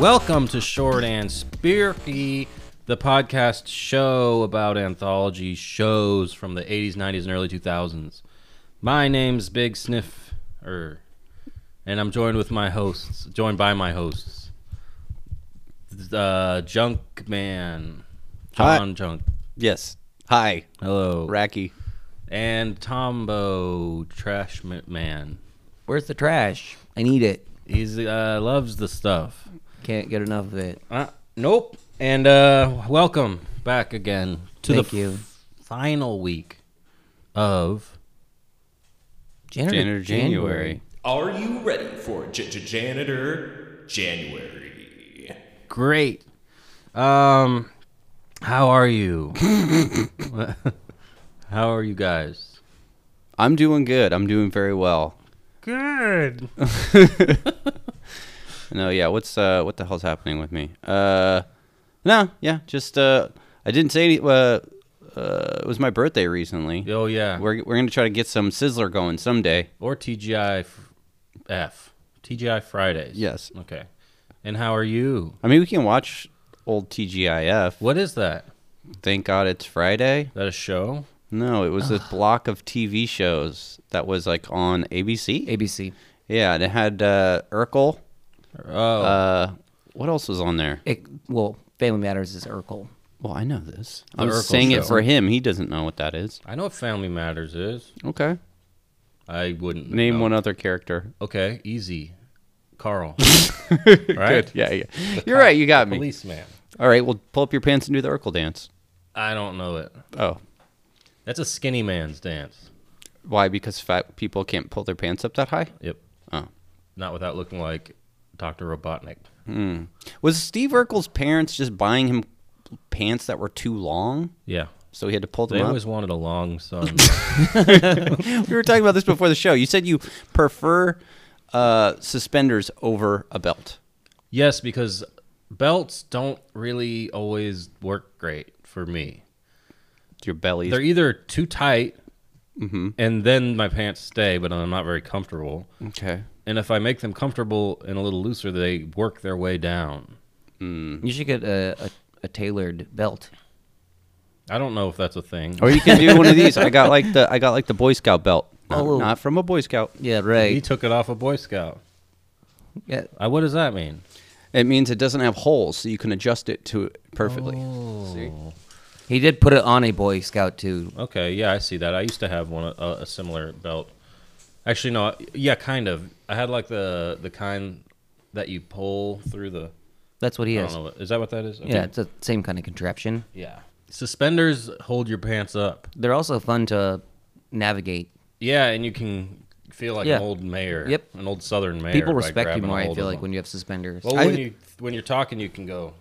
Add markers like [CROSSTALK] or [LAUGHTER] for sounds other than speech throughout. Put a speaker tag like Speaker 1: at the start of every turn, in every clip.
Speaker 1: Welcome to Short and Spearky, the podcast show about anthology shows from the 80s, 90s, and early 2000s. My name's Big Sniff, er, and I'm joined with my hosts, joined by my hosts, uh, Junk Man,
Speaker 2: Hi.
Speaker 1: John Junk,
Speaker 2: Yes. Hi,
Speaker 1: hello,
Speaker 2: Racky.
Speaker 1: and Tombo Trash Ma- Man.
Speaker 3: Where's the trash? I need it.
Speaker 1: He's uh, loves the stuff.
Speaker 3: Can't get enough of it.
Speaker 1: Uh, nope. And uh, welcome back again to
Speaker 3: Thank
Speaker 1: the
Speaker 3: you.
Speaker 1: final week of
Speaker 3: Janet-
Speaker 2: Janitor January.
Speaker 4: Are you ready for j- j- Janitor January?
Speaker 1: great. Um, how are
Speaker 2: [LAUGHS]
Speaker 1: you? [LAUGHS] how are you guys?
Speaker 2: I'm doing good. I'm doing very well.
Speaker 1: Good.
Speaker 2: No, yeah. What's uh, what the hell's happening with me? Uh, no, yeah. Just uh, I didn't say any. Uh, uh, it was my birthday recently.
Speaker 1: Oh yeah.
Speaker 2: We're we're gonna try to get some sizzler going someday.
Speaker 1: or TGI f- F TGI Fridays.
Speaker 2: Yes.
Speaker 1: Okay. And how are you?
Speaker 2: I mean, we can watch old TGIF.
Speaker 1: What is that?
Speaker 2: Thank God it's Friday.
Speaker 1: That a show?
Speaker 2: No, it was a block of TV shows that was like on ABC.
Speaker 3: ABC.
Speaker 2: Yeah, and it had uh, Urkel.
Speaker 1: Oh,
Speaker 2: Uh, what else was on there?
Speaker 3: It, well, Family Matters is Urkel.
Speaker 2: Well, I know this. I'm
Speaker 1: Urkel
Speaker 2: saying
Speaker 1: show.
Speaker 2: it for him. He doesn't know what that is.
Speaker 1: I know what Family Matters is.
Speaker 2: Okay.
Speaker 1: I wouldn't
Speaker 2: Name
Speaker 1: know.
Speaker 2: one other character.
Speaker 1: Okay, easy.
Speaker 2: [LAUGHS]
Speaker 1: Carl. right?
Speaker 2: Yeah, yeah. You're right. You got me.
Speaker 1: Policeman.
Speaker 2: All right. Well, pull up your pants and do the Urkel dance.
Speaker 1: I don't know it.
Speaker 2: Oh,
Speaker 1: That's a skinny man's dance.
Speaker 2: why? Because fat people can't pull their pants up that high.
Speaker 1: Yep.
Speaker 2: Oh.
Speaker 1: Not without looking like Dr. Robotnik.
Speaker 2: Was Steve Urkel's parents just buying him pants that were too long,
Speaker 1: Yeah.
Speaker 2: so he had to pull them
Speaker 1: They
Speaker 2: up?
Speaker 1: always wanted a long son. [LAUGHS]
Speaker 2: we were talking about this before the show. You said you prefer uh, suspenders over a belt.
Speaker 1: yes, because belts don't really always work great for me.
Speaker 2: Your belly's
Speaker 1: They're either too tight,
Speaker 2: Mm-hmm.
Speaker 1: and then my pants stay, but I'm not very comfortable.
Speaker 2: okay.
Speaker 1: And if I make them comfortable and a little looser, they work their way down. Mm-hmm.
Speaker 3: You should get a, a, a tailored belt.
Speaker 1: I don't know if that's a thing.
Speaker 2: Or you can do one of these. I got like the I got like the Boy Scout belt. Not,
Speaker 3: Oh.
Speaker 2: not from a Boy Scout.
Speaker 3: Yeah,
Speaker 1: He
Speaker 3: right.
Speaker 1: took it off a Boy Scout.
Speaker 3: Yeah.
Speaker 1: Uh, what does that mean?
Speaker 2: It means it doesn't have holes, so you can adjust it to it perfectly. See?
Speaker 3: He did put it on a Boy Scout too.
Speaker 1: Okay, yeah, I see that. I used to have one a, a similar belt. Actually, no, yeah, kind of. I had like the the kind that you pull through the.
Speaker 3: That's what he
Speaker 1: I
Speaker 3: has.
Speaker 1: don't know. what- Is that what that is? Okay.
Speaker 3: Yeah, it's the same kind of contraption.
Speaker 1: yeah. Suspenders hold your pants up.
Speaker 3: They're also fun to navigate.
Speaker 1: Yeah, and you can feel like
Speaker 3: Yeah.
Speaker 1: an old mayor.
Speaker 3: Yep.
Speaker 1: An old Southern mayor.
Speaker 3: People
Speaker 1: by
Speaker 3: respect you
Speaker 1: grabbing
Speaker 3: more. I
Speaker 1: hold
Speaker 3: feel
Speaker 1: of
Speaker 3: like
Speaker 1: them.
Speaker 3: when you have suspenders.
Speaker 1: Well,
Speaker 2: I-
Speaker 1: when you when you're talking, you can go.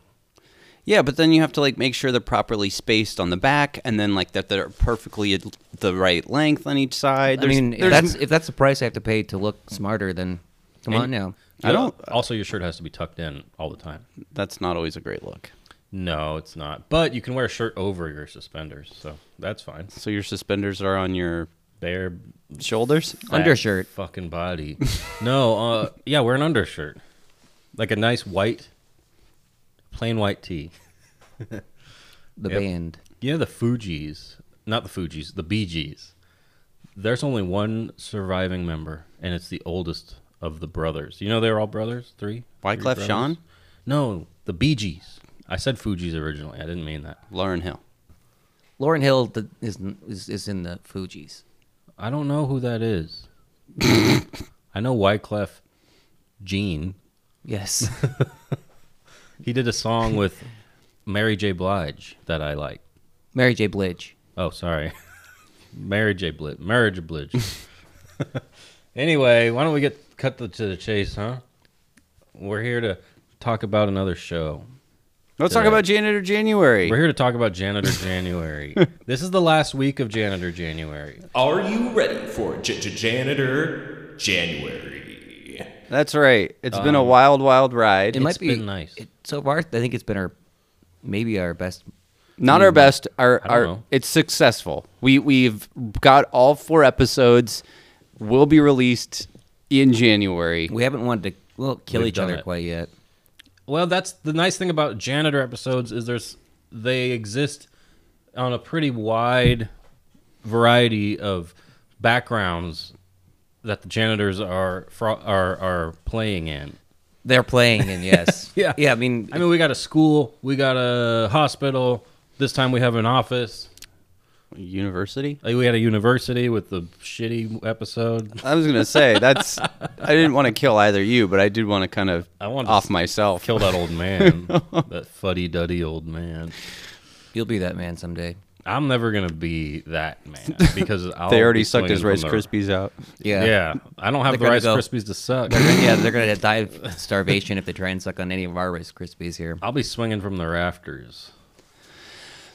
Speaker 2: Yeah, but then you have to like make sure they're properly spaced on the back, and then like that they're perfectly at the right length on each side.
Speaker 3: I
Speaker 2: There's-
Speaker 3: mean, if
Speaker 2: there's-
Speaker 3: that's if that's the price I have to pay to look smarter, then come on now.
Speaker 2: I don't.
Speaker 1: Also, your shirt has to be tucked in all the time.
Speaker 2: That's not always a great look.
Speaker 1: No, it's not. But you can wear a shirt over your suspenders, so that's fine.
Speaker 2: So your suspenders are on your
Speaker 1: Bare
Speaker 2: shoulders.
Speaker 1: fat
Speaker 3: Undershirt.
Speaker 1: fucking body. [LAUGHS] no, uh, yeah, wear an undershirt, like a nice white, plain white tee.
Speaker 3: The
Speaker 1: Yep.
Speaker 3: band.
Speaker 1: You know the Fugees, not the Fugees, the Bee Gees. There's only one surviving member, and it's the oldest of the brothers. You know they were all brothers, three. three
Speaker 2: Wyclef
Speaker 1: brothers?
Speaker 2: Jean?
Speaker 1: No, the Bee Gees. I said Fugees originally. I didn't mean that.
Speaker 2: Lauren Hill.
Speaker 3: Lauren Hill th- is, is is in the Fugees.
Speaker 1: I don't know who that is. I know Wyclef Jean.
Speaker 3: Yes.
Speaker 1: He did a song with Mary J. Blige that I like.
Speaker 3: [LAUGHS] Mary J. Blige.
Speaker 1: Oh, sorry. [LAUGHS] Mary J. Blige. Marriage Blige. anyway, why don't we get cut the, to the chase, huh? We're here to talk about another show.
Speaker 2: Let's talk
Speaker 1: Today.
Speaker 2: about Janitor January.
Speaker 1: We're here to talk about Janitor January. this is the last week of Janitor January.
Speaker 4: Are you ready for j- j- Janitor January?
Speaker 2: That's right. It's been a wild, wild ride.
Speaker 3: It
Speaker 1: It's
Speaker 3: might be
Speaker 1: been nice.
Speaker 3: It, so far, I think it's been our maybe our best.
Speaker 2: Not our best. Our
Speaker 1: Hmm. I don't
Speaker 2: our
Speaker 1: know.
Speaker 2: it's successful. We we've got all four episodes. Will be released in January.
Speaker 3: We haven't wanted to well kill
Speaker 1: We've
Speaker 3: each
Speaker 1: done
Speaker 3: other
Speaker 1: it.
Speaker 3: quite yet.
Speaker 1: Well, that's the nice thing about janitor episodes is there's they exist on a pretty wide variety of backgrounds that the janitors are fro- are are playing in.
Speaker 3: They're playing, and yes,
Speaker 1: [LAUGHS] Yeah.
Speaker 3: yeah. I mean,
Speaker 1: I mean, we got a school, we got a hospital. This time we have an office.
Speaker 2: University?
Speaker 1: Like we had a university with the shitty episode.
Speaker 2: I was gonna say
Speaker 1: [LAUGHS]
Speaker 2: that's. I didn't want to kill either you, but I did want to kind of
Speaker 1: I wanted to
Speaker 2: off
Speaker 1: s-
Speaker 2: myself.
Speaker 1: Kill that old
Speaker 2: [LAUGHS]
Speaker 1: man, that fuddy duddy old man.
Speaker 3: you'll be that man someday.
Speaker 1: I'm never gonna be that
Speaker 2: [LAUGHS]
Speaker 1: man because I'll
Speaker 2: they already
Speaker 1: be
Speaker 2: sucked his
Speaker 1: swinging
Speaker 2: Rice
Speaker 1: from the-
Speaker 2: Krispies out.
Speaker 3: Yeah,
Speaker 1: Yeah. I don't have
Speaker 3: They're
Speaker 1: the Rice
Speaker 3: gonna go-
Speaker 1: Krispies to suck.
Speaker 3: yeah. They're gonna die of starvation if they try and suck on any of our Rice Krispies here.
Speaker 1: I'll be swinging from the rafters.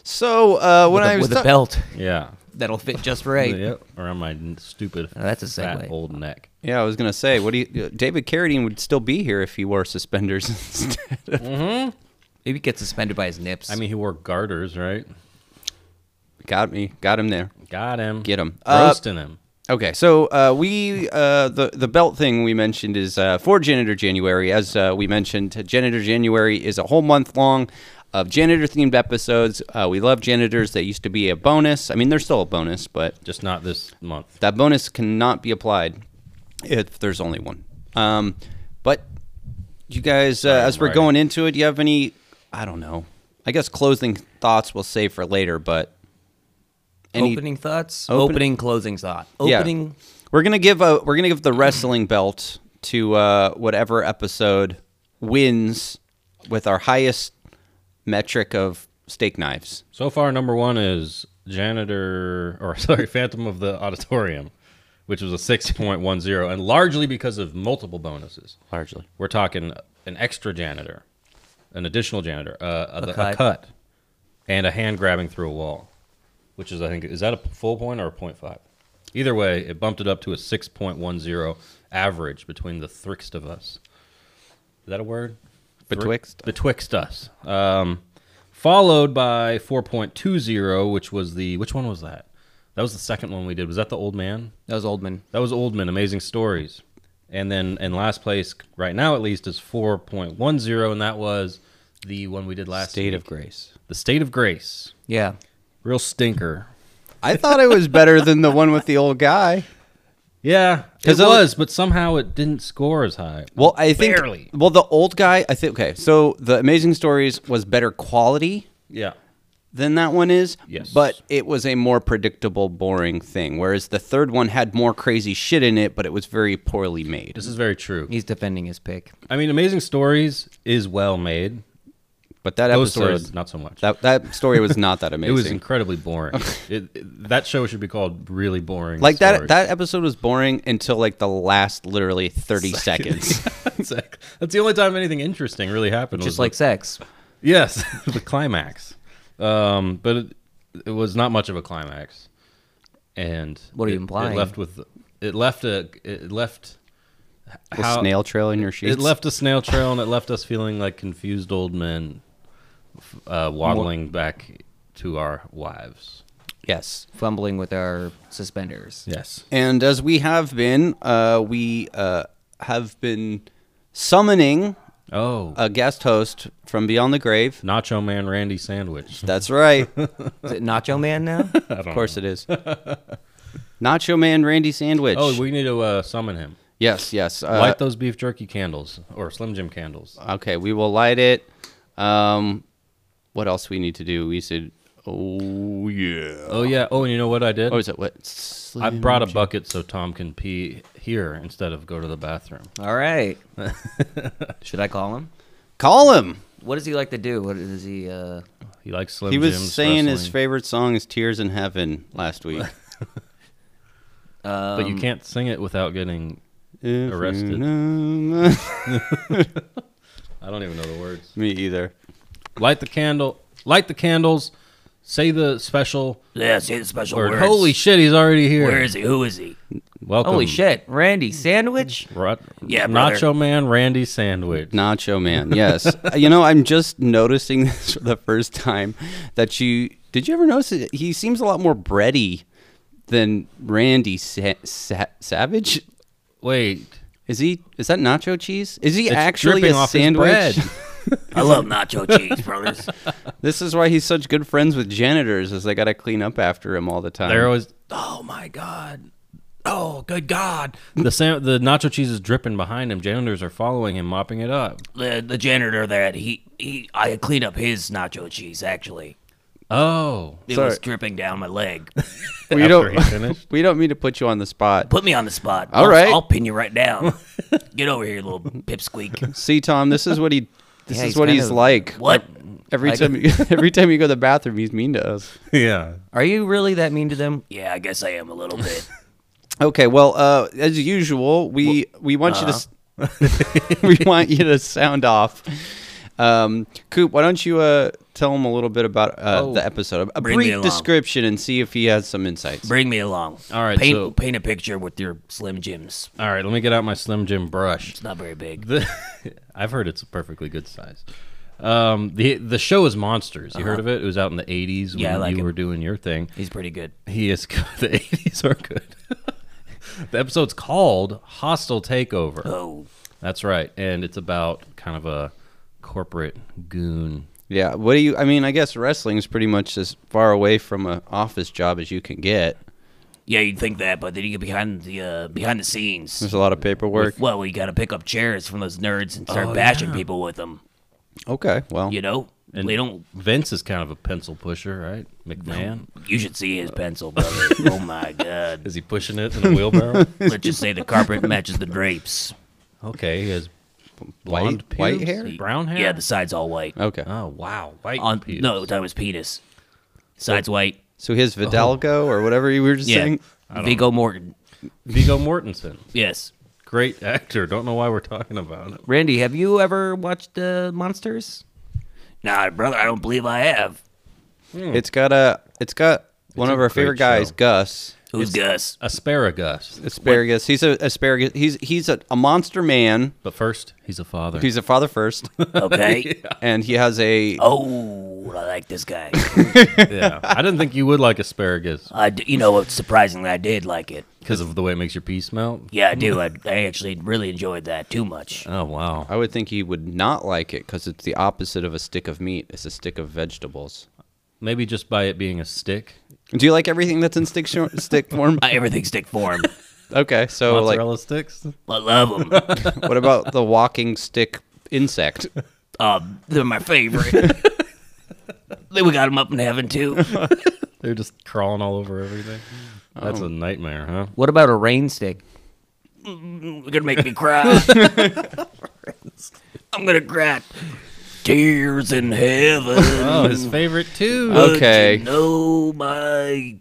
Speaker 2: So uh, when
Speaker 3: with a,
Speaker 2: I was
Speaker 3: with a
Speaker 2: ta-
Speaker 3: belt
Speaker 1: Yeah.
Speaker 3: that'll fit just right.
Speaker 1: Yep. Around my n- stupid
Speaker 3: Now that's a
Speaker 1: fat
Speaker 3: segue.
Speaker 1: old neck.
Speaker 2: yeah, I was gonna say, what do you? David Carradine would still be here if he wore suspenders [LAUGHS] instead. of-
Speaker 3: Maybe get suspended by his nips.
Speaker 1: I mean, he wore garters, right?
Speaker 2: Got me, got him there.
Speaker 1: Got him.
Speaker 2: Get him. Uh,
Speaker 1: Roasting him.
Speaker 2: Okay, so uh, we uh, the the belt thing we mentioned is uh, for Janitor January. As uh, we mentioned, Janitor January is a whole month long of janitor themed episodes. Uh, we love janitors. They used to be a bonus. I mean, they're still a bonus, but
Speaker 1: Just not this month.
Speaker 2: that bonus cannot be applied if there's only one. Um, but you guys, uh, as we're
Speaker 1: right.
Speaker 2: going into it, do you have any? I don't know. I guess closing thoughts we'll save for later, but any
Speaker 3: opening thoughts,
Speaker 2: Open-
Speaker 3: opening, closing thought,
Speaker 2: Yeah.
Speaker 3: opening.
Speaker 2: We're gonna give a we're gonna give the wrestling belt to uh, whatever episode wins with our highest metric of steak knives.
Speaker 1: So far, number one is Janitor, or [LAUGHS] sorry, Phantom of the Auditorium, which was a 6.10, and largely because of multiple bonuses.
Speaker 2: Largely,
Speaker 1: We're talking an extra janitor, an additional janitor, uh, a, a cut.
Speaker 3: cut.
Speaker 1: and a hand grabbing through a wall, which is I think is that a full point or a point five? Either way, it bumped it up to a six point one zero average between the thrixt of us. Is that a word? Thri-
Speaker 2: Betwixt?
Speaker 1: Betwixt us. Um, followed by four point two zero, which was the which one was that? That was the second one we did. Was that the old man?
Speaker 3: That was Oldman.
Speaker 1: That was Oldman, Amazing Stories. And then in last place, right now at least, is 4.10, and that was the one we did last
Speaker 2: state of
Speaker 1: week.
Speaker 2: grace.
Speaker 1: The State of Grace.
Speaker 3: Yeah,
Speaker 1: Real stinker.
Speaker 2: I thought it was better than the one with the old guy.
Speaker 1: Yeah, it
Speaker 2: 'Cause it
Speaker 1: was, but somehow it didn't score as high.
Speaker 2: Well, I think
Speaker 1: Barely.
Speaker 2: Well, the old guy. I think okay. So the Amazing Stories was better quality
Speaker 1: Yeah.
Speaker 2: than that one is.
Speaker 1: Yes.
Speaker 2: But it was a more predictable, boring thing. Whereas the third one had more crazy shit in it, but it was very poorly made.
Speaker 1: This is very true.
Speaker 3: he's defending his pick.
Speaker 1: I mean, Amazing Stories is well made.
Speaker 2: But that
Speaker 1: Those
Speaker 2: episode,
Speaker 1: stories, not so much.
Speaker 2: that that story was not that
Speaker 1: [LAUGHS] it
Speaker 2: amazing.
Speaker 1: was incredibly
Speaker 2: [LAUGHS]
Speaker 1: boring. it, it- that show should be called Really Boring.
Speaker 2: like
Speaker 1: [LAUGHS]
Speaker 2: that
Speaker 1: Stories.
Speaker 2: that episode was boring until like the last literally 30 seconds
Speaker 1: [LAUGHS] Exactly. That's the only time anything interesting really happened. was
Speaker 3: Just
Speaker 1: the-
Speaker 3: like sex.
Speaker 1: Yes, [LAUGHS] the climax. Um, but it, it was not much of a climax, and
Speaker 3: What are you
Speaker 1: it-
Speaker 3: implying?
Speaker 1: It left with it left a it left
Speaker 2: the snail trail in your sheets
Speaker 1: it left a snail trail, and it left us feeling like confused old men f- uh, waddling back to our wives.
Speaker 2: yes
Speaker 3: fumbling with our suspenders.
Speaker 1: Yes,
Speaker 2: and as we have been uh, we uh, have been summoning
Speaker 1: Oh,
Speaker 2: a guest host from beyond
Speaker 1: [LAUGHS]
Speaker 2: the grave
Speaker 1: Nacho Man Randy Sandwich.
Speaker 2: that's right
Speaker 3: Is it Nacho
Speaker 1: [LAUGHS]
Speaker 3: Man now?
Speaker 2: of course it is nacho man randy sandwich
Speaker 1: Oh, we need to uh, summon him.
Speaker 2: yes yes uh,
Speaker 1: Light those beef jerky candles or Slim Jim candles.
Speaker 2: okay we will light it um, what else we need to do we should oh yeah
Speaker 1: Oh yeah. Oh, and you know what I did?
Speaker 2: oh is it what
Speaker 1: I brought a bucket so Tom can pee here instead of go to the bathroom.
Speaker 3: All right. [LAUGHS] Should I call him?
Speaker 2: call him
Speaker 3: What does he like to do? What is he? Uh,
Speaker 1: He likes Slim
Speaker 2: He was
Speaker 1: Jim's
Speaker 2: saying his
Speaker 1: wrestling,
Speaker 2: favorite song is "Tears in Heaven" last week.
Speaker 1: but you can't sing it without getting.
Speaker 2: If
Speaker 1: [LAUGHS]
Speaker 2: you
Speaker 1: Arrested.
Speaker 2: know-
Speaker 1: I don't even know the words.
Speaker 2: Me either.
Speaker 1: Light the candle. Light the candles. Say the special
Speaker 3: yeah, say the special
Speaker 1: word. Holy shit, he's already here.
Speaker 3: Where is he? Who is he?
Speaker 1: Welcome.
Speaker 3: Holy shit, Randy Sandwich.
Speaker 1: Ro-
Speaker 3: Yeah, brother.
Speaker 1: Nacho Man Randy Sandwich.
Speaker 2: Nacho
Speaker 1: [LAUGHS]
Speaker 2: Man. Yes. Uh, you know, I'm just noticing [LAUGHS] this for the first time that you did. You ever notice that he seems a lot more bready than Randy Sa- Sa- Savage?
Speaker 1: Wait.
Speaker 2: Is he? Is that nacho cheese? Is he
Speaker 1: It's
Speaker 2: actually
Speaker 1: dripping
Speaker 2: a
Speaker 1: off his
Speaker 2: sandwich?
Speaker 1: bread.
Speaker 3: I
Speaker 1: [LAUGHS]
Speaker 3: love nacho cheese, brothers.
Speaker 2: [LAUGHS] This is why he's such good friends with janitors, is they got to clean up after him all the time.
Speaker 1: They're always, oh my god, oh good god. The sam- the nacho cheese is dripping behind him. Janitors are following him, mopping it up.
Speaker 5: the, the janitor that he, he I cleaned up his nacho cheese actually.
Speaker 1: Oh, [LAUGHS]
Speaker 5: It
Speaker 2: Sorry.
Speaker 5: was dripping down my leg.
Speaker 2: we
Speaker 1: after
Speaker 2: don't.
Speaker 1: he finished.
Speaker 2: [LAUGHS] We don't mean to put you on the spot.
Speaker 5: Put me on the spot.
Speaker 2: All
Speaker 5: I'll,
Speaker 2: right.
Speaker 5: I'll pin you
Speaker 1: [LAUGHS]
Speaker 5: right down. Get over here, you little pipsqueak.
Speaker 2: See, Tom, this is what
Speaker 5: [LAUGHS]
Speaker 2: he. This is
Speaker 3: Yeah, he's
Speaker 2: what
Speaker 3: kind
Speaker 2: he's
Speaker 3: of-
Speaker 2: like.
Speaker 5: What?
Speaker 2: Every
Speaker 3: Like-
Speaker 2: time, you, [LAUGHS] every time you go to the bathroom, he's mean to us.
Speaker 1: Yeah.
Speaker 3: Are you really that mean to them?
Speaker 5: Yeah, I guess I am a little bit.
Speaker 2: Okay, well, uh, as usual, we we want you
Speaker 5: uh-huh.
Speaker 2: to s- [LAUGHS] we want you to sound off. Um, Coop, why don't you uh, tell him a little bit about uh, the episode, a
Speaker 5: Oh. Bring me
Speaker 2: brief
Speaker 5: along.
Speaker 2: description, and see if he has some insights.
Speaker 5: Bring me along.
Speaker 1: All right,
Speaker 5: Paint,
Speaker 1: so-
Speaker 5: paint a picture with your Slim Jims.
Speaker 1: All right, let me get out my Slim Jim brush.
Speaker 5: It's not very big.
Speaker 1: The, [LAUGHS] I've heard it's a perfectly good size. Um, the the show is Monsters. You heard of it? It was out in the '80s when
Speaker 5: Uh-huh. Yeah, I like
Speaker 1: you
Speaker 5: it.
Speaker 1: were doing your thing.
Speaker 5: He's pretty good.
Speaker 1: He is [LAUGHS] good. the '80s are good. [LAUGHS] the episode's called Hostile Takeover.
Speaker 5: Oh,
Speaker 1: That's right, and it's about kind of a corporate goon.
Speaker 2: Yeah, what do you? I mean, I guess wrestling is pretty much as far away from an office job as you can get.
Speaker 5: yeah, you'd think that, but then you get behind the uh, behind the scenes.
Speaker 2: There's a lot of paperwork.
Speaker 5: Well, you gotta pick up chairs from those nerds and
Speaker 1: Oh,
Speaker 5: start bashing people with them.
Speaker 2: Okay, well,
Speaker 5: You know,
Speaker 1: And-
Speaker 5: they don't.
Speaker 1: Vince is kind of a pencil pusher, right? McMahon
Speaker 5: You should see his pencil, brother.
Speaker 1: [LAUGHS]
Speaker 5: oh my god.
Speaker 1: is he pushing it in a
Speaker 5: [LAUGHS]
Speaker 1: wheelbarrow?
Speaker 5: Let's just say the carpet matches the drapes.
Speaker 1: okay, he has blonde,
Speaker 2: White- white
Speaker 1: pubes?
Speaker 2: hair?
Speaker 1: brown hair.
Speaker 5: Yeah, the sides all white.
Speaker 2: okay.
Speaker 1: oh wow, white.
Speaker 5: On
Speaker 1: pubes.
Speaker 5: no, that was penis. Sides white.
Speaker 2: So his Vidalgo or whatever you were just
Speaker 5: uh-huh. Yeah,
Speaker 2: saying.
Speaker 5: Vigo Morton.
Speaker 1: Viggo Mortensen.
Speaker 5: Yes.
Speaker 1: great actor. Don't know why we're talking about him.
Speaker 3: Randy, have you ever watched uh, Monsters?
Speaker 5: Nah, brother, I don't believe I have.
Speaker 2: It's got a. It's got one
Speaker 1: Hmm. It's
Speaker 2: of
Speaker 1: a
Speaker 2: our favorite
Speaker 1: great
Speaker 2: guys,
Speaker 1: show.
Speaker 2: Gus.
Speaker 5: Who's Gus?
Speaker 1: Asparagus.
Speaker 2: Asparagus. He's a asparagus. He's he's a, a monster man.
Speaker 1: But first, he's a father.
Speaker 2: He's a father first,
Speaker 5: Okay.
Speaker 2: and he has a.
Speaker 5: Oh, I like this guy.
Speaker 1: [LAUGHS] yeah. I didn't think you would like asparagus
Speaker 5: I d- you know what? Surprisingly, I did like it.
Speaker 1: because of the way it makes your pee smell.
Speaker 5: Yeah, I do. I, I actually really enjoyed that too much.
Speaker 1: Oh wow.
Speaker 2: I would think he would not like it because it's the opposite of a stick of meat. It's a stick of vegetables.
Speaker 1: Maybe just by it being a stick.
Speaker 2: Do you like everything that's in stick shor-
Speaker 1: [LAUGHS]
Speaker 2: stick form?
Speaker 5: I, everything stick form.
Speaker 2: Okay, so Oh, like,
Speaker 1: Mozzarella sticks.
Speaker 5: I love them.
Speaker 2: what about the walking stick insect?
Speaker 1: [LAUGHS]
Speaker 5: Um, they're my favorite. then we got them up in heaven too.
Speaker 1: They're just crawling all over everything.
Speaker 2: Oh.
Speaker 1: That's a nightmare, huh?
Speaker 3: What about a rain stick?
Speaker 5: You're gonna make me cry. I'm gonna cry. Tears in heaven.
Speaker 1: Oh, his favorite too.
Speaker 2: Oh, okay.
Speaker 5: No, my.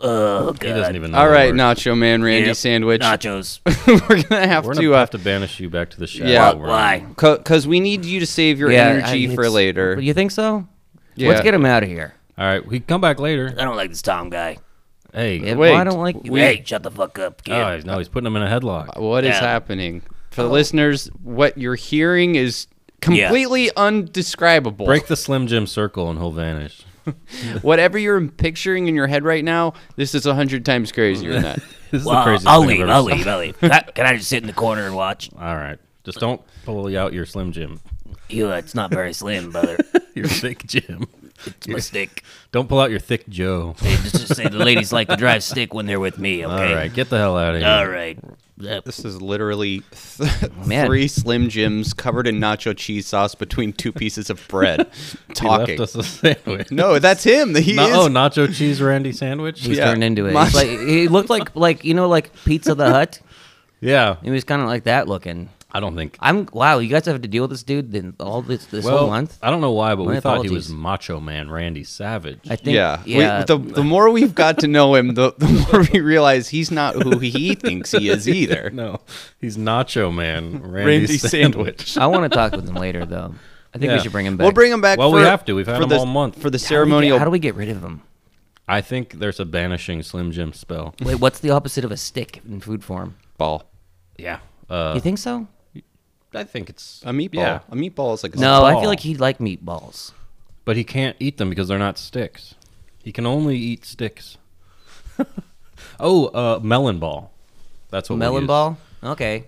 Speaker 5: Oh god.
Speaker 1: he doesn't even. know
Speaker 2: All
Speaker 1: the
Speaker 2: right,
Speaker 1: word.
Speaker 2: Nacho Man, Randy
Speaker 5: Yep.
Speaker 1: [LAUGHS]
Speaker 2: Sandwich.
Speaker 5: Nachos.
Speaker 2: [LAUGHS] We're gonna have
Speaker 1: We're
Speaker 2: to.
Speaker 1: gonna
Speaker 2: uh,
Speaker 1: have to banish you back to the shadow.
Speaker 2: Yeah.
Speaker 1: realm.
Speaker 5: Why?
Speaker 2: Because we need you to save your energy
Speaker 3: I-
Speaker 2: for
Speaker 3: it's-
Speaker 2: later.
Speaker 3: You think so?
Speaker 2: Yeah.
Speaker 3: Let's get him out of here.
Speaker 1: All right, we can come back later.
Speaker 5: I don't like this Tom guy.
Speaker 1: Hey,
Speaker 3: Yeah,
Speaker 2: Wait.
Speaker 3: well, I don't like.
Speaker 5: hey, shut the fuck up, kid.
Speaker 1: oh no, he's putting him in a headlock.
Speaker 2: What is
Speaker 5: Yeah.
Speaker 2: happening? For
Speaker 1: Oh.
Speaker 2: the listeners, what you're hearing is completely undescribable.
Speaker 1: Break the Slim Jim circle and he'll vanish.
Speaker 2: [LAUGHS] Whatever you're picturing in your head right now, this is a hundred times crazier
Speaker 1: [LAUGHS]
Speaker 2: than that.
Speaker 1: This is
Speaker 5: Well,
Speaker 1: the craziest
Speaker 5: I'll
Speaker 1: thing I've
Speaker 5: leave,
Speaker 1: ever
Speaker 5: I'll
Speaker 1: seen.
Speaker 5: leave. I'll leave. Can I- Can I just sit in the corner and watch?
Speaker 1: [LAUGHS] All right, just don't pull out your Slim Jim. [LAUGHS]
Speaker 5: You, uh, it's not very slim, brother.
Speaker 1: Your thick Jim.
Speaker 5: It's my stick.
Speaker 1: Don't pull out your thick Joe.
Speaker 5: Hey, just, just say the ladies like to drive stick when they're with me.
Speaker 1: All
Speaker 5: Okay.
Speaker 1: right, get the hell out of here.
Speaker 5: All right. Uh,
Speaker 2: This is literally [LAUGHS] th-
Speaker 1: Oh,
Speaker 3: Man.
Speaker 2: three Slim Jims covered in nacho cheese sauce between two pieces of bread,
Speaker 1: [LAUGHS] He
Speaker 2: [LAUGHS] talking.
Speaker 1: left us a sandwich.
Speaker 2: No, that's him. [LAUGHS] He
Speaker 1: Na-
Speaker 2: is.
Speaker 1: oh, nacho cheese Randy sandwich.
Speaker 3: He's
Speaker 2: Yeah.
Speaker 3: turned into it.
Speaker 2: My-
Speaker 3: It's like, he looked like [LAUGHS] like you know like Pizza the Hut.
Speaker 1: Yeah,
Speaker 3: He was kind of like that looking.
Speaker 1: I don't think.
Speaker 3: I'm wow. You guys have to deal with this dude then all this this
Speaker 1: Well,
Speaker 3: whole month.
Speaker 1: I don't know why, but
Speaker 3: My
Speaker 1: we thought he was
Speaker 3: apologies.
Speaker 1: Macho Man Randy Savage.
Speaker 3: I think
Speaker 2: yeah. We-
Speaker 3: yeah.
Speaker 2: the, the more we've got to know him, the, the [LAUGHS] more we realize he's not who he thinks
Speaker 1: [LAUGHS]
Speaker 2: he is either.
Speaker 1: no, he's Nacho Man Randy,
Speaker 2: Randy
Speaker 1: Sandwich.
Speaker 3: [LAUGHS] I want to talk with him later though. I think
Speaker 1: Yeah.
Speaker 3: we should bring him back.
Speaker 2: We'll bring him back.
Speaker 1: Well,
Speaker 2: for,
Speaker 1: we have to. We've had
Speaker 2: for
Speaker 1: him
Speaker 2: the,
Speaker 1: all month.
Speaker 2: for the
Speaker 3: How do we get-
Speaker 2: ceremonial.
Speaker 3: How do we get rid of him?
Speaker 1: [LAUGHS] I think there's a banishing Slim Jim spell.
Speaker 3: Wait, what's the opposite of a stick in food form?
Speaker 2: ball?
Speaker 1: Yeah, uh,
Speaker 3: you think so?
Speaker 1: I think it's
Speaker 2: A meatball.
Speaker 1: Yeah,
Speaker 2: A meatball is like a
Speaker 3: No, I
Speaker 1: ball.
Speaker 3: feel like he'd like meatballs.
Speaker 1: but he can't eat them because they're not sticks. He can only eat sticks. oh, uh, melon ball. That's what we
Speaker 3: Melon
Speaker 1: use.
Speaker 3: ball. Okay.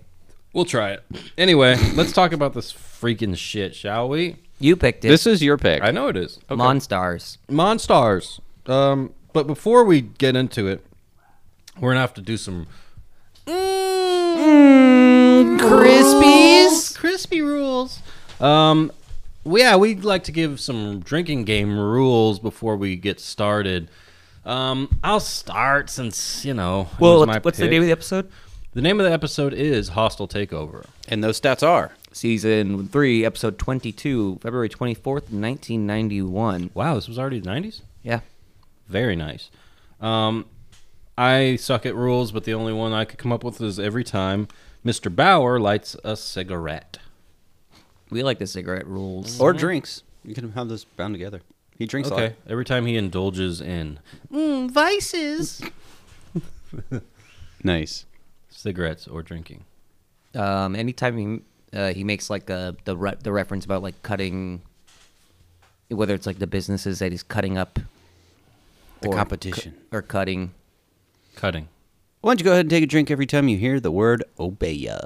Speaker 1: We'll try it. Anyway, let's talk about this freaking shit, shall we?
Speaker 3: You picked it.
Speaker 2: This is your pick.
Speaker 1: I know it is.
Speaker 3: Monstars.
Speaker 1: Monstars. Um, but before we get into it, we're gonna have to do some
Speaker 3: Crispies.
Speaker 1: crispy rules. Um, well, yeah, we'd like to give some drinking game rules before we get started. Um, I'll start since you know. it
Speaker 3: Well,
Speaker 1: was
Speaker 3: what's,
Speaker 1: my
Speaker 3: what's the
Speaker 1: pick.
Speaker 3: name of the episode?
Speaker 1: The name of the episode is Hostile Takeover.
Speaker 2: and those stats are.
Speaker 3: Season three, episode twenty-two, February twenty-fourth, nineteen ninety-one.
Speaker 1: Wow, this was already the nineties.
Speaker 3: Yeah.
Speaker 1: Very nice. Um, I suck at rules, but the only one I could come up with is every time Mr. Bauer lights a cigarette.
Speaker 3: We like the cigarette rules.
Speaker 2: Or drinks. You can have those bound together. He drinks a lot.
Speaker 1: Okay. Every time he indulges in
Speaker 3: vices.
Speaker 2: Nice.
Speaker 1: cigarettes or drinking.
Speaker 3: Um, anytime he uh, he makes like uh, the re- the reference about like cutting, whether it's like the businesses that he's cutting up,
Speaker 2: The
Speaker 3: or cu-
Speaker 2: competition.
Speaker 3: or cutting.
Speaker 1: Cutting.
Speaker 2: Why don't you go ahead and take a drink every time you hear the word obeya?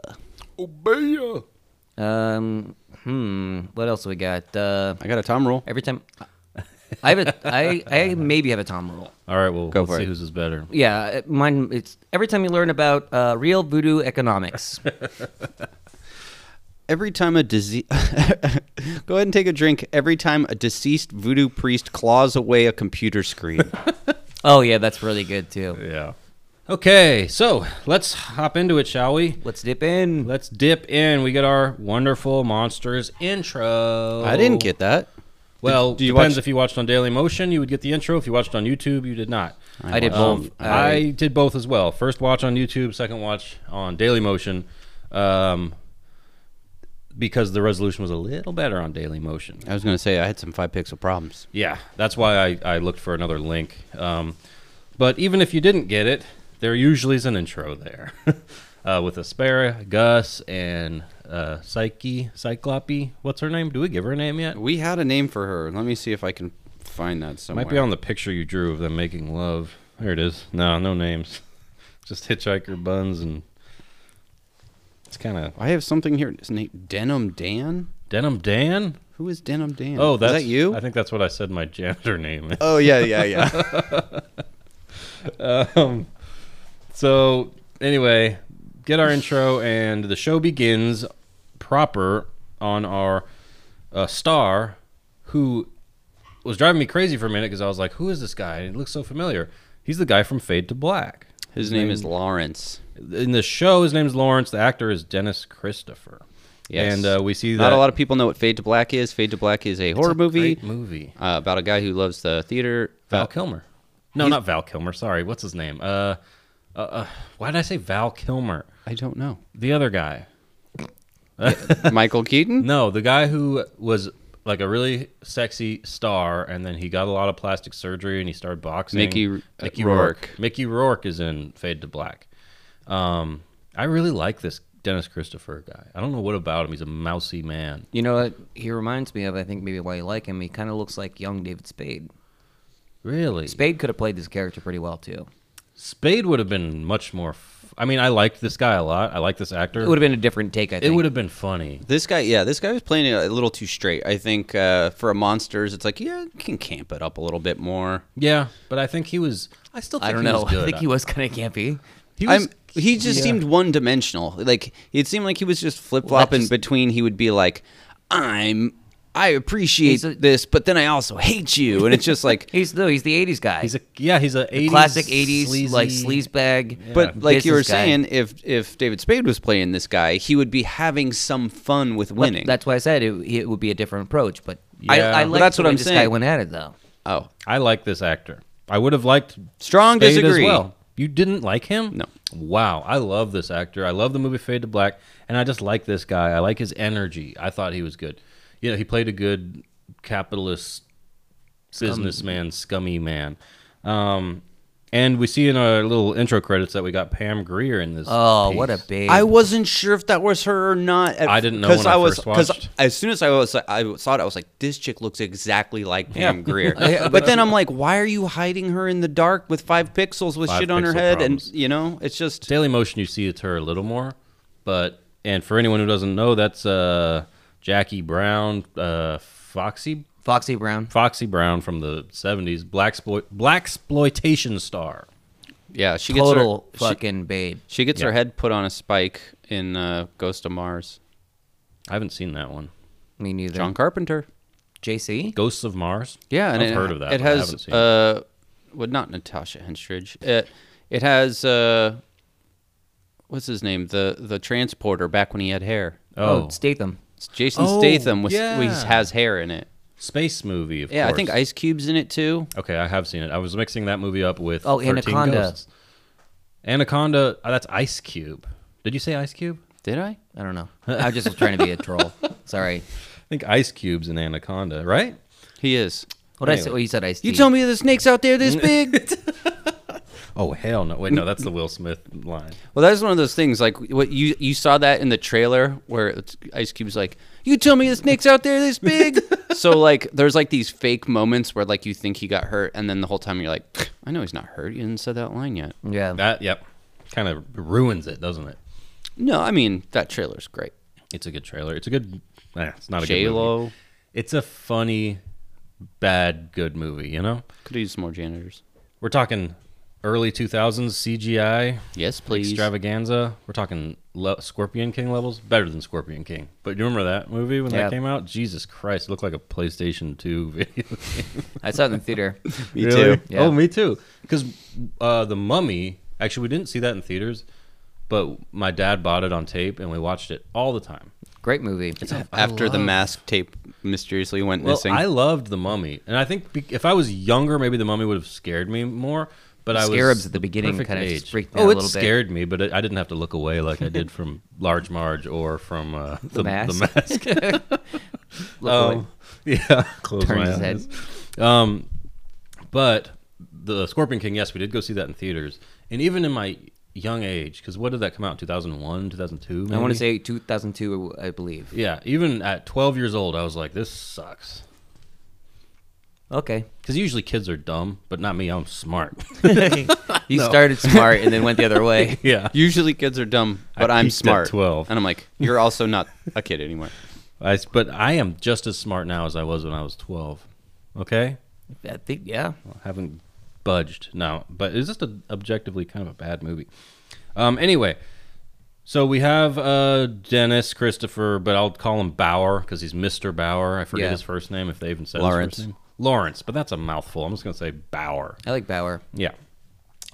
Speaker 3: Um, hmm. What else we got? Uh,
Speaker 2: I got a Tom roll.
Speaker 3: every time, I have a I I maybe have a Tom roll.
Speaker 1: All right, well,
Speaker 2: Go
Speaker 1: let's
Speaker 2: for
Speaker 1: see
Speaker 2: it.
Speaker 1: whose is better.
Speaker 3: Yeah, it- mine. It's every time you learn about uh, real voodoo economics.
Speaker 2: Every time a disease. [LAUGHS] go ahead and take a drink every time a deceased voodoo priest claws away a computer screen.
Speaker 3: oh yeah, that's really good too.
Speaker 1: Yeah. Okay, so let's hop into it, shall we?
Speaker 3: Let's dip in.
Speaker 1: Let's dip in. We get our wonderful monsters intro.
Speaker 2: I didn't get that.
Speaker 1: Oh. Well,
Speaker 2: do you
Speaker 1: depends
Speaker 2: watch-
Speaker 1: if you watched on Daily Motion, you would get the intro. If you watched on YouTube, you did not.
Speaker 3: I, did
Speaker 1: Um,
Speaker 3: both.
Speaker 1: I, did both as well. First watch on YouTube, second watch on Daily Motion, um, because the resolution was a little better on Daily Motion.
Speaker 2: I was going to say I had some five pixel problems.
Speaker 1: Yeah, that's why I, I looked for another link. Um, but even if you didn't get it, there usually is an intro there [LAUGHS] uh, with Asparagus and uh, Psyche, Cyclope. What's her name? Do we give her a name yet?
Speaker 2: We had a name for her. Let me see if I can find that somewhere.
Speaker 1: Might be on the picture you drew of them making love. There it is. No, no names. [LAUGHS] Just hitchhiker buns and it's kind of
Speaker 2: I have something here. His name Denim Dan.
Speaker 1: Denim Dan.
Speaker 2: Who is Denim Dan?
Speaker 1: Oh,
Speaker 2: Is
Speaker 1: that's
Speaker 2: that you?
Speaker 1: I think that's what I said my janitor name. is.
Speaker 2: oh yeah,
Speaker 1: [LAUGHS]
Speaker 2: yeah, yeah.
Speaker 1: Um, [LAUGHS] so anyway, get our intro, and the show begins proper on our uh, star, who was driving me crazy for a minute because I was like, "Who is this guy?" And he looks so familiar. He's the guy from Fade to Black.
Speaker 2: His name is Lawrence.
Speaker 1: In the show, his name is Lawrence. The actor is Dennis Christopher.
Speaker 2: Yes.
Speaker 1: And uh, we see that
Speaker 2: Not a lot of people know what Fade to Black is. Fade to Black is a horror movie
Speaker 1: great Oh, movie.
Speaker 2: uh, about a guy who loves the theater.
Speaker 1: Val
Speaker 2: Uh,
Speaker 1: Kilmer. No, not Val Kilmer. Sorry, what's his name? Uh, uh, uh, why did I say Val Kilmer?
Speaker 2: I don't know.
Speaker 1: [LAUGHS] The other guy.
Speaker 2: Michael Keaton.
Speaker 1: No, the guy who was like a really sexy star, and then he got a lot of plastic surgery, and he started boxing.
Speaker 2: Mickey R-
Speaker 1: Mickey uh,
Speaker 2: Rourke.
Speaker 1: Mickey Rourke is in Fade to Black. Um, I really like this Dennis Christopher guy. I don't know what about him. He's a mousy man.
Speaker 3: you know what? He reminds me of. I think maybe why you like him. He kind of looks like young David Spade.
Speaker 1: Really,
Speaker 3: Spade could have played this character pretty well too.
Speaker 1: Spade would have been much more. F- I mean, I liked this guy a lot. I like this actor.
Speaker 3: It would have been a different take. I
Speaker 1: It
Speaker 3: think.
Speaker 1: would have been funny.
Speaker 2: This guy, yeah, this guy was playing it a little too straight. I think uh, for a monsters, it's like yeah, you can camp it up a little bit more.
Speaker 1: Yeah, but I think he was. I still. Think
Speaker 3: I don't
Speaker 1: he
Speaker 3: know. [LAUGHS]
Speaker 1: Was good.
Speaker 3: I think he was kind of campy.
Speaker 1: He was-
Speaker 2: I'm, he just seemed one dimensional. Like it seemed like he was just flip
Speaker 3: Well, that
Speaker 2: flopping
Speaker 3: just-
Speaker 2: between. He would be like, "I'm, I appreciate
Speaker 3: He's a-
Speaker 2: this, but then I also hate you," and it's just
Speaker 3: [LAUGHS]
Speaker 2: like.
Speaker 3: He's no, he's the '80s guy.
Speaker 1: He's a yeah. He's a 80s
Speaker 3: classic '80s like
Speaker 1: sleazy-
Speaker 3: sleazebag.
Speaker 2: But like you were
Speaker 3: business guy.
Speaker 2: saying, if if David Spade was playing this guy, he would be having some fun with
Speaker 3: But
Speaker 2: winning.
Speaker 3: that's why I said it, it would be a different approach. But I,
Speaker 1: Yeah.
Speaker 3: I
Speaker 1: But
Speaker 3: like
Speaker 2: that's
Speaker 3: the
Speaker 2: what
Speaker 3: way
Speaker 2: I'm
Speaker 3: this guy
Speaker 2: saying.
Speaker 3: went at it though.
Speaker 2: oh,
Speaker 1: I like this actor. I would have liked
Speaker 2: Strong
Speaker 1: Spade
Speaker 2: disagree.
Speaker 1: as well. You didn't like him?
Speaker 2: No.
Speaker 1: Wow, I love this actor. I love the movie Fade to Black, and I just like this guy. I like his energy. I thought he was good. You know, he played a good capitalist businessman, scummy man. Um, and we see in our little intro credits that we got Pam Greer in this.
Speaker 3: Oh,
Speaker 1: piece.
Speaker 3: what a babe!
Speaker 2: I wasn't sure if that was her or not. at-
Speaker 1: I didn't know
Speaker 2: 'cause
Speaker 1: when I
Speaker 2: was,
Speaker 1: first
Speaker 2: 'cause
Speaker 1: watched.
Speaker 2: As soon as I was, I saw it. I was like, "This chick looks exactly like
Speaker 1: [LAUGHS]
Speaker 2: Pam
Speaker 1: Yeah.
Speaker 2: Greer." but then I'm like, "Why are you hiding her in the dark with five pixels with
Speaker 1: Five
Speaker 2: shit on her
Speaker 1: pixel
Speaker 2: head?"
Speaker 1: problems.
Speaker 2: And you know, it's just
Speaker 1: Daily Motion, you see it's her a little more, but And for anyone who doesn't know, that's uh, Jackie Brown, uh, Foxy
Speaker 3: Foxy Brown.
Speaker 1: Foxy Brown from the '70s, black black exploitation star.
Speaker 2: Yeah, she gets
Speaker 3: Total
Speaker 2: her, she-
Speaker 3: fucking babe.
Speaker 2: She gets her
Speaker 1: Yeah.
Speaker 2: head put on a spike in uh, Ghost of Mars.
Speaker 1: I haven't seen that one.
Speaker 3: Me neither.
Speaker 2: John Carpenter.
Speaker 3: JC?
Speaker 1: Ghosts of Mars.
Speaker 2: Yeah, and
Speaker 1: I've
Speaker 2: it,
Speaker 1: heard of that.
Speaker 2: It
Speaker 1: but I
Speaker 2: has
Speaker 1: haven't seen it.
Speaker 2: uh, well, not Natasha Henstridge. It it has uh, what's his name? The the transporter back when he had hair.
Speaker 1: oh,
Speaker 3: Statham.
Speaker 2: It's Jason
Speaker 1: Oh,
Speaker 2: Statham with,
Speaker 1: yeah.
Speaker 2: with- has hair in it.
Speaker 1: space movie. Of
Speaker 2: Yeah,
Speaker 1: course.
Speaker 2: I think Ice Cube's in it too.
Speaker 1: Okay, I have seen it. I was mixing that movie up with
Speaker 3: Oh,
Speaker 1: 13
Speaker 3: Anaconda.
Speaker 1: Ghosts. Anaconda. oh, that's Ice Cube. Did you say Ice Cube?
Speaker 2: Did I?
Speaker 3: I don't know. I just was trying to be
Speaker 2: [LAUGHS]
Speaker 3: a troll. Sorry.
Speaker 1: I think Ice Cube's in Anaconda, right?
Speaker 2: He is. Mm.
Speaker 3: What I said?
Speaker 1: Anyway.
Speaker 3: Well, you said I.
Speaker 2: You tell me the snake's out there this big.
Speaker 1: Oh hell no! Wait, no, that's the Will Smith line.
Speaker 2: Well, that's one of those things. Like what you you saw that in the trailer where it's- Ice Cube's like, "You tell me the snake's out there this [LAUGHS] big." so like, there's like these fake moments where like you think he got hurt, and then the whole time you're like, "I know he's not hurt. You didn't say that line yet."
Speaker 3: [LAUGHS] Yeah.
Speaker 1: That yep, kind of ruins it, doesn't it?
Speaker 2: No, I mean that trailer's great.
Speaker 1: It's a good trailer. It's a good. eh, it's not a
Speaker 2: J
Speaker 1: good movie.
Speaker 2: Lo
Speaker 1: It's a funny, bad, good movie. You know,
Speaker 2: could use some more janitors.
Speaker 1: we're talking early two thousands CGI
Speaker 2: Yes, please.
Speaker 1: extravaganza. We're talking le- Scorpion King levels, better than Scorpion King. But you remember that movie when
Speaker 3: Yeah.
Speaker 1: that came out? Jesus Christ, it looked like a PlayStation Two [LAUGHS] video.
Speaker 3: I saw it in the theater.
Speaker 2: Me too.
Speaker 3: Yeah.
Speaker 1: Oh, me too. Because uh, the Mummy. Actually, we didn't see that in theaters, but my dad bought it on tape and we watched it all the time.
Speaker 3: Great movie.
Speaker 2: After the mask tape mysteriously went
Speaker 1: Well,
Speaker 2: missing.
Speaker 1: I loved the Mummy, and I think be- if I was younger, maybe the Mummy would have scared me more. But I was
Speaker 3: Scarabs at the beginning
Speaker 1: perfect
Speaker 3: kinda just
Speaker 1: age.
Speaker 3: freaked me
Speaker 1: oh,
Speaker 3: out a
Speaker 1: it
Speaker 3: little bit.
Speaker 1: scared me, but it, I didn't have to look away like I did from Large Marge or from uh, the,
Speaker 3: Mask.
Speaker 1: mask. [LAUGHS]
Speaker 3: [LAUGHS] Look
Speaker 1: Um,
Speaker 3: [LAUGHS]
Speaker 1: yeah, close
Speaker 3: Turns
Speaker 1: my
Speaker 3: his head.
Speaker 1: eyes. Um, but the Scorpion King, yes, we did go see that in theaters, and even in my young age, because what did that come out? Two thousand one, two thousand two.
Speaker 3: I want to say 2002, I believe.
Speaker 1: yeah. Even at twelve years old, I was like, this sucks.
Speaker 3: Okay.
Speaker 1: Because usually kids are dumb, but not me. I'm smart.
Speaker 3: You started smart and then went the other way.
Speaker 1: [LAUGHS] yeah.
Speaker 2: Usually kids are dumb,
Speaker 1: I
Speaker 2: but I'm
Speaker 1: peaked at
Speaker 2: smart.
Speaker 1: 12.
Speaker 2: and I'm like, "You're also not a kid anymore."
Speaker 1: I, s- but I am just as smart now as I was when I was 12. Okay? [LAUGHS]
Speaker 3: I think, yeah.
Speaker 1: I haven't budged now. But it's just a, objectively kind of a bad movie. Um, anyway, so we have uh, Dennis Christopher, but I'll call him Bauer because he's Mr. Bauer. I forget
Speaker 3: Yeah.
Speaker 1: his first name if they even said
Speaker 2: Lawrence.
Speaker 1: his first name. Lawrence, but that's a mouthful. I'm just going to say Bauer.
Speaker 3: I like Bauer.
Speaker 1: Yeah.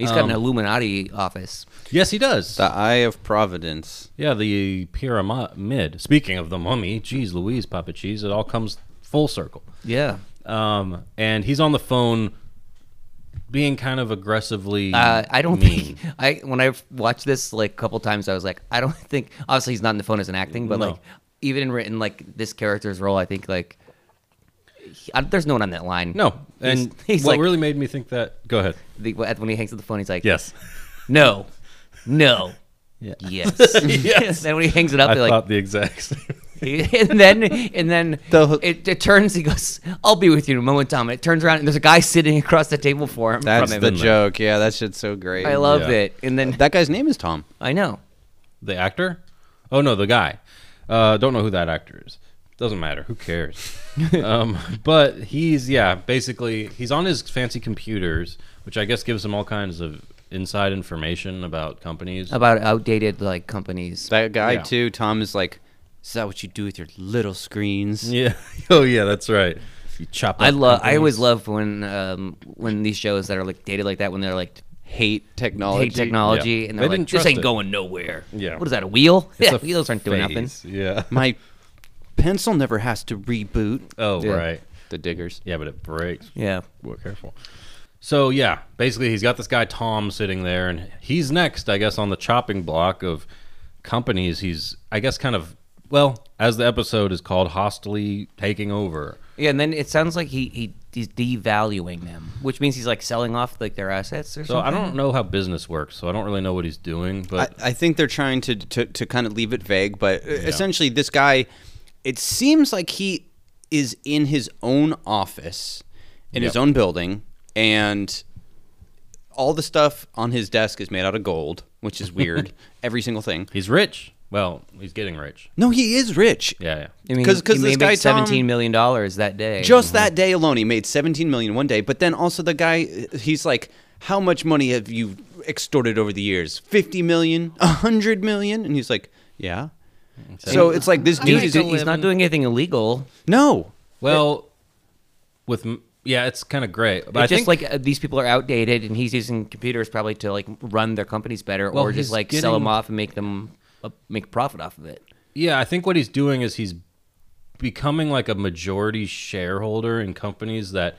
Speaker 3: He's got an
Speaker 1: Um,
Speaker 3: Illuminati office.
Speaker 1: Yes, he does.
Speaker 2: [LAUGHS] The Eye of Providence.
Speaker 1: Yeah, the pyramid. Speaking of the mummy, geez, Louise, Papa Cheese, it all comes full circle.
Speaker 3: Yeah.
Speaker 1: Um, and he's on the phone, being kind of aggressively.
Speaker 3: Uh,
Speaker 1: [LAUGHS]
Speaker 3: I don't
Speaker 1: mean.
Speaker 3: think I when I watched this like a couple times I was like I don't [LAUGHS] think obviously he's not in the phone as an acting but
Speaker 1: No.
Speaker 3: like even in written like this character's role I think like he- I, there's no one on that line
Speaker 1: no.
Speaker 3: He's-
Speaker 1: And
Speaker 3: [LAUGHS] he's
Speaker 1: what
Speaker 3: like-
Speaker 1: really made me think that. Go ahead.
Speaker 3: the, when he hangs up the phone he's like
Speaker 1: Yes.
Speaker 3: no no
Speaker 1: [LAUGHS] Yeah. [LAUGHS]
Speaker 3: yes [LAUGHS] then when he hangs it up
Speaker 1: I
Speaker 3: they're like
Speaker 1: thought the exact same.
Speaker 3: [LAUGHS] and then and then it, it turns he goes I'll be with you in a moment Tom and it turns around and there's a guy sitting across the table for him
Speaker 2: That's
Speaker 1: him
Speaker 2: the
Speaker 1: in there.
Speaker 2: joke. Yeah, that shit's so great.
Speaker 3: I love
Speaker 1: Yeah.
Speaker 3: it and then
Speaker 2: that guy's name is Tom.
Speaker 3: I know
Speaker 1: [LAUGHS] The actor? Oh no, the guy. Uh, don't know who that actor is. Doesn't matter. Who [LAUGHS] cares? um, but he's yeah, basically he's on his fancy computers, which I guess gives him all kinds of inside information about companies.
Speaker 3: about outdated like companies
Speaker 2: That guy
Speaker 1: Yeah.
Speaker 2: too. Tom is like, is that what you do with your little
Speaker 1: [LAUGHS]
Speaker 2: screens?
Speaker 1: yeah. Oh yeah, that's right. You chop.
Speaker 3: I
Speaker 1: up
Speaker 3: love. I
Speaker 1: companies.
Speaker 3: always love when um when these shows that are like dated like that when they're like
Speaker 2: Hate technology.
Speaker 3: take technology
Speaker 1: yeah.
Speaker 3: and
Speaker 1: They
Speaker 3: they're
Speaker 1: didn't
Speaker 3: like this
Speaker 1: trust
Speaker 3: ain't
Speaker 1: it.
Speaker 3: going nowhere.
Speaker 1: Yeah.
Speaker 3: What is that? A wheel?
Speaker 1: It's
Speaker 3: yeah.
Speaker 1: a
Speaker 3: [LAUGHS] Wheels aren't doing nothing.
Speaker 1: phase, Yeah.
Speaker 2: My pencil never has to reboot.
Speaker 1: Oh
Speaker 3: Yeah.
Speaker 1: right.
Speaker 2: The diggers.
Speaker 1: Yeah, but it breaks.
Speaker 3: Yeah.
Speaker 1: Well, careful. So yeah, basically he's got this guy Tom sitting there, and he's next, I guess, on the chopping block of companies. He's, I guess, kind of well, as the episode is called, hostily taking over.
Speaker 3: Yeah. And then it sounds like he he he's devaluing them, which means he's like selling off like their assets or
Speaker 1: So
Speaker 3: something.
Speaker 1: I don't know how business works, so I don't really know what he's doing.
Speaker 2: I,
Speaker 1: But
Speaker 2: I think they're trying to, to to kind of leave it vague, but uh, essentially this guy, it seems like he is in his own office, in his
Speaker 1: Yep.
Speaker 2: own building, and
Speaker 1: [LAUGHS]
Speaker 2: all the stuff on his desk is made out of gold, which is weird. Every single thing.
Speaker 1: he's rich. Well, he's getting rich.
Speaker 2: No, he is rich.
Speaker 1: Yeah, yeah.
Speaker 3: I mean,
Speaker 2: 'Cause- 'cause
Speaker 3: he
Speaker 2: this
Speaker 3: may
Speaker 2: guy,
Speaker 3: make
Speaker 2: Tom-
Speaker 3: seventeen million dollars that day.
Speaker 2: Just that day alone, he made 17 million one day. But then also the guy, he's like, how much money have you extorted over the years? 50 million, 100 million? And he's like, yeah. So it's like this
Speaker 1: I
Speaker 2: dude
Speaker 1: like
Speaker 2: is
Speaker 1: to
Speaker 3: he's, he's not doing anything illegal.
Speaker 2: no.
Speaker 1: Well, with m- yeah, it's kind of great. But I
Speaker 3: it's
Speaker 1: think
Speaker 3: just like uh, these people are outdated, and he's using computers probably to like run their companies better,
Speaker 1: Well,
Speaker 3: or just
Speaker 1: he's
Speaker 3: like sell
Speaker 1: getting-
Speaker 3: them off and make them uh, make profit off of it.
Speaker 1: yeah, I think what he's doing is he's becoming like a majority shareholder in companies that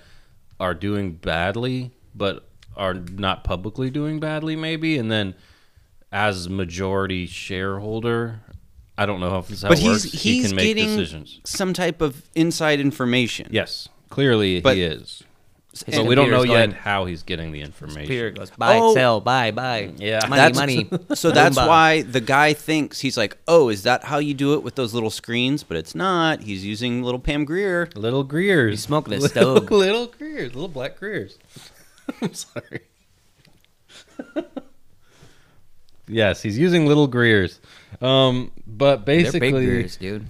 Speaker 1: are doing badly, but are not publicly doing badly, maybe. And then as majority shareholder, I don't know if this is how
Speaker 2: But
Speaker 1: it
Speaker 2: he's
Speaker 1: works.
Speaker 2: he's
Speaker 1: he can make
Speaker 2: getting
Speaker 1: decisions.
Speaker 2: some type of inside information.
Speaker 1: Yes, clearly
Speaker 2: But-
Speaker 1: he is.
Speaker 3: His
Speaker 1: but we don't know
Speaker 3: computer's going-
Speaker 1: yet how he's getting the information.
Speaker 3: Computer goes buy,
Speaker 2: Oh.
Speaker 3: sell, buy, buy.
Speaker 1: Yeah.
Speaker 3: money,
Speaker 2: That's-
Speaker 3: [LAUGHS] money.
Speaker 2: [LAUGHS] So that's
Speaker 3: Boomba.
Speaker 2: why the guy thinks he's like, oh, is that how you do it with those little screens? But it's not. He's using little Pam Greer.
Speaker 1: Little Greers.
Speaker 3: You
Speaker 1: [LAUGHS]
Speaker 3: smoking a
Speaker 1: little,
Speaker 3: stove.
Speaker 1: Little Greers. Little black Greers. [LAUGHS] I'm sorry. [LAUGHS] yes, he's using little Greers. Um, but
Speaker 3: They're big
Speaker 1: basically,
Speaker 3: beers, dude.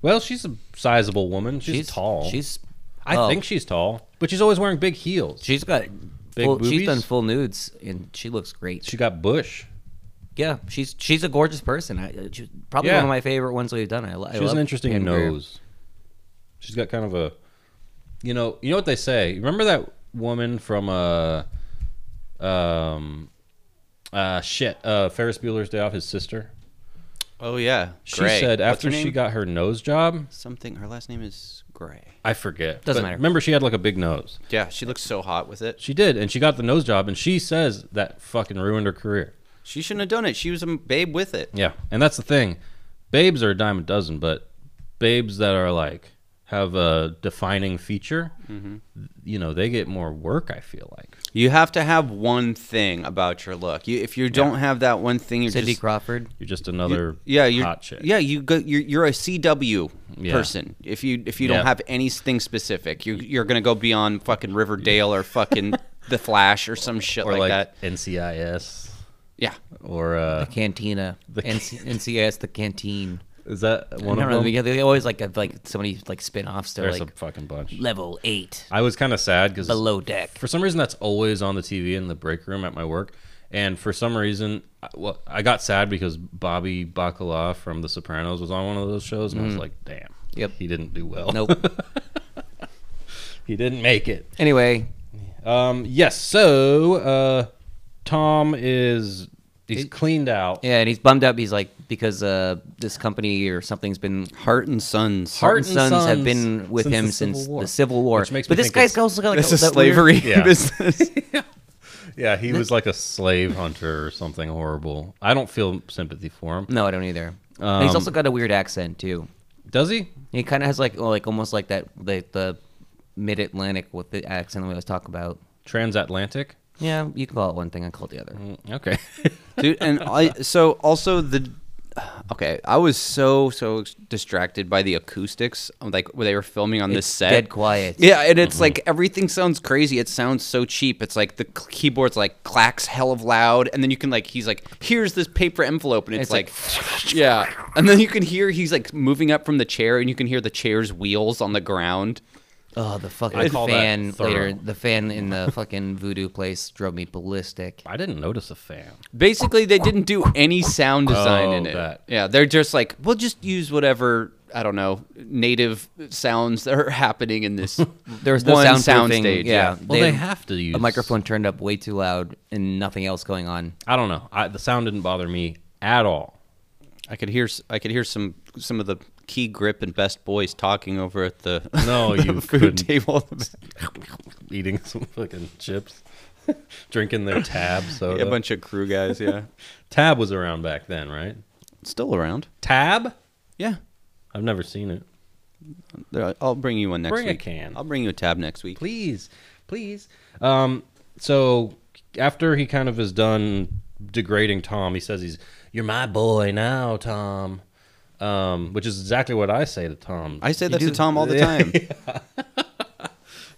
Speaker 1: well, she's a sizable woman. She's, tall.
Speaker 3: She's
Speaker 1: I
Speaker 3: oh.
Speaker 1: think she's tall, but she's always wearing big heels.
Speaker 3: she's got
Speaker 1: Big
Speaker 3: full,
Speaker 1: boobies?
Speaker 3: she's done full nudes and she looks great.
Speaker 1: She got bush.
Speaker 3: yeah, she's she's a gorgeous person. I, uh, she's probably
Speaker 1: Yeah.
Speaker 3: one of my favorite ones we've done. I, lo- I
Speaker 1: She has
Speaker 3: love
Speaker 1: an interesting
Speaker 3: Pam Grier.
Speaker 1: nose. She's got kind of a, you know, you know what they say. Remember that woman from uh, um, uh, shit, uh, Ferris Bueller's Day Off, his sister.
Speaker 2: Oh, yeah.
Speaker 1: She said after she got her nose job,
Speaker 2: something, her last name is Gray.
Speaker 1: I forget.
Speaker 3: Doesn't
Speaker 1: but
Speaker 3: matter.
Speaker 1: Remember, she had like a big nose.
Speaker 2: Yeah, she looks so hot with it.
Speaker 1: She did, and she got the nose job, and she says that fucking ruined her career.
Speaker 2: She shouldn't have done it. She was a babe with it.
Speaker 1: Yeah, and that's the thing. Babes are a dime a dozen, but babes that are like have a defining feature,
Speaker 2: Mm-hmm.
Speaker 1: you know, they get more work. I feel like.
Speaker 2: You have to have one thing about your look. You, if you don't have that one thing, you're
Speaker 3: Cindy
Speaker 2: just
Speaker 3: Crawford.
Speaker 1: You're just
Speaker 2: you-
Speaker 1: another
Speaker 2: yeah, you're
Speaker 1: hot chick.
Speaker 2: yeah, you go, you're, you're a CW
Speaker 1: Yeah.
Speaker 2: person. If you if you
Speaker 1: Yeah.
Speaker 2: don't have anything specific, you you're gonna go beyond fucking Riverdale or fucking The Flash or some shit
Speaker 1: or
Speaker 2: like,
Speaker 1: like,
Speaker 2: that.
Speaker 1: NCIS
Speaker 2: Yeah,
Speaker 1: or uh,
Speaker 3: Cantina,
Speaker 1: The
Speaker 3: NC, NCS, the canteen.
Speaker 1: is that
Speaker 3: I
Speaker 1: one
Speaker 3: don't
Speaker 1: of
Speaker 3: know.
Speaker 1: them?
Speaker 3: They, they always like have like so many like spin-offs. They're
Speaker 1: There's
Speaker 3: like
Speaker 1: a fucking bunch.
Speaker 3: level eight,
Speaker 1: I was kind of sad because
Speaker 3: below deck.
Speaker 1: for some reason that's always on the TV in the break room at my work. And for some reason, I- well, I got sad because Bobby Bacala from The Sopranos was on one of those shows, and
Speaker 2: Mm-hmm.
Speaker 1: I was like, "Damn,
Speaker 3: Yep.
Speaker 1: he didn't do well. [LAUGHS]
Speaker 3: Nope.
Speaker 1: he didn't make it."
Speaker 3: anyway,
Speaker 1: Um, yes. So uh, Tom is he's cleaned out.
Speaker 3: yeah, and he's bummed up. He's like because uh this company or something's been
Speaker 2: Heart and Sons.
Speaker 1: Heart
Speaker 3: Martin
Speaker 1: and
Speaker 3: Sons,
Speaker 1: Sons
Speaker 3: have been with
Speaker 1: since
Speaker 3: him
Speaker 1: the Civil
Speaker 3: since
Speaker 1: War.
Speaker 3: the Civil War.
Speaker 1: Which makes
Speaker 3: but
Speaker 1: me
Speaker 3: this
Speaker 1: think
Speaker 3: guy's also got like
Speaker 2: This
Speaker 3: a,
Speaker 2: is
Speaker 3: that weird-
Speaker 2: slavery
Speaker 1: Yeah.
Speaker 2: [LAUGHS] business.
Speaker 1: Yeah, he was like a slave hunter or something horrible. I don't feel sympathy for him.
Speaker 3: No, I don't either. And he's also
Speaker 1: Um,
Speaker 3: got a weird accent too.
Speaker 1: Does he?
Speaker 3: He kind of has like well, like almost like that the, the mid Atlantic with the accent we always talk about.
Speaker 1: Transatlantic?
Speaker 3: Yeah, you can call it one thing, I call it the other.
Speaker 1: Mm, Okay. [LAUGHS]
Speaker 2: dude and i so also the okay i was so so distracted by the acoustics like when they were filming on this
Speaker 3: It's
Speaker 2: set
Speaker 3: dead quiet.
Speaker 2: yeah and it's
Speaker 3: Mm-hmm.
Speaker 2: like everything sounds crazy it sounds so cheap it's like the cl- keyboard's like clacks hell of loud and then you can like he's like here's this paper envelope and it's,
Speaker 3: It's
Speaker 2: like, [LAUGHS]
Speaker 3: like-
Speaker 2: yeah and then you can hear he's like moving up from the chair and you can hear the chair's wheels on the ground
Speaker 3: Oh, the
Speaker 1: I
Speaker 3: fucking
Speaker 1: call that
Speaker 3: fan
Speaker 1: thorough.
Speaker 3: later. The fan in the fucking voodoo place drove me ballistic.
Speaker 1: I didn't notice a fan.
Speaker 2: basically they didn't do any sound design in
Speaker 1: Oh,
Speaker 2: it
Speaker 1: that.
Speaker 2: yeah they're just like we'll just use whatever i don't know native sounds that are happening in this
Speaker 3: [LAUGHS] There was no
Speaker 2: one
Speaker 3: soundproofing,
Speaker 2: soundstage,
Speaker 3: yeah.
Speaker 1: Well, they,
Speaker 3: They-
Speaker 1: have to use
Speaker 3: A microphone turned up way too loud and nothing else going on.
Speaker 1: I don't know. I, the sound didn't bother me at all. [LAUGHS]
Speaker 2: i could hear s- i could hear some some of the key grip and best boys talking over at the
Speaker 1: No,
Speaker 2: [LAUGHS] the
Speaker 1: you
Speaker 2: food
Speaker 1: couldn't.
Speaker 2: table [LAUGHS] at the back.
Speaker 1: Eating some fucking chips, [LAUGHS] drinking their tab. So
Speaker 2: a bunch of crew
Speaker 1: [LAUGHS]
Speaker 2: guys yeah
Speaker 1: tab was around back then, right?
Speaker 2: still around
Speaker 1: Tab?
Speaker 2: yeah
Speaker 1: I've never seen it.
Speaker 2: There- i'll bring you one next
Speaker 1: Bring a
Speaker 2: week
Speaker 1: can.
Speaker 2: i'll bring you a tab next week
Speaker 1: please, please. Um, so after he kind of is done degrading Tom, he says he's you're my boy now, Tom. Um, which is exactly what I say to Tom.
Speaker 2: i say that
Speaker 3: do-
Speaker 2: to tom all
Speaker 1: [LAUGHS]
Speaker 2: the time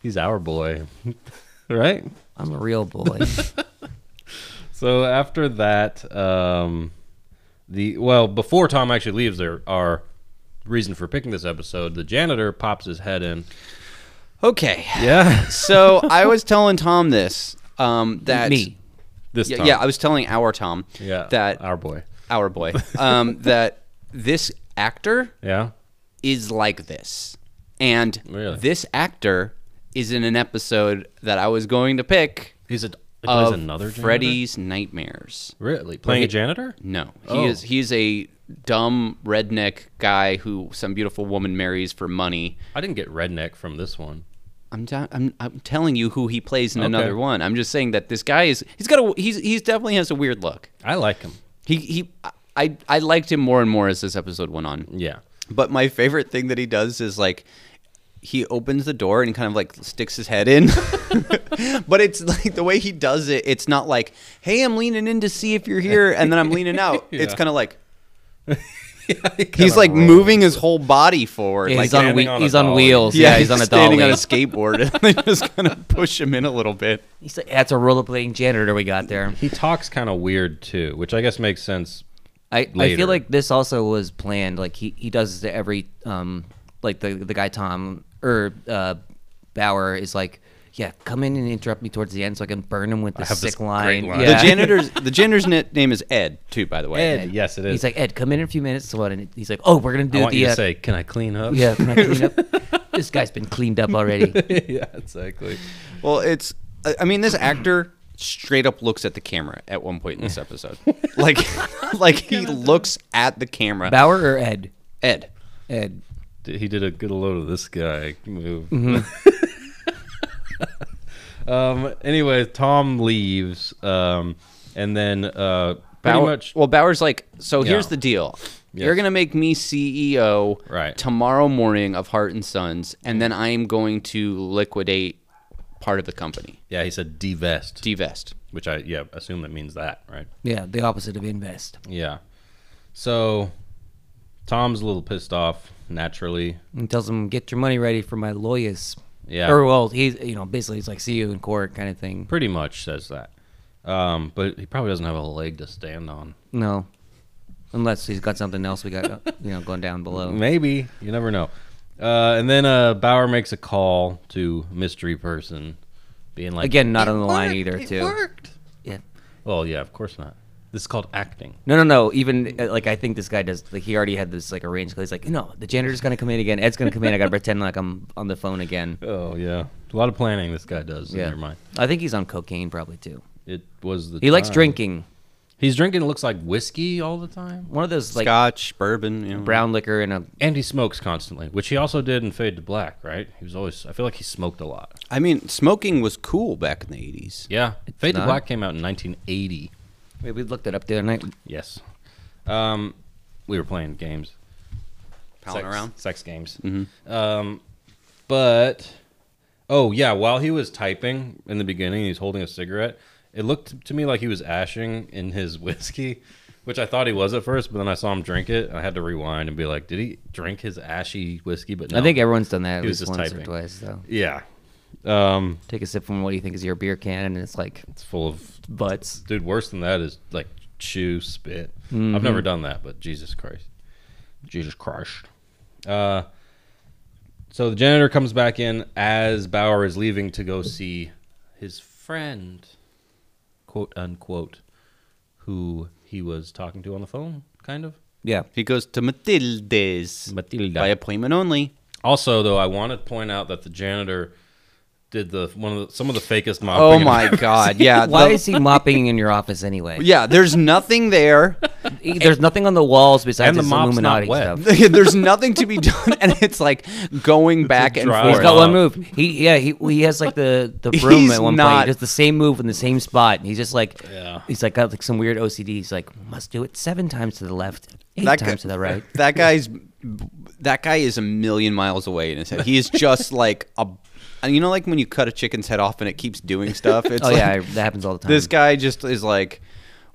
Speaker 1: he's our boy, [LAUGHS] right? [LAUGHS]
Speaker 3: I'm a real boy.
Speaker 1: So after that, um, the well before Tom actually leaves, there are reason for picking this episode. The janitor pops his head in.
Speaker 2: Okay.
Speaker 1: Yeah,
Speaker 2: So I was telling Tom this.
Speaker 1: [LAUGHS]
Speaker 2: Um, that
Speaker 3: Me.
Speaker 1: this
Speaker 2: Yeah,
Speaker 1: Tom.
Speaker 2: yeah, I was telling our Tom.
Speaker 1: yeah
Speaker 2: That
Speaker 1: our boy.
Speaker 2: our boy. Um, that this actor
Speaker 1: Yeah,
Speaker 2: is like this. And
Speaker 1: Really?
Speaker 2: this actor is in an episode that I was going to pick
Speaker 1: he's a he plays
Speaker 2: of
Speaker 1: another janitor?
Speaker 2: Freddy's Nightmares.
Speaker 1: Really playing a janitor?
Speaker 2: No, he
Speaker 1: Oh.
Speaker 2: is he's a dumb redneck guy who some beautiful woman marries for money.
Speaker 1: I didn't get redneck from this one.
Speaker 2: I'm ta- I'm, I'm telling you who he plays in
Speaker 1: Okay.
Speaker 2: another one. I'm just saying that this guy is he's got a he's he's definitely has a weird look.
Speaker 1: I like him.
Speaker 2: He he I I liked him more and more as this episode went on.
Speaker 1: Yeah.
Speaker 2: But my favorite thing that he does is like he opens the door and kind of like sticks his head in. [LAUGHS] but it's like the way he does it, it's not like, "Hey, I'm leaning in to see if you're here," and then I'm leaning out. It's
Speaker 1: Yeah.
Speaker 2: kind of like he's like moving his whole body forward.
Speaker 3: Yeah,
Speaker 2: like,
Speaker 3: he's on,
Speaker 1: standing
Speaker 3: whe-
Speaker 1: on a
Speaker 3: he's on
Speaker 1: dolly.
Speaker 3: wheels. Yeah, he's on a dolly.
Speaker 2: standing on a skateboard, and they just kind of push him in a little bit.
Speaker 3: he's like, that's a rollerblading janitor we got there.
Speaker 1: He talks kind of weird too, which I guess makes sense.
Speaker 3: I, I
Speaker 1: later.
Speaker 3: feel like this also was planned. Like he, he does this to every um like the the guy Tom or uh Bauer is like, yeah, come in and interrupt me towards the end so I can burn him with the
Speaker 1: have this
Speaker 3: sick
Speaker 1: great
Speaker 3: line.
Speaker 1: line.
Speaker 2: The
Speaker 3: Yeah.
Speaker 2: janitor's the janitor's na- name is Ed too, by the way.
Speaker 1: Ed, yes, it is.
Speaker 3: He's like, Ed, come in in a few minutes. So what? And he's like, Oh, we're gonna do
Speaker 1: I want
Speaker 3: the
Speaker 1: you to
Speaker 3: uh,
Speaker 1: say, "Can I clean up?"
Speaker 3: yeah. Can I clean up? this guy's been cleaned up already.
Speaker 1: [LAUGHS] yeah, exactly.
Speaker 2: Well, it's. I I mean, this actor straight up looks at the camera at one point in this episode.
Speaker 1: [LAUGHS]
Speaker 2: like, like he looks at the camera.
Speaker 3: Bauer or Ed?
Speaker 2: Ed.
Speaker 3: Ed.
Speaker 1: D- he did a good load of this guy move. [LAUGHS] um. Anyway, Tom leaves. Um, and then uh, pretty
Speaker 2: Bauer-
Speaker 1: much.
Speaker 2: Well, Bauer's like, so
Speaker 1: Yeah.
Speaker 2: here's the deal.
Speaker 1: Yes.
Speaker 2: You're gonna make me CEO
Speaker 1: Right.
Speaker 2: tomorrow morning of Heart and Sons, and then I am going to liquidate part of the company,
Speaker 1: Yeah, he said divest,
Speaker 2: divest.
Speaker 1: which I yeah assume that means that right.
Speaker 3: Yeah, the opposite of invest.
Speaker 1: Yeah. So, Tom's a little pissed off naturally.
Speaker 3: And tells him, Get your money ready for my lawyers.
Speaker 1: Yeah.
Speaker 3: Or well, he's you know, basically it's like see you in court kind of thing.
Speaker 1: Pretty much says that. Um, but he probably doesn't have a leg to stand on.
Speaker 3: No, unless he's got something else we got uh, you know going
Speaker 1: [LAUGHS]
Speaker 3: down below.
Speaker 1: Maybe you never know. Uh, and then uh, Bauer makes a call to mystery person, being like,
Speaker 3: Again, not on the line either, too. Yeah.
Speaker 1: "Well, yeah, of course not. This is called acting."
Speaker 3: No, no, no. Even uh, like I think this guy does. Like he already had this like arranged. 'cause He's like, no, the janitor's gonna come in again. Ed's gonna come in. I gotta [LAUGHS] pretend like I'm on the phone again.
Speaker 1: Oh yeah, a lot of planning this guy does.
Speaker 3: Yeah.
Speaker 1: Never mind.
Speaker 3: I think he's on cocaine probably too.
Speaker 1: It was the
Speaker 3: He likes
Speaker 1: time.
Speaker 3: drinking.
Speaker 1: He's drinking. Looks like whiskey all the time,
Speaker 3: One of those like
Speaker 2: Scotch, bourbon, you know.
Speaker 3: brown liquor and a.
Speaker 1: and he smokes constantly, which he also did in Fade to Black. Right? He was always. I feel like he smoked a lot.
Speaker 2: I mean, smoking was cool back in the '80s.
Speaker 1: Yeah, Fade to
Speaker 3: not.
Speaker 1: Black came out in 1980.
Speaker 3: Wait, we looked it up the other night.
Speaker 1: Yes. Um, we were playing games.
Speaker 2: Palling
Speaker 1: sex,
Speaker 2: around.
Speaker 1: sex games. Um, but oh yeah, while he was typing in the beginning, he's holding a cigarette. It looked to me like he was ashing in his [LAUGHS] whiskey, which I thought he was at first. But then I saw him drink it, and I had to rewind and be like, "Did he drink his ashy whiskey?" But no.
Speaker 3: I think everyone's done that at
Speaker 1: He was
Speaker 3: least
Speaker 1: just
Speaker 3: once
Speaker 1: typing.
Speaker 3: or twice. Though
Speaker 1: yeah, um,
Speaker 3: take a sip from what you think is your beer can, and it's like
Speaker 1: it's full of
Speaker 3: butts.
Speaker 1: dude. Worse than that is like chew spit. I've never done that, but Jesus Christ, Mm-hmm. Jesus Christ. Uh, so the janitor comes back in as Bauer is leaving to go see his friend, quote unquote, who he was talking to on the phone, kind of.
Speaker 3: Yeah.
Speaker 2: He goes to Matilda's
Speaker 1: Matilda.
Speaker 2: by appointment only.
Speaker 1: Also, though, I want to point out that the janitor did the one of the, some of the fakest mopping.
Speaker 2: Oh
Speaker 1: I've [LAUGHS]
Speaker 2: my
Speaker 1: ever
Speaker 2: god! Yeah,
Speaker 3: Why
Speaker 2: the-
Speaker 3: is he mopping in your
Speaker 1: [LAUGHS]
Speaker 3: office anyway?
Speaker 2: yeah? There's nothing there. [LAUGHS]
Speaker 3: He- There's nothing on the walls besides
Speaker 1: and the
Speaker 3: this
Speaker 1: mop's not
Speaker 3: Illuminati
Speaker 1: wet.
Speaker 3: stuff.
Speaker 2: there's nothing to be done, and it's like going back and
Speaker 1: dry
Speaker 2: forth.
Speaker 3: He's got
Speaker 1: Oh.
Speaker 3: one move. He yeah he he has like the
Speaker 1: [LAUGHS]
Speaker 3: the broom
Speaker 2: He's
Speaker 3: at one
Speaker 2: not-
Speaker 3: point. He does the same move in the same spot. And he's just like
Speaker 1: Yeah.
Speaker 3: he's like got like some weird OCD. He's like must do it seven times to the left, eight
Speaker 2: That
Speaker 3: times
Speaker 2: guy-
Speaker 3: to the right.
Speaker 2: That guy's that guy is a million miles away in his head. He is just like a, and you know, like when you cut a chicken's head off and it keeps doing stuff. It's
Speaker 3: Oh
Speaker 2: like,
Speaker 3: yeah, I- that happens all the time.
Speaker 2: this guy just is like,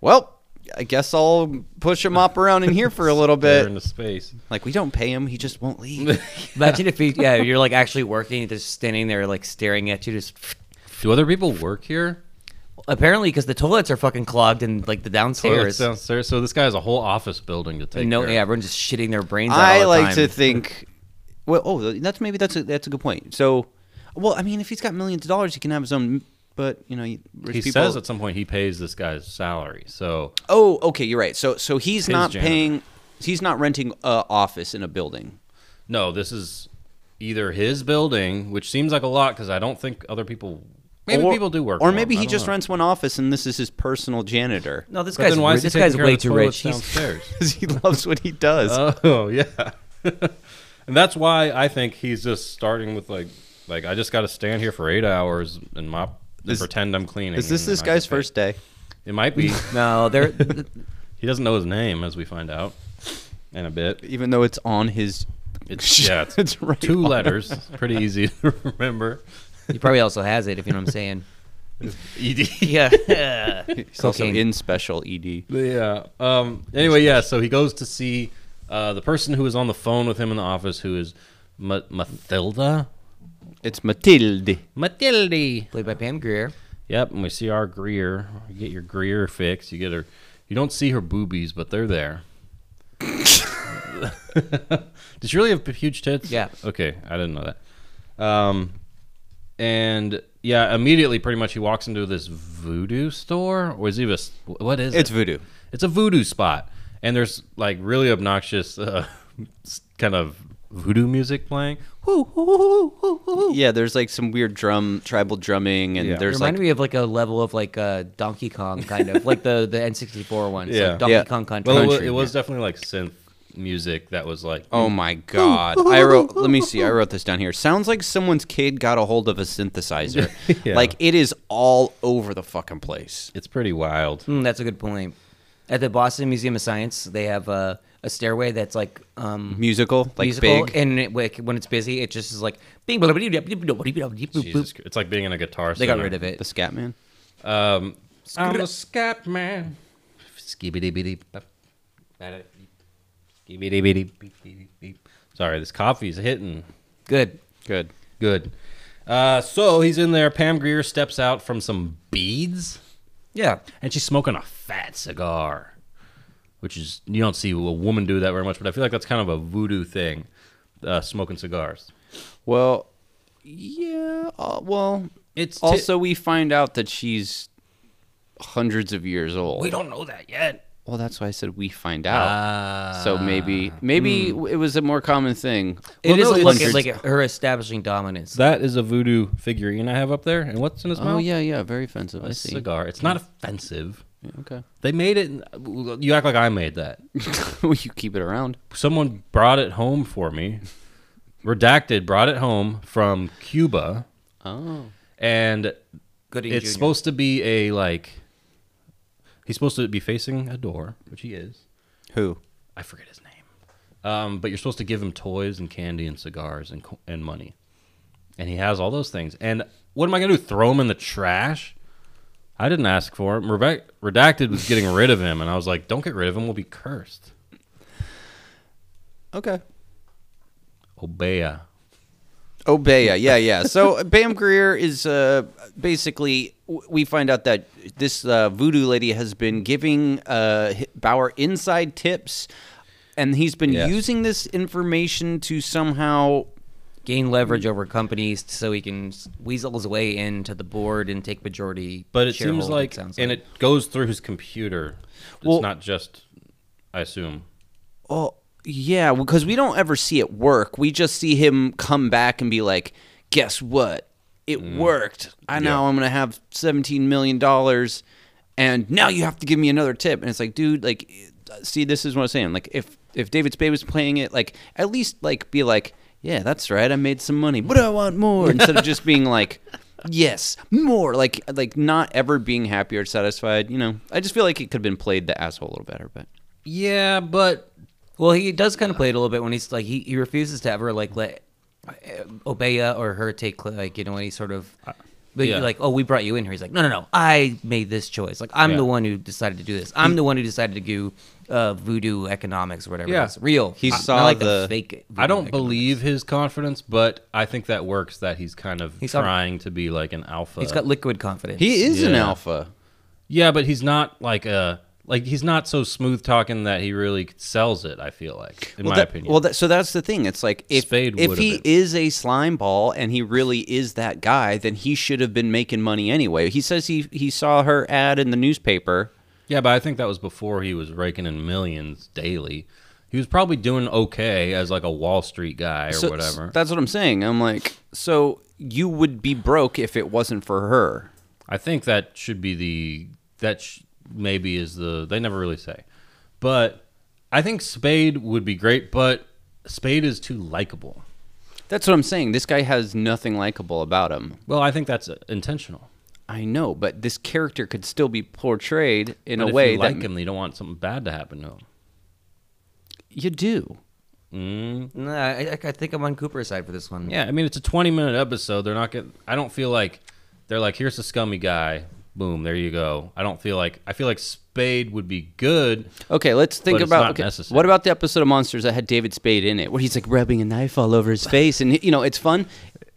Speaker 2: well, I guess I'll push him up around in here for a little
Speaker 1: there in
Speaker 2: bit.
Speaker 1: the space.
Speaker 2: Like we don't pay him; he just won't
Speaker 3: [LAUGHS]
Speaker 2: leave.
Speaker 3: Imagine if he yeah you're like actually working, just standing there like staring at you. Just
Speaker 1: Do other people work here?
Speaker 3: apparently because the toilets are fucking clogged and like the
Speaker 1: Toilets
Speaker 3: downstairs.
Speaker 1: downstairs. So this guy has a whole office building to take.
Speaker 3: No,
Speaker 1: care
Speaker 3: yeah,
Speaker 1: of.
Speaker 3: everyone's just shitting their brains out. all
Speaker 2: I
Speaker 3: the
Speaker 2: like
Speaker 3: time.
Speaker 2: to think. Well, oh, that's maybe that's a that's a good point. So, well, I mean, if he's got millions of dollars, he can have his own. But you know, he
Speaker 1: He says at some point he pays this guy's salary. So
Speaker 2: Oh, okay, you're right. So, so he's
Speaker 1: His
Speaker 2: not
Speaker 1: janitor.
Speaker 2: paying. He's not renting a office in a building.
Speaker 1: no, this is either his building, which seems like a lot because I don't think other people. Maybe
Speaker 2: Or-
Speaker 1: people do work.
Speaker 2: or
Speaker 1: for him.
Speaker 2: maybe
Speaker 1: I
Speaker 2: he
Speaker 1: don't
Speaker 2: just
Speaker 1: know.
Speaker 2: rents one office, and this is his personal janitor [LAUGHS]
Speaker 3: No, this
Speaker 1: But
Speaker 3: guy's
Speaker 1: then why
Speaker 3: ri-
Speaker 1: is he
Speaker 3: this
Speaker 1: taking
Speaker 3: guy's
Speaker 1: care of
Speaker 3: way
Speaker 1: the
Speaker 3: too
Speaker 1: toilets
Speaker 3: rich. He's,
Speaker 1: Downstairs. [LAUGHS]
Speaker 2: because he loves what he does.
Speaker 1: Oh yeah, [LAUGHS] and that's why I think he's just starting with like, like I just got to stand here for eight hours and mop and
Speaker 2: Is-
Speaker 1: pretend I'm cleaning.
Speaker 2: is this
Speaker 1: and
Speaker 2: this
Speaker 1: then I
Speaker 2: guy's
Speaker 1: get paid.
Speaker 2: first day?
Speaker 1: It might be.
Speaker 3: [LAUGHS] no, they're
Speaker 1: he doesn't know his name, as we find out in a bit.
Speaker 2: Even though it's on his.
Speaker 1: It's [LAUGHS]
Speaker 2: [LAUGHS]
Speaker 1: yeah, it's,
Speaker 2: It's right
Speaker 1: two
Speaker 2: on.
Speaker 1: [LAUGHS] letters. It's pretty easy to remember. [LAUGHS]
Speaker 3: he probably also has it if you know what I'm saying.
Speaker 1: Ed.
Speaker 3: Yeah,
Speaker 2: He's also
Speaker 3: Cocaine.
Speaker 2: in special E ED.
Speaker 1: yeah. Um. Anyway, yeah. So he goes to see uh, the person who was on the phone with him in the office, who is Ma- Mathilda.
Speaker 2: It's Matilde.
Speaker 1: Matilde.
Speaker 3: played by Pam Grier.
Speaker 1: Yep, and we see our Greer. You get your Greer fix. You get her. You don't see her boobies, but they're there. [LAUGHS] Does she really have huge tits?
Speaker 3: Yeah.
Speaker 1: Okay, I didn't know that. Um, and yeah, immediately, pretty much, he walks into this voodoo store, or is he just what is
Speaker 2: It's
Speaker 1: it?
Speaker 2: voodoo.
Speaker 1: It's a voodoo spot, and there's like really obnoxious uh, kind of voodoo music playing.
Speaker 2: Yeah, there's like some weird drum, tribal drumming, and
Speaker 1: Yeah.
Speaker 2: there's
Speaker 3: Reminded
Speaker 2: like
Speaker 3: me of like a level of like uh, Donkey Kong kind of like the the N64 ones.
Speaker 1: Yeah.
Speaker 3: like Donkey
Speaker 2: Yeah.
Speaker 3: Kong Country.
Speaker 1: Well, it wa-
Speaker 2: Country,
Speaker 1: it was definitely like synth music that was like
Speaker 2: Oh my god. I wrote let me see, I wrote this down here. Sounds like someone's kid got a hold of a synthesizer.
Speaker 1: [LAUGHS] Yeah.
Speaker 2: Like it is all over the fucking place.
Speaker 1: it's pretty wild.
Speaker 3: Mm, that's a good point. At the Boston Museum of Science, they have uh, a stairway that's like um,
Speaker 1: Mm-hmm.
Speaker 2: Musical, like
Speaker 3: musical,
Speaker 2: big.
Speaker 3: and it, like, when it's busy, it just is like bing. blah, blah, blah, blah, blah, blah, blah, blah, blah, blah.
Speaker 1: Jesus, Christ. it's like being in a guitar.
Speaker 3: They got rid of it.
Speaker 2: the scat man.
Speaker 1: Um, I'm a scat man. Sorry, this coffee's hitting
Speaker 3: Good.
Speaker 2: Good.
Speaker 1: good. Uh, so he's in there. Pam Greer steps out from some beads,
Speaker 3: Yeah.
Speaker 1: and she's smoking a fat cigar, which is you don't see a woman do that very much, but I feel like that's kind of a voodoo thing, uh, smoking cigars.
Speaker 2: Well yeah, uh, well
Speaker 1: It's
Speaker 2: also we find out that she's hundreds of years old.
Speaker 1: we don't know that yet.
Speaker 2: well, that's why I said we find out. so maybe maybe it was a more common thing.
Speaker 3: Ah. Hmm. It is
Speaker 2: Well, no,
Speaker 3: a look at
Speaker 2: hundreds-
Speaker 3: like her establishing dominance.
Speaker 1: That is a voodoo figurine I have up there. And what's in his mouth?
Speaker 2: Oh yeah, yeah, very offensive. I
Speaker 1: A
Speaker 2: see.
Speaker 1: cigar. It's not offensive.
Speaker 2: [LAUGHS] Okay.
Speaker 1: They made it. You act like I made that.
Speaker 2: Well, you keep it around.
Speaker 1: Someone brought it home for me. Redacted brought it home from Cuba,
Speaker 2: Oh.
Speaker 1: and
Speaker 3: Gooding
Speaker 1: it's
Speaker 3: Jr..
Speaker 1: supposed to be a like. He's supposed to be facing a door, which he is.
Speaker 2: Who?
Speaker 1: I forget his name. Um, but you're supposed to give him toys and candy and cigars and co- and money, and he has all those things. And what am I gonna do? Throw him in the trash? I didn't ask for him. Rebe- Redacted was getting rid of him, and I was like, "Don't get rid of him. We'll be cursed."
Speaker 2: Okay.
Speaker 1: Obeya.
Speaker 2: Obeya, Oh, yeah, yeah. So [LAUGHS] Bam Greer is uh, basically, w- we find out that this uh, voodoo lady has been giving uh, Hi- Bauer inside tips, and he's been
Speaker 1: Yes.
Speaker 2: using this information to somehow.
Speaker 3: gain leverage over companies so he can weasel his way into the board and take majority.
Speaker 1: But it
Speaker 3: shareholder,
Speaker 1: seems like,
Speaker 3: sounds
Speaker 1: and it goes through his computer. It's
Speaker 2: Well-
Speaker 1: not just, I assume.
Speaker 2: Oh, yeah, because we don't ever see it work. We just see him come back and be like, guess what? It worked. I know I'm going to have $17 million, and now you have to give me another tip. And it's like, dude, like, eh, uh, see, this is what I'm saying. Like, if, if David Spade was playing it, like, at least, like, be like, yeah, that's right. I made some money. What do I want [LAUGHS] more? Instead of just being like, yes, more. Like, like not ever being happy or satisfied. You know, I just feel like it could have been played the asshole a little better, but.
Speaker 1: Yeah, but
Speaker 3: well, he does kind of play it a little bit when he's like he, he refuses to ever like let uh, Obeya or her take like you know any sort of. But
Speaker 1: yeah.
Speaker 3: like, oh, we brought you in here. He's like, no, no, no, I made this choice. Like, I'm
Speaker 1: Yeah.
Speaker 3: the one who decided to do this. I'm the one who decided to do uh, voodoo economics or whatever.
Speaker 1: Yeah.
Speaker 3: it's real.
Speaker 2: He
Speaker 3: I- not
Speaker 2: saw
Speaker 3: like
Speaker 2: the-
Speaker 3: fake.
Speaker 1: I
Speaker 3: voodoo
Speaker 1: don't
Speaker 3: economics.
Speaker 1: believe his confidence. But I think that works. That he's kind of
Speaker 3: He's al-
Speaker 1: trying to be like an alpha.
Speaker 3: he's got liquid confidence.
Speaker 2: He is an
Speaker 1: Yeah.
Speaker 2: alpha.
Speaker 1: Yeah, but he's not like a like he's not so smooth talking that he really sells it. I feel like, in
Speaker 2: well,
Speaker 1: my
Speaker 2: that-
Speaker 1: opinion.
Speaker 2: Well, that, so that's the thing. It's like if
Speaker 1: Spade
Speaker 2: if
Speaker 1: would've
Speaker 2: he
Speaker 1: been.
Speaker 2: is a slime ball and he really is that guy, then he should have been making money anyway. He says he he saw her ad in the newspaper.
Speaker 1: yeah, but I think that was before he was raking in millions daily. He was probably doing okay as like a Wall Street guy or
Speaker 2: So-
Speaker 1: whatever.
Speaker 2: That's what I'm saying. I'm like, so you would be broke if it wasn't for her.
Speaker 1: I think that should be the that sh- maybe is the they never really say, but I think Spade would be great, but Spade is too likable.
Speaker 2: That's what I'm saying. This guy has nothing likable about him.
Speaker 1: Well, I think that's uh, intentional.
Speaker 2: I know, but this character could still be portrayed in
Speaker 1: But
Speaker 2: a
Speaker 1: if
Speaker 2: way
Speaker 1: you
Speaker 2: that
Speaker 1: like him, you don't want something bad to happen to him.
Speaker 2: you do.
Speaker 3: No, I, I- I think I'm on Cooper's side for this one.
Speaker 1: Yeah, I mean it's a 20 minute episode. They're not getting. I don't feel like they're like here's the scummy guy. Boom, there you go. I don't feel like I feel like Spade would be good.
Speaker 2: Okay, let's think
Speaker 1: But it's
Speaker 2: about
Speaker 1: not
Speaker 2: okay,
Speaker 1: necessary.
Speaker 2: what about the episode of Monsters that had David Spade in it, where he's like rubbing a knife all over his face, and you know it's fun.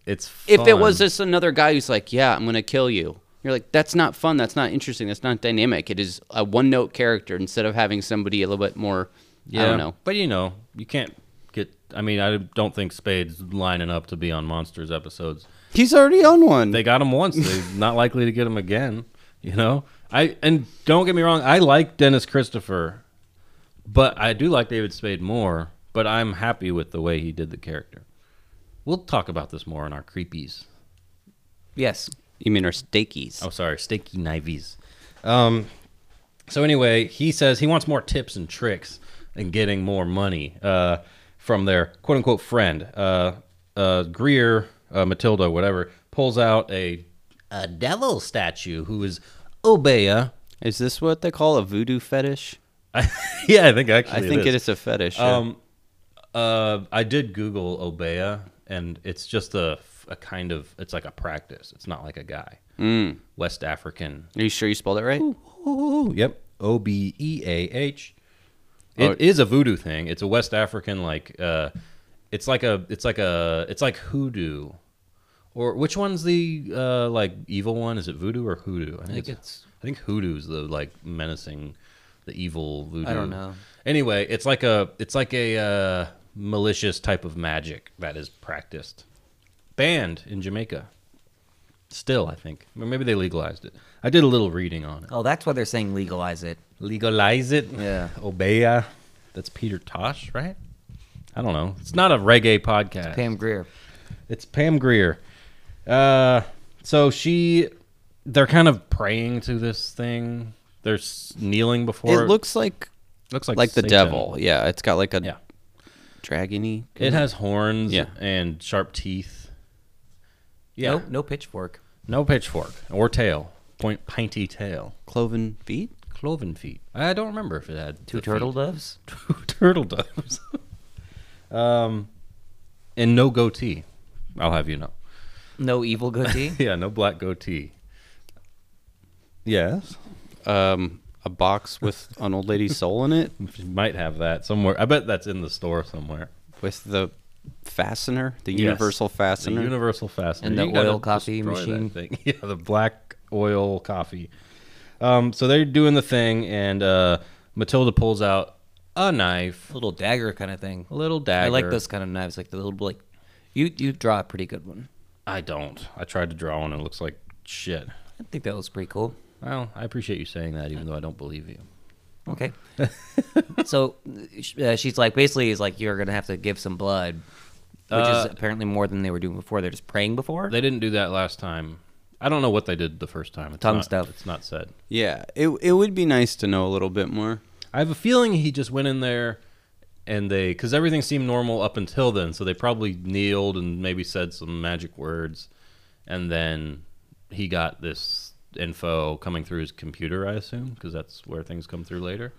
Speaker 1: It's
Speaker 2: If it was
Speaker 1: fun.
Speaker 2: just another guy who's like, "Yeah, I'm gonna kill you," you're like, "That's not fun. That's not interesting. That's not dynamic. It is a one note character instead of having somebody a little bit more. I don't know.
Speaker 1: But you know, you can't get. I mean, I don't think Spade's lining up to be on Monsters episodes.
Speaker 2: He's already on one.
Speaker 1: They got him once.
Speaker 2: [LAUGHS]
Speaker 1: They're not likely to get him again. You know, I and don't get me wrong. I like Dennis Christopher, but I do like David Spade more. But I'm happy with the way he did the character. We'll talk about this more in our creepies.
Speaker 3: Yes.
Speaker 2: you mean our steakies?
Speaker 1: Oh, sorry, steaky knivies. Um, so anyway, he says he wants more tips and tricks and getting more money uh, from their quote unquote friend. Uh, uh, Greer, uh, Matilda, whatever, pulls out a a devil statue who is Obeya.
Speaker 2: Is this what they call a voodoo fetish?
Speaker 1: [LAUGHS] yeah, I think actually
Speaker 2: I think it is a fetish. yeah.
Speaker 1: Um, uh, I did Google obeya, and it's just a, a kind of it's like a practice. It's not like a guy. Mm. West African
Speaker 2: Are you sure you spelled it right?
Speaker 1: Ooh, yep. O B E A H. It
Speaker 2: Oh.
Speaker 1: is a voodoo thing. It's a West African like uh it's like a it's like a it's like hoodoo. Or which one's the uh like evil one? Is it voodoo or hoodoo? I think it's I think hoodoo's the like menacing the evil voodoo.
Speaker 3: I don't know.
Speaker 1: Anyway, it's like a it's like a uh malicious type of magic that is practiced. Banned in Jamaica. Still, I think. Or maybe they legalized it. I did a little reading on it.
Speaker 3: Oh, that's why they're saying legalize it.
Speaker 1: Legalize it.
Speaker 3: Yeah.
Speaker 1: Obeya. That's Peter Tosh, right? I don't know. It's not a reggae podcast. It's
Speaker 3: Pam Greer.
Speaker 1: It's Pam Greer. Uh, so she, they're kind of praying to this thing. They're s- kneeling before.
Speaker 2: it looks like
Speaker 1: looks
Speaker 2: like,
Speaker 1: like
Speaker 2: the
Speaker 1: Satan.
Speaker 2: devil. Yeah, it's got like a
Speaker 1: Yeah.
Speaker 2: dragony.
Speaker 1: It has horns
Speaker 2: Yeah.
Speaker 1: and sharp teeth. Yeah.
Speaker 3: Nope, no pitchfork.
Speaker 1: No pitchfork or tail. Point pinty tail.
Speaker 2: cloven feet.
Speaker 1: Cloven feet. I don't remember if it had
Speaker 3: Two
Speaker 1: the feet.
Speaker 3: turtle doves.
Speaker 1: two [LAUGHS] turtle doves. um, and no goatee. I'll have you know.
Speaker 3: No evil [LAUGHS] goatee.
Speaker 1: Yeah, no black goatee. Yes,
Speaker 2: Um, a box with an old lady's soul in it
Speaker 1: She might have that somewhere. I bet that's in the store somewhere.
Speaker 2: with the fastener, the
Speaker 1: Yes.
Speaker 2: universal fastener.
Speaker 1: The universal fastener.
Speaker 3: And the
Speaker 1: You gotta
Speaker 3: oil coffee
Speaker 1: destroy that
Speaker 3: machine.
Speaker 1: thing. [LAUGHS] Yeah, the black oil coffee. Um, so they're doing the thing, and uh, Matilda pulls out a knife,
Speaker 3: little dagger kind of thing.
Speaker 1: a little dagger.
Speaker 3: I like those kind of knives, like the little like. You you draw a pretty good one.
Speaker 1: I don't. I tried to draw one. It looks like shit.
Speaker 3: I think that was pretty cool.
Speaker 1: Well, I appreciate you saying that, even though I don't believe you.
Speaker 3: [LAUGHS] Okay. so sh- uh, she's like, basically, is like, you're gonna have to give some blood, which
Speaker 1: Uh,
Speaker 3: is apparently more than they were doing before. They're just praying before.
Speaker 1: They didn't do that last time. I don't know what they did the first time. It's
Speaker 3: Tongue
Speaker 1: not-
Speaker 3: stuff.
Speaker 1: It's not said.
Speaker 2: yeah, it it would be nice to know a little bit more.
Speaker 1: I have a feeling he just went in there and they, because everything seemed normal up until then, so they probably kneeled and maybe said some magic words, and then he got this info coming through his computer, I assume, because that's where things come through later.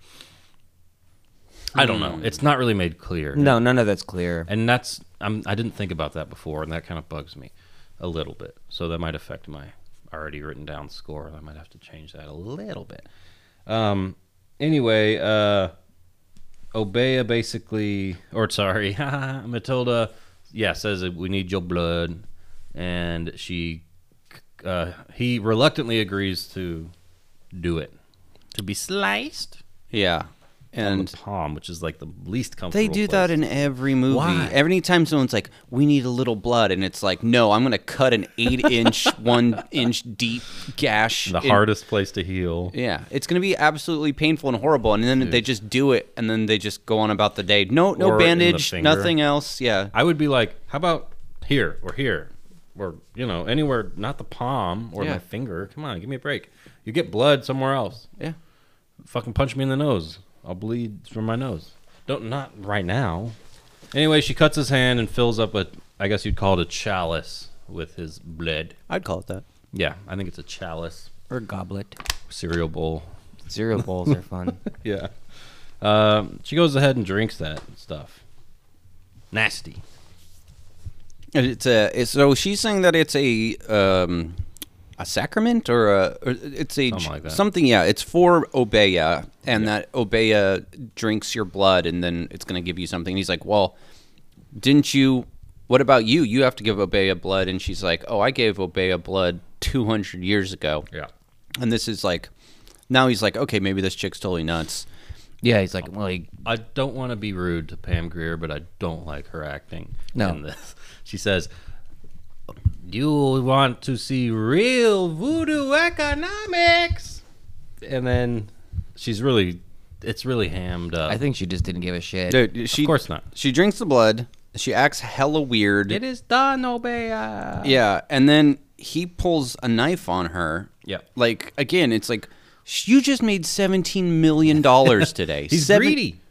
Speaker 1: I don't know. It's not really made clear.
Speaker 3: Hmm. no, none of that's clear.
Speaker 1: and that's I'm, I didn't think about that before, and that kind of bugs me a little bit. So that might affect my already written down score. I might have to change that a little bit. Um, anyway, uh, Obeya basically, or sorry, [LAUGHS] Matilda, yeah, says that we need your blood, and she, uh, he reluctantly agrees to do it. To be sliced
Speaker 2: Yeah.
Speaker 1: on
Speaker 2: And
Speaker 1: the palm, which is like the least comfortable.
Speaker 2: they do
Speaker 1: place.
Speaker 2: that in every movie.
Speaker 1: Why?
Speaker 2: Every time someone's like, "We need a little blood," and it's like, "No, I'm gonna cut an eight-inch,
Speaker 1: [LAUGHS]
Speaker 2: one-inch deep gash."
Speaker 1: the
Speaker 2: in-
Speaker 1: hardest place to heal.
Speaker 2: Yeah, it's gonna be absolutely painful and horrible, and then they just do it, and then they just go on about the day. No, no
Speaker 1: Or in the
Speaker 2: bandage,
Speaker 1: finger.
Speaker 2: nothing else. Yeah,
Speaker 1: I would be like, how about here or here or you know anywhere, not the palm or
Speaker 2: Yeah.
Speaker 1: my finger. Come on, give me a break. You get blood somewhere else.
Speaker 2: yeah.
Speaker 1: Fucking punch me in the nose. I'll bleed from my nose. Don't not right now. Anyway, she cuts his hand and fills up a, I guess you'd call it a chalice with his blood.
Speaker 2: I'd call it that.
Speaker 1: Yeah, I think it's a chalice
Speaker 3: Or goblet.
Speaker 1: cereal bowl.
Speaker 3: [LAUGHS] Zero bowls are fun.
Speaker 1: Yeah. Um, she goes ahead and drinks that stuff. Nasty.
Speaker 2: And It's a. It's, so she's saying that it's a um, a sacrament or a. Or it's a
Speaker 1: Something like that.
Speaker 2: something. Yeah, it's for obeya, and that obeya drinks your blood, and then it's going to give you something. And he's like, "Well, didn't you? What about you? You have to give obeya blood." And she's like, "Oh, I gave obeya blood two hundred years ago."
Speaker 1: Yeah.
Speaker 2: And this is like, now he's like, "Okay, maybe this chick's totally nuts."
Speaker 3: yeah, he's like, well, he-
Speaker 1: I don't want to be rude to Pam Greer, but I don't like her acting.
Speaker 3: No.
Speaker 1: In this. [LAUGHS] She says, You want to see real voodoo economics. And then she's really, it's really hammed up.
Speaker 3: I think she just didn't give a shit.
Speaker 2: Dude, she,
Speaker 1: of course not.
Speaker 2: She drinks the blood. She acts hella weird.
Speaker 1: It is done, Obeya.
Speaker 2: Yeah, and then he pulls a knife on her.
Speaker 1: Yeah.
Speaker 2: Like again, it's like "Sh- you just made seventeen
Speaker 1: [LAUGHS]
Speaker 2: million dollars today.
Speaker 1: He's
Speaker 2: Seven-
Speaker 1: greedy.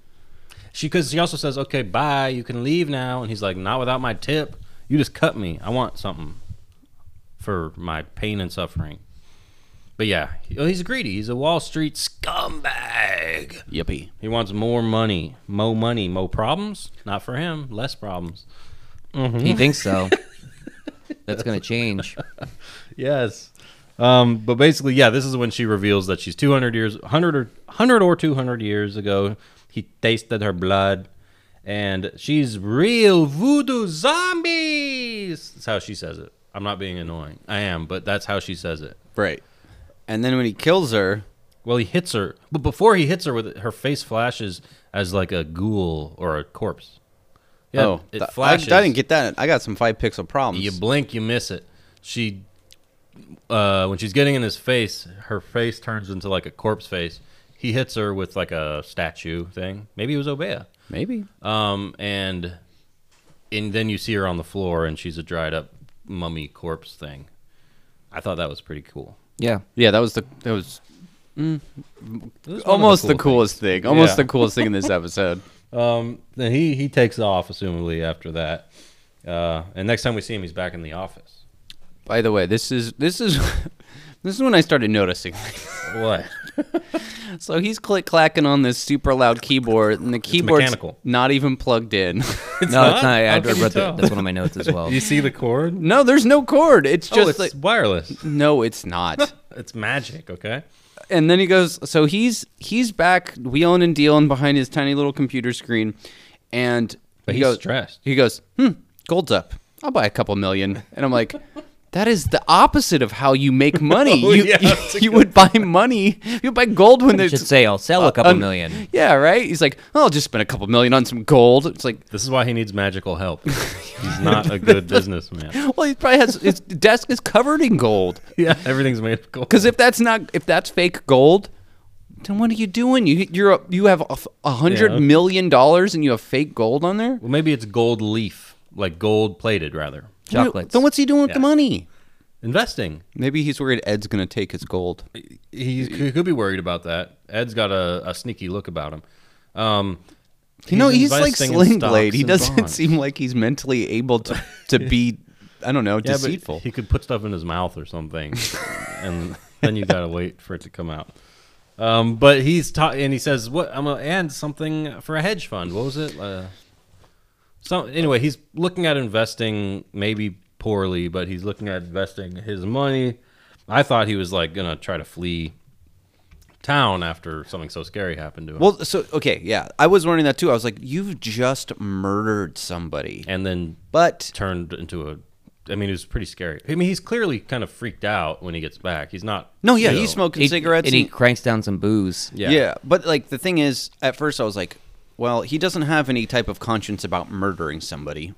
Speaker 1: She, because she also says, Okay, bye. You can leave now. And he's like, Not without my tip. You just cut me. I want something for my pain and suffering. But yeah, he- oh, he's greedy. He's a Wall Street scumbag.
Speaker 2: Yippee.
Speaker 1: He wants more money, mo money, mo problems. Not for him, less problems.
Speaker 3: He thinks [LAUGHS] so. That's gonna change.
Speaker 1: Yes. Um, but basically, yeah, this is when she reveals that she's 200 years, 100 or 100 or 200 years ago. He tasted her blood, and she's real voodoo zombies. That's how she says it. I'm not being annoying. I am, but that's how she says it.
Speaker 2: Right. And then when he kills her,
Speaker 1: Well, he hits her, but before he hits her with it, her face flashes as like a ghoul or a corpse. Yeah,
Speaker 2: oh,
Speaker 1: it
Speaker 2: th- I-
Speaker 1: flashes.
Speaker 2: I, didn't get that. I got some five pixel problems.
Speaker 1: You blink, you miss it. She, uh, when she's getting in his face, her face turns into like a corpse face. He hits her with like a statue thing. Maybe it was Obeah.
Speaker 2: Maybe.
Speaker 1: Um, and and then you see her on the floor, and she's a dried up mummy corpse thing. I thought that was pretty cool.
Speaker 3: Yeah.
Speaker 2: Yeah, that was the that was
Speaker 1: It was one of
Speaker 2: almost the,
Speaker 1: cool things.
Speaker 2: coolest thing. Almost
Speaker 1: Yeah.
Speaker 2: the coolest thing in this episode.
Speaker 1: Then he he takes off, assumably after that. Uh, and next time we see him, he's back in the office.
Speaker 2: By the way, this is this is [LAUGHS] this is when I started noticing. [LAUGHS]
Speaker 1: What?
Speaker 2: so he's click clacking on this super loud keyboard, and the keyboard's
Speaker 1: mechanical.
Speaker 2: not even plugged in. [LAUGHS]
Speaker 3: no,
Speaker 1: not?
Speaker 3: Oh, it's not. I,
Speaker 1: How
Speaker 3: I
Speaker 1: can you
Speaker 3: wrote
Speaker 1: tell?
Speaker 3: that. That's one of my notes as [LAUGHS] well.
Speaker 1: you see the cord?
Speaker 2: no, there's no cord. It's
Speaker 1: oh,
Speaker 2: just
Speaker 1: it's
Speaker 2: like
Speaker 1: wireless.
Speaker 2: No,
Speaker 1: [LAUGHS]
Speaker 2: it's not.
Speaker 1: It's magic. Okay.
Speaker 2: and then he goes. So he's he's back wheeling and dealing behind his tiny little computer screen, and
Speaker 1: But
Speaker 2: he
Speaker 1: he's
Speaker 2: goes.
Speaker 1: stressed.
Speaker 2: He goes. Hmm. Gold's up. I'll buy a couple million. And I'm like, [LAUGHS] that is the opposite of how you
Speaker 1: [LAUGHS]
Speaker 2: make money. you
Speaker 1: Oh, yeah,
Speaker 2: [LAUGHS] you-
Speaker 1: that's a
Speaker 2: you would buy money. You buy gold when
Speaker 3: I
Speaker 2: there's
Speaker 3: should say I'll sell a couple
Speaker 2: un-
Speaker 3: million.
Speaker 2: [LAUGHS] Yeah, right. He's like, "Oh, I'll just spend a couple million on some gold. It's like,
Speaker 1: This is why he needs magical help. He's not a
Speaker 2: [LAUGHS]
Speaker 1: good businessman.
Speaker 2: well, he probably has his [LAUGHS] desk is covered in gold.
Speaker 1: Yeah, everything's made of gold.
Speaker 2: Because if that's not if that's fake gold, then what are you doing? You you're a- you have a f- a hundred
Speaker 1: Yeah.
Speaker 2: million dollars and you have fake gold on there.
Speaker 1: Well, maybe it's gold leaf, like gold plated, rather.
Speaker 3: Chocolates.
Speaker 2: Then what's he doing with the
Speaker 1: Yeah.
Speaker 2: money?
Speaker 1: Investing.
Speaker 2: Maybe he's worried Ed's gonna take his gold.
Speaker 1: He, he could be worried about that. Ed's got a, a sneaky look about him. Um,
Speaker 2: You know, he's like
Speaker 1: investing in
Speaker 2: Sling Blade.
Speaker 1: stocks
Speaker 2: He
Speaker 1: and
Speaker 2: doesn't
Speaker 1: bonds.
Speaker 2: seem like he's mentally able to
Speaker 1: [LAUGHS]
Speaker 2: to be. I don't know,
Speaker 1: Yeah, but
Speaker 2: deceitful.
Speaker 1: He could put stuff in his mouth or something, [LAUGHS] and then you gotta wait for it to come out. Um, but he's ta- and he says, "What? I'm gonna add something for a hedge fund. What was it? Uh, some anyway. He's looking at investing, maybe poorly, but he's looking at investing his money. I thought he was like gonna try to flee town after something so scary happened to him.
Speaker 2: well, so okay, yeah, I was wondering that too. I was like, you've just murdered somebody,
Speaker 1: and then
Speaker 2: but
Speaker 1: turned into a I mean, it was pretty scary. I mean, he's clearly kind of freaked out when he gets back. He's not.
Speaker 2: No, yeah,
Speaker 1: chill.
Speaker 2: he's smoking
Speaker 3: He-
Speaker 2: cigarettes.
Speaker 3: and he
Speaker 2: and-
Speaker 3: cranks down some booze.
Speaker 1: Yeah.
Speaker 2: yeah. but like the thing is, at first I was like, well, he doesn't have any type of conscience about murdering somebody.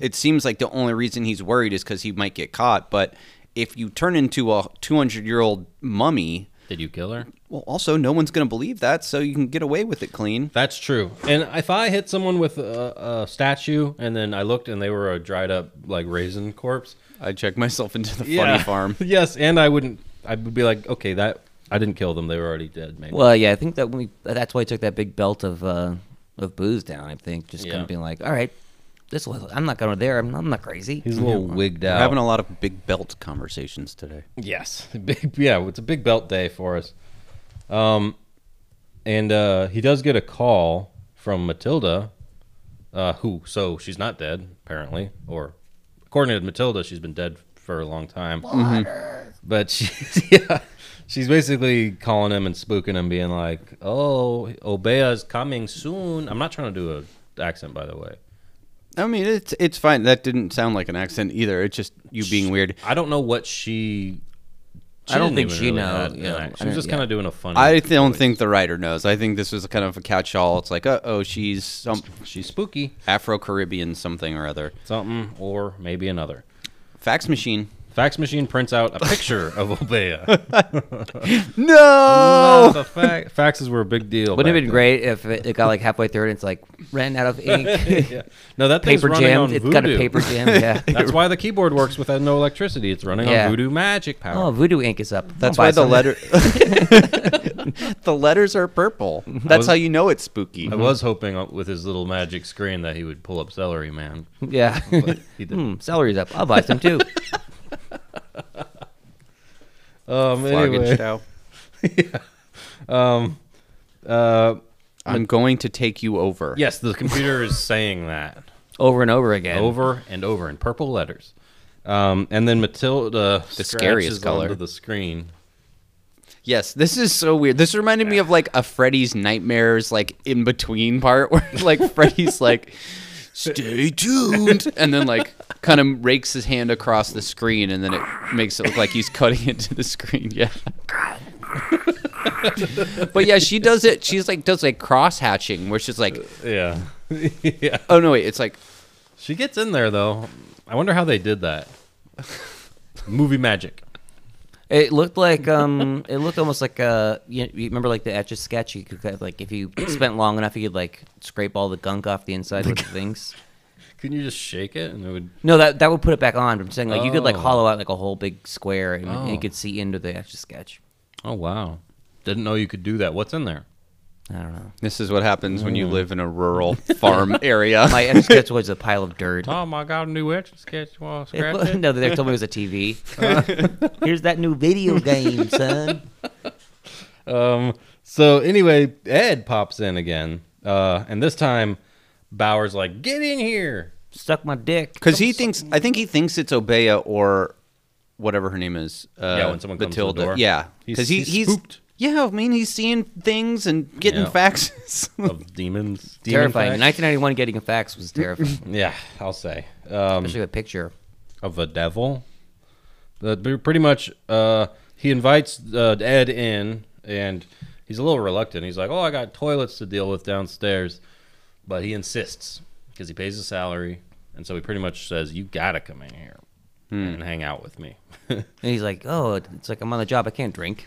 Speaker 2: It seems like the only reason he's worried is because he might get caught. But if you turn into a 200 year old mummy,
Speaker 1: Did you kill her?
Speaker 2: well, also no one's going to believe that, so you can get away with it clean.
Speaker 1: That's true. And if I hit someone with a, a statue and then I looked and they were a dried up like raisin corpse,
Speaker 2: I check myself into the
Speaker 1: yeah.
Speaker 2: funny [LAUGHS] farm.
Speaker 1: [LAUGHS] yes, and I wouldn't. I would be like, okay, that I didn't kill them. They were already dead. Maybe.
Speaker 3: Well, yeah, I think that we that's why he took that big belt of uh, of booze down. I think just kind
Speaker 1: Yeah.
Speaker 3: of being like, all right, this was I'm not going there. I'm, I'm not crazy.
Speaker 1: he's a little wigged out.
Speaker 2: We're having a lot of big belt conversations today.
Speaker 1: Yes, [LAUGHS] big. Yeah, it's a big belt day for us. Um, and uh, he does get a call from Matilda, uh, who so she's not dead apparently, or according to Matilda, she's been dead for a long time.
Speaker 3: Mm-hmm.
Speaker 1: But [LAUGHS] she, yeah, she's basically calling him and spooking him, being like, "Oh, Obea's coming soon." I'm not trying to do a accent, by the way.
Speaker 2: I mean, it's it's fine. That didn't sound like an accent either. It's just you being weird.
Speaker 1: I don't know what she. she
Speaker 3: I don't
Speaker 1: didn't
Speaker 3: think
Speaker 1: even
Speaker 3: she know-
Speaker 1: had an
Speaker 3: yeah,
Speaker 1: accent.
Speaker 3: I
Speaker 1: she was
Speaker 3: don't-
Speaker 1: just
Speaker 3: yeah.
Speaker 1: kind of doing a funny.
Speaker 2: I don't
Speaker 1: voice.
Speaker 2: think the writer knows. I think this was kind of a catch-all. It's like, uh oh, she's some
Speaker 1: She's spooky.
Speaker 2: Afro-Caribbean something or other.
Speaker 1: Something or maybe another.
Speaker 2: Fax machine.
Speaker 1: Fax machine prints out a picture of Obeya.
Speaker 2: No.
Speaker 1: the fa- faxes were a big deal.
Speaker 3: Wouldn't
Speaker 1: back
Speaker 3: it have been great if it, it got like halfway through and it's like ran out of ink,
Speaker 1: then. Yeah. No, that thing's
Speaker 3: paper
Speaker 1: running
Speaker 3: jam.
Speaker 1: on
Speaker 3: It's
Speaker 1: voodoo.
Speaker 3: got a paper jam. Yeah.
Speaker 1: [LAUGHS] That's why the keyboard works without no electricity. It's running
Speaker 3: Yeah.
Speaker 1: on voodoo magic
Speaker 3: [LAUGHS] Oh,
Speaker 1: power.
Speaker 3: voodoo ink is up.
Speaker 2: That's why
Speaker 3: I'll buy
Speaker 2: the
Speaker 3: some.
Speaker 2: letter. [LAUGHS] the letters are purple. That's
Speaker 1: was-
Speaker 2: how you know it's spooky.
Speaker 1: I
Speaker 3: mm-hmm.
Speaker 1: was hoping uh, with his little magic screen that he would pull up Celery
Speaker 3: [LAUGHS]
Speaker 1: Man.
Speaker 3: [LAUGHS] Yeah.
Speaker 1: But he Um, didn't.
Speaker 3: Hmm, Celery's up. I'll buy some too.
Speaker 1: Um,
Speaker 2: Flogging
Speaker 1: anyway,
Speaker 2: Chow.
Speaker 1: uh,
Speaker 2: I'm going to take you over.
Speaker 1: yes, the computer is saying that.
Speaker 3: Over [LAUGHS] and over again.
Speaker 1: over and over in purple letters. Um, and then Matilda the
Speaker 2: scariest color.
Speaker 1: onto the screen.
Speaker 2: Yes, this is so weird. This reminded me of like a Freddy's Nightmares like in between part [LAUGHS] where like Freddy's like stay tuned and then like kind of rakes his hand across the screen and then it makes it look like he's cutting [LAUGHS] into the screen. Yeah. [LAUGHS] but yeah, she does it. She's like does like cross hatching where she's like,
Speaker 3: [LAUGHS]
Speaker 1: Yeah, yeah.
Speaker 2: "Oh no, wait, it's like
Speaker 1: She gets in there though. I wonder how they did that. Movie magic.
Speaker 3: It looked like um, it looked almost like uh, you, you remember like the etch a sketch. You could kind of, like if [CLEARS THROAT] you spent long enough, you could like scrape all the gunk off the inside with the things.
Speaker 1: Couldn't you just shake it and it would?
Speaker 3: No, that that would put it back on. I'm saying like you could like
Speaker 1: Oh.
Speaker 3: hollow out like a whole big square and, and
Speaker 1: Oh.
Speaker 3: you could see into the etch a sketch.
Speaker 1: Oh wow! Didn't know you could do that. What's in there?
Speaker 3: I don't know.
Speaker 2: this is what happens when you live in a rural farm area."
Speaker 3: My [LAUGHS] etch a sketch was a pile of dirt.
Speaker 1: Oh my god! New etch a sketch. Well,
Speaker 3: It
Speaker 1: scratch
Speaker 3: was-
Speaker 1: it.
Speaker 3: [LAUGHS] no, they told me it was a [LAUGHS] TV. Here's that new video game, son.
Speaker 1: Um. So anyway, Ed pops in again, uh, and this time Bauer's like, "Get in here."
Speaker 3: Suck my dick.
Speaker 2: Because he thinks, I think he thinks it's Obeya or whatever her name is. Uh,
Speaker 1: Yeah, when someone comes to the
Speaker 2: Matilda.
Speaker 1: door.
Speaker 2: Yeah,
Speaker 1: He's-
Speaker 2: because he,
Speaker 1: he's
Speaker 2: he's,
Speaker 1: spooked.
Speaker 2: yeah. I mean, he's seeing things and getting
Speaker 1: Yeah.
Speaker 2: faxes. [LAUGHS]
Speaker 1: Of demons. Demon
Speaker 3: [LAUGHS] Terrifying.
Speaker 1: facts.
Speaker 3: 1991 getting a fax [CLEARS THROAT] was terrifying,
Speaker 1: Yeah, I'll say. Um,
Speaker 3: especially with a picture.
Speaker 1: of a devil. But pre- pretty much, uh, he invites uh, Ed in, and he's a little reluctant. He's like, "Oh, I got toilets to deal with downstairs," but he insists because he pays his salary, and so he pretty much says, "You gotta come in here
Speaker 2: Hmm.
Speaker 1: and hang out with me." [LAUGHS]
Speaker 3: And he's like, "Oh, it's like I'm on the job. I can't drink."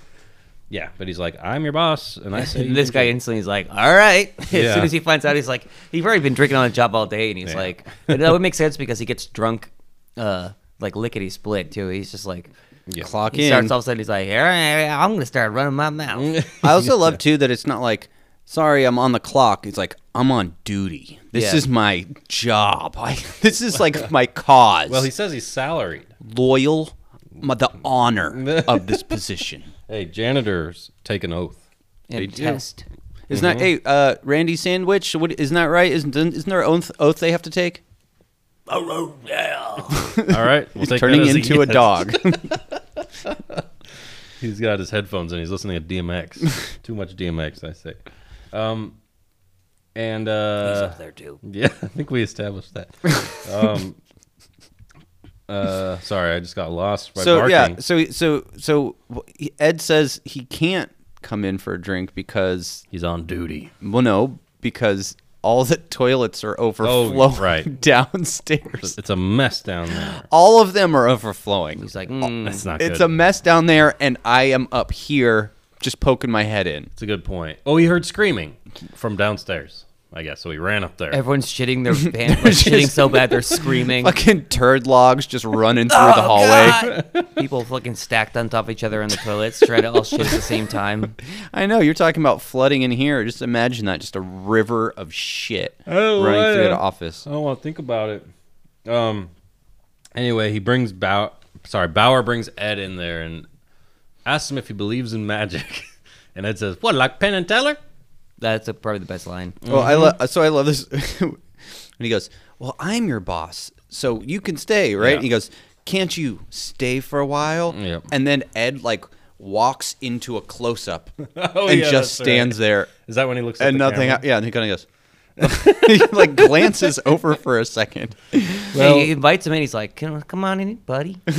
Speaker 1: yeah, but he's like, "I'm your boss," and
Speaker 2: [LAUGHS]
Speaker 3: [LAUGHS]
Speaker 1: I say,
Speaker 3: And
Speaker 1: you
Speaker 3: this
Speaker 1: can
Speaker 3: guy instantly is like, "All right." [LAUGHS] As
Speaker 1: Yeah.
Speaker 3: soon as he finds out, he's like, "You've already been drinking on the job all day," and he's
Speaker 1: Yeah.
Speaker 3: like, and "That would make sense because he gets drunk, uh, like lickety split too." He's just like,
Speaker 1: Yeah.
Speaker 2: Clock
Speaker 3: he
Speaker 2: in.
Speaker 3: starts all of a sudden, he's like, "All right, I'm gonna start running my [LAUGHS] mouth."
Speaker 1: [LAUGHS]
Speaker 2: I also love too that it's not like, sorry, I'm on the clock. It's like I'm on duty. This
Speaker 3: Yeah.
Speaker 2: is my job. I, [LAUGHS] this is like my cause.
Speaker 1: Well, he says he's salaried.
Speaker 2: loyal. My, the
Speaker 1: [LAUGHS]
Speaker 2: honor of this position.
Speaker 1: Hey, janitors take an
Speaker 2: [LAUGHS]
Speaker 1: oath.
Speaker 3: And
Speaker 2: do.
Speaker 3: test.
Speaker 2: Isn't
Speaker 1: Mm-hmm.
Speaker 2: that hey, uh, Randy Sandwich? What, isn't that right? Isn't isn't there an oath, oath they have to take?
Speaker 1: All right, we'll take that
Speaker 2: turning
Speaker 1: as
Speaker 2: into a
Speaker 1: yes. [LAUGHS]
Speaker 2: dog.
Speaker 1: He's got his headphones and he's listening to
Speaker 2: [LAUGHS]
Speaker 1: DMX. Too much DMX, I say. Um, and
Speaker 3: He's
Speaker 1: uh, [LAUGHS]
Speaker 3: up there too.
Speaker 2: [LAUGHS]
Speaker 1: yeah, I think we established that. Um, Uh, sorry, I just got lost by
Speaker 2: so
Speaker 1: barking.
Speaker 2: yeah, so so so he- Ed says he can't come in for a drink because
Speaker 1: He's on duty.
Speaker 2: well, no, because all the toilets are overflowing
Speaker 1: Oh,
Speaker 2: [LAUGHS]
Speaker 1: right.
Speaker 2: downstairs.
Speaker 1: It's a mess down there.
Speaker 2: All of them are overflowing.
Speaker 3: He's like, mm,
Speaker 1: That's not
Speaker 2: It's
Speaker 1: good.
Speaker 2: a mess down there, and I am up here just poking my head in.
Speaker 1: It's a good point. Oh, he heard screaming from downstairs. I guess so. He ran up there.
Speaker 3: everyone's shitting [LAUGHS] their pants, like, shitting so bad they're screaming.
Speaker 2: Fucking turd logs just running through the hallway.
Speaker 3: People fucking stacked on top of each other in the toilets, trying to all shit at the same [LAUGHS] time.
Speaker 2: [LAUGHS] I know you're talking about flooding in here. Just imagine that, just a river of shit
Speaker 1: Oh,
Speaker 2: running
Speaker 1: I
Speaker 2: through
Speaker 1: know.
Speaker 2: the office.
Speaker 1: I don't want to Oh, think about it. Um. Anyway, he brings Bauer. Sorry, Bauer brings Ed in there and asks him if he believes in magic. [LAUGHS] And Ed says, "What, like Penn and Teller?"
Speaker 3: That's a, probably the best line.
Speaker 2: Well, Oh,
Speaker 1: Mm-hmm.
Speaker 2: I lo- uh, so I love this. [LAUGHS] and he goes, "Well, I'm your boss, so you can stay, right?"
Speaker 1: Yeah.
Speaker 2: And he goes, "Can't you stay for a while?"
Speaker 1: Yep.
Speaker 2: And then Ed like walks into a close up
Speaker 1: [LAUGHS] [LAUGHS] Oh,
Speaker 2: and
Speaker 1: yeah,
Speaker 2: just
Speaker 1: that's right.
Speaker 2: stands there
Speaker 1: Is that when he looks at
Speaker 2: and
Speaker 1: the
Speaker 2: nothing.
Speaker 1: camera?
Speaker 2: Yeah, and
Speaker 1: [LAUGHS]
Speaker 2: he kind of goes, [LAUGHS] he like glances over for a second.
Speaker 3: he invites him in. He's like, "Come, come on
Speaker 1: [LAUGHS]
Speaker 3: in, buddy." He's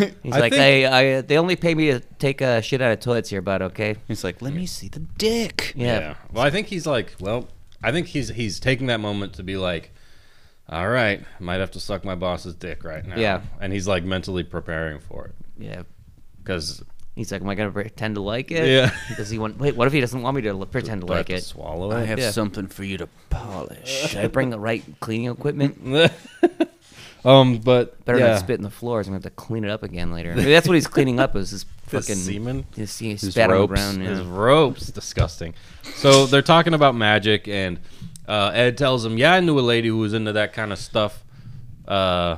Speaker 1: think-
Speaker 3: like, "Hey, I, uh, they only pay me to take a shit out of toilets here, bud. Okay."
Speaker 2: He's like, "Let me see the dick."
Speaker 3: Yeah.
Speaker 1: Well, I think he's like, well, I think he's he's taking that moment to be like, all right, might have to suck my boss's dick right now.
Speaker 3: Yeah.
Speaker 1: And he's like mentally preparing for it
Speaker 3: Yeah.
Speaker 1: because
Speaker 3: He's like, "Am I gonna pretend to like it?"
Speaker 1: Yeah.
Speaker 3: [LAUGHS] Does he want? Wait, what if he doesn't want me to l- pretend to
Speaker 1: do I have
Speaker 3: like
Speaker 1: to
Speaker 3: it?
Speaker 1: swallow it.
Speaker 3: Yeah.
Speaker 2: something for you to polish.
Speaker 3: Should I bring the right cleaning equipment?
Speaker 1: [LAUGHS] um, but
Speaker 3: Better
Speaker 1: yeah.
Speaker 3: not spit in the floors. I'm gonna have to clean it up again
Speaker 1: [LAUGHS]
Speaker 3: later. Maybe that's what he's cleaning up. Is his
Speaker 1: His
Speaker 3: fucking
Speaker 1: semen?
Speaker 3: His, he spat on the
Speaker 2: ropes.
Speaker 3: ground.
Speaker 1: His
Speaker 3: Yeah.
Speaker 1: ropes, disgusting. So they're talking about magic, and uh, Ed tells him, "Yeah, I knew a lady who was into that kind of stuff." Uh,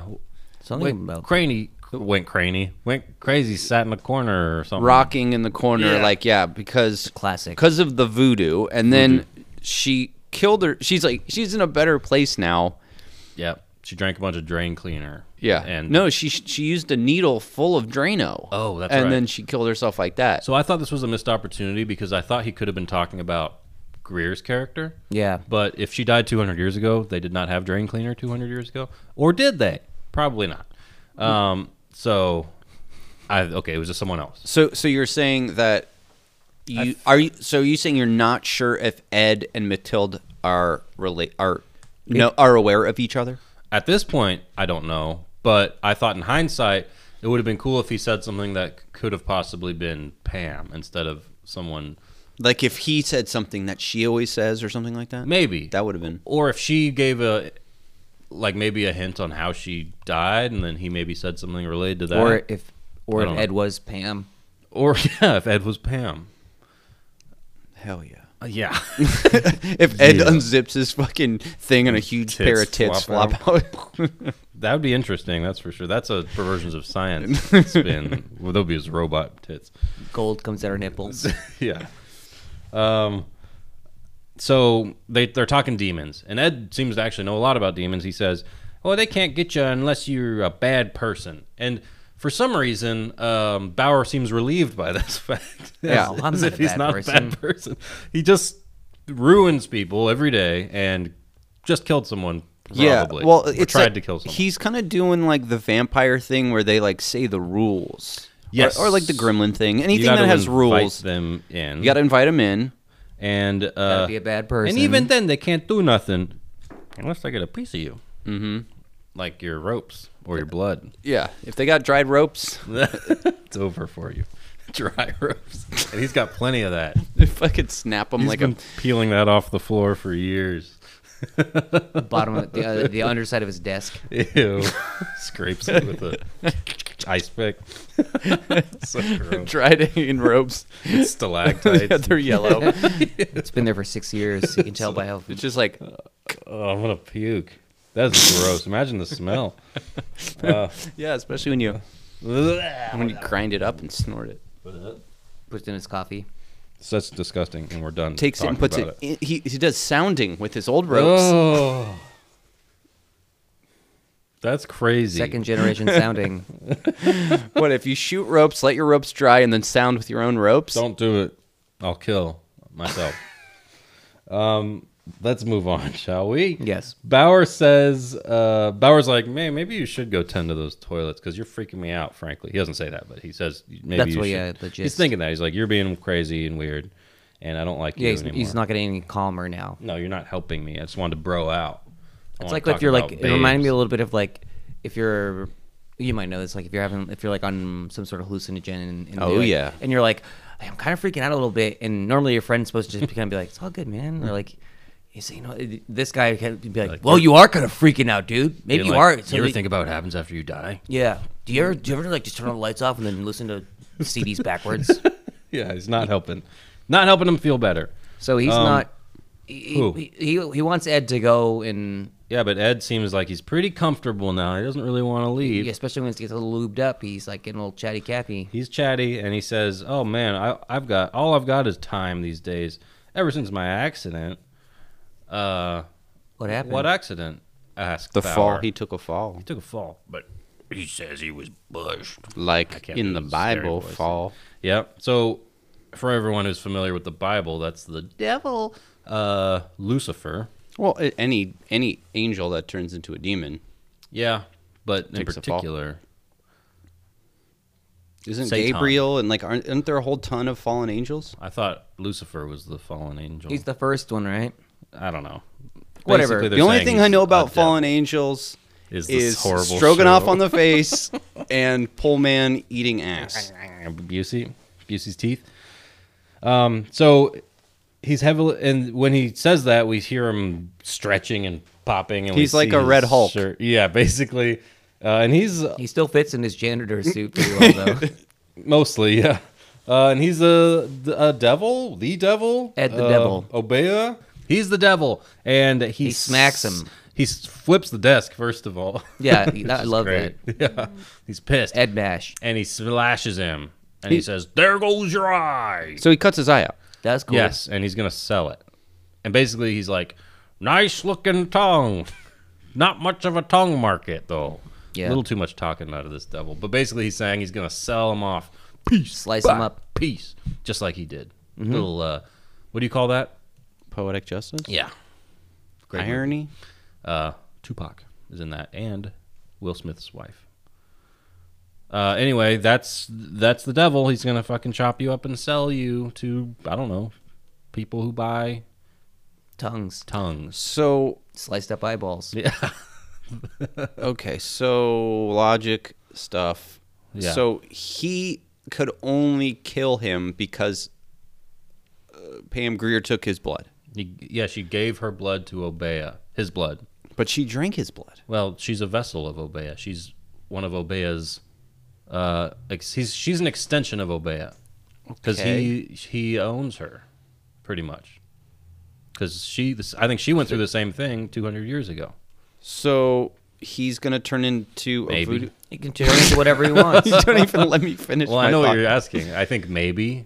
Speaker 3: Something
Speaker 1: went
Speaker 3: about
Speaker 1: cranny, went cranny, went crazy, sat in the corner or something.
Speaker 2: Rocking in the corner,
Speaker 5: Yeah.
Speaker 2: like yeah, because
Speaker 3: classic.
Speaker 2: because of the voodoo and then she killed her she's like she's in a better place now
Speaker 1: Yep. She drank a bunch of drain cleaner.
Speaker 2: and
Speaker 1: And
Speaker 2: no she she used a needle full of drano
Speaker 1: Oh, that's
Speaker 2: and
Speaker 1: right.
Speaker 2: then she killed herself like that
Speaker 1: So I thought this was a missed opportunity because I thought he could have been talking about Greer's character.
Speaker 3: Yeah.
Speaker 1: But if she died 200 years ago, they did not have drain cleaner 200 years ago, or did they? Probably not. Um. So, I okay. It was just someone else.
Speaker 2: so so you're saying that you are you so you saying you're not sure if ed and matilde are relate are no are aware of each other
Speaker 1: At this point, I don't know. But I thought in hindsight, it would have been cool if he said something that could have possibly been Pam instead of someone.
Speaker 2: like if he said something that she always says or something like that
Speaker 1: Maybe
Speaker 2: that would have been
Speaker 1: or if she gave a like maybe a hint on how she died and then he maybe said something related to that
Speaker 3: or if or
Speaker 1: I
Speaker 3: if
Speaker 1: don't
Speaker 3: Ed
Speaker 1: know.
Speaker 3: was Pam.
Speaker 1: or [LAUGHS] yeah if ed was pam
Speaker 2: hell yeah
Speaker 1: Uh, yeah [LAUGHS]
Speaker 2: if Ed unzips his fucking thing and a huge
Speaker 1: Tits
Speaker 2: pair of tits
Speaker 1: flop
Speaker 2: flop, out. [LAUGHS]
Speaker 1: that would be interesting that's for sure that's a perversions of science spin well they'll be his robot tits
Speaker 3: Gold comes out
Speaker 1: [LAUGHS]
Speaker 3: her nipples.
Speaker 1: yeah um so they, they're talking demons and ed seems to actually know a lot about demons he says oh they can't get you unless you're a bad person and for some reason um, bauer seems relieved by [LAUGHS] this fact
Speaker 2: Yeah.
Speaker 1: As-
Speaker 3: Oh, I'm
Speaker 1: as
Speaker 3: not
Speaker 1: if
Speaker 3: a
Speaker 1: he's
Speaker 3: bad
Speaker 1: not a
Speaker 3: person.
Speaker 1: bad person he just ruins people every day and just killed someone probably
Speaker 2: yeah. Well,
Speaker 1: or
Speaker 2: it's
Speaker 1: tried
Speaker 2: like-
Speaker 1: to kill someone
Speaker 2: He's kind of doing like the vampire thing where they like say the rules. Or-
Speaker 1: Yes.
Speaker 2: Or, like the gremlin thing.
Speaker 1: You
Speaker 2: Anything that
Speaker 1: gotta
Speaker 2: has
Speaker 1: invite
Speaker 2: rules,
Speaker 1: them in
Speaker 2: you got to invite them in.
Speaker 1: and uh,
Speaker 3: Gotta be a bad person.
Speaker 1: And even then, they can't do nothing unless they get a piece of you. Mm-hmm. Like your ropes or your blood.
Speaker 2: Yeah. If they got dried ropes, [LAUGHS]
Speaker 1: it's over for you. Dry ropes. And he's got plenty of that.
Speaker 2: if I could snap them
Speaker 1: He's
Speaker 2: like
Speaker 1: been
Speaker 2: a.
Speaker 1: peeling that off the floor for years.
Speaker 3: the bottom of
Speaker 1: [LAUGHS]
Speaker 3: the, uh, the underside of his desk.
Speaker 1: Ew. Scrapes it with a [LAUGHS] ice pick. so gross.
Speaker 2: [LAUGHS] Dried in
Speaker 1: [LAUGHS]
Speaker 2: ropes. [LAUGHS] yeah,
Speaker 1: Stalactites. [LAUGHS]
Speaker 2: they're yellow.
Speaker 3: It's been there for six years. You can tell by how
Speaker 2: it's just like
Speaker 1: Oh, I'm going to puke. That's gross. Imagine the smell.
Speaker 2: yeah, especially when you when you grind it up and snort it.
Speaker 3: puts in his coffee.
Speaker 1: So that's disgusting, and we're done.
Speaker 2: Takes it and
Speaker 1: talking
Speaker 2: puts
Speaker 1: about
Speaker 2: it. In, he he does sounding with his old ropes.
Speaker 1: Oh. That's crazy.
Speaker 3: Second
Speaker 1: [LAUGHS]
Speaker 3: generation sounding.
Speaker 2: What if you shoot ropes, let your ropes dry, and then sound with your own ropes?
Speaker 1: Don't do it. I'll kill myself. [LAUGHS] um, Let's move on, shall we?
Speaker 3: Yes.
Speaker 1: Bauer says, uh, Bauer's like, man, maybe you should go tend to those toilets because you're freaking me out, frankly. He doesn't say that, but he says, maybe
Speaker 3: That's
Speaker 1: you
Speaker 3: what,
Speaker 1: should.
Speaker 3: yeah, the
Speaker 1: He's
Speaker 3: gist.
Speaker 1: thinking that. He's like, you're being crazy and weird, and I don't like
Speaker 3: Yeah,
Speaker 1: you
Speaker 3: he's,
Speaker 1: anymore.
Speaker 3: he's not getting any calmer now.
Speaker 1: No, you're not helping me. I just wanted to bro out. I
Speaker 3: It's
Speaker 1: wanna
Speaker 3: like if
Speaker 1: talk
Speaker 3: you're
Speaker 1: about
Speaker 3: like it reminded me a
Speaker 1: babes.
Speaker 3: little bit of like if you're you might know this like if you're having if you're like on some sort of hallucinogen and, and
Speaker 2: Oh,
Speaker 3: you're, like-
Speaker 2: yeah.
Speaker 3: and you're like I'm kind of freaking out a little bit and normally your friend's supposed to just kind of be like it's all good man or like you say you know this guy can be like,
Speaker 1: Like,
Speaker 3: well you are kind of freaking out dude maybe
Speaker 1: Being
Speaker 3: you
Speaker 1: like,
Speaker 3: are
Speaker 1: you ever
Speaker 3: we-
Speaker 1: think about what happens after you die?
Speaker 3: yeah do you ever do you ever like just turn all the lights off and then listen to CDs backwards
Speaker 1: Yeah, he's not helping. Not helping him feel better.
Speaker 3: [LAUGHS] so he's
Speaker 1: Um,
Speaker 3: not
Speaker 1: who?
Speaker 3: he, he he he wants Ed to go and
Speaker 1: Yeah, but Ed seems like he's pretty comfortable now. He doesn't really want to leave.
Speaker 3: especially when he gets a little lubed up he's like getting a little chatty catty
Speaker 1: He's chatty and he says, "Oh man, I, I've got all I've got is time these days. Ever since my accident, uh,
Speaker 3: what happened
Speaker 1: what accident?" Asked
Speaker 2: The
Speaker 1: Bauer.
Speaker 2: fall. He took a fall.
Speaker 1: took a fall, but
Speaker 5: He says he was bushed.
Speaker 2: Like
Speaker 1: can't
Speaker 2: in
Speaker 1: do
Speaker 2: the
Speaker 1: the scary
Speaker 2: Bible,
Speaker 1: voice.
Speaker 2: fall.
Speaker 1: yeah. So, for everyone who's familiar with the Bible, that's the devil, uh, Lucifer.
Speaker 2: Well, a- any any angel that turns into a demon
Speaker 1: Yeah, but in
Speaker 2: Takes a fall.
Speaker 1: particular,
Speaker 2: isn't
Speaker 1: Satan.
Speaker 2: Gabriel and like aren't, aren't there a whole ton of fallen angels?
Speaker 1: I thought Lucifer was the fallen angel.
Speaker 3: He's the first one, right?
Speaker 1: I don't know.
Speaker 3: Whatever.
Speaker 1: Basically, they're
Speaker 2: the only
Speaker 1: saying
Speaker 2: thing I
Speaker 1: he's
Speaker 2: know
Speaker 1: a
Speaker 2: about
Speaker 1: devil.
Speaker 2: fallen angels
Speaker 1: Is
Speaker 2: is,
Speaker 1: this horrible
Speaker 2: stroganoff
Speaker 1: show. [LAUGHS]
Speaker 2: on the face and pole man eating ass.
Speaker 1: Busey, Busey's teeth. Um, so he's heavily, and when he says that, we hear him stretching and popping, and we
Speaker 2: He's like
Speaker 1: see
Speaker 2: a
Speaker 1: his
Speaker 2: Red Hulk.
Speaker 1: shirt. Yeah, [LAUGHS] basically, uh, and he's
Speaker 3: He still fits in his [LAUGHS] janitor suit pretty well,
Speaker 1: [LAUGHS]
Speaker 3: though.
Speaker 1: mostly yeah, uh, and he's a, a devil, the devil,
Speaker 3: Ed the
Speaker 1: uh,
Speaker 3: devil.
Speaker 1: Obeah. He's the devil, and he,
Speaker 3: He smacks
Speaker 1: s-
Speaker 3: him.
Speaker 1: He s- flips the desk first of all. [LAUGHS]
Speaker 3: Yeah,
Speaker 1: Which
Speaker 3: I
Speaker 1: is
Speaker 3: love
Speaker 1: great. [LAUGHS] Yeah, he's pissed,
Speaker 3: Ed Bash.
Speaker 1: and he slashes him, and he,
Speaker 2: He-
Speaker 1: says, "There goes your eye."
Speaker 2: So he cuts his eye out.
Speaker 3: That's cool.
Speaker 1: Yes, and he's gonna sell it. And basically, he's like, "Nice looking tongue. [LAUGHS] Not much of a tongue market, though. A
Speaker 3: Yeah.
Speaker 1: little too much talking out of this devil." But basically, he's saying he's gonna sell him off. Peace.
Speaker 3: Slice
Speaker 1: Bah.
Speaker 3: him up. Mm-hmm.
Speaker 1: Peace. Just like he did. Little. Uh, what do you call that?
Speaker 2: Poetic justice,
Speaker 1: Yeah. Great. movie.
Speaker 2: irony.
Speaker 1: Uh, Tupac is in that, and Will Smith's wife. Uh, anyway, that's that's the devil. He's gonna fucking chop you up and sell you to I don't know people who buy
Speaker 3: Tongues.
Speaker 1: tongues.
Speaker 2: So
Speaker 3: Sliced up eyeballs.
Speaker 2: okay, so logic stuff.
Speaker 1: Yeah.
Speaker 2: So he could only kill him because uh, Pam Greer took his blood,
Speaker 1: He, yeah, she gave her blood to Obeah, his blood.
Speaker 2: but she drank his blood.
Speaker 1: Well, she's a vessel of Obeah. She's one of Obeah's. Uh, ex- he's, she's an extension of Obeah because
Speaker 2: Okay.
Speaker 1: he he owns her, pretty much. Because she, this, I think she went through the same thing 200 years ago.
Speaker 2: So he's gonna turn into
Speaker 1: Maybe.
Speaker 2: a voodoo.
Speaker 3: He can turn into whatever
Speaker 1: [LAUGHS]
Speaker 3: he wants.
Speaker 2: you [LAUGHS] don't [LAUGHS] even let me finish.
Speaker 1: Well, I
Speaker 2: my
Speaker 1: know what
Speaker 2: thought.
Speaker 1: you're asking. I think maybe.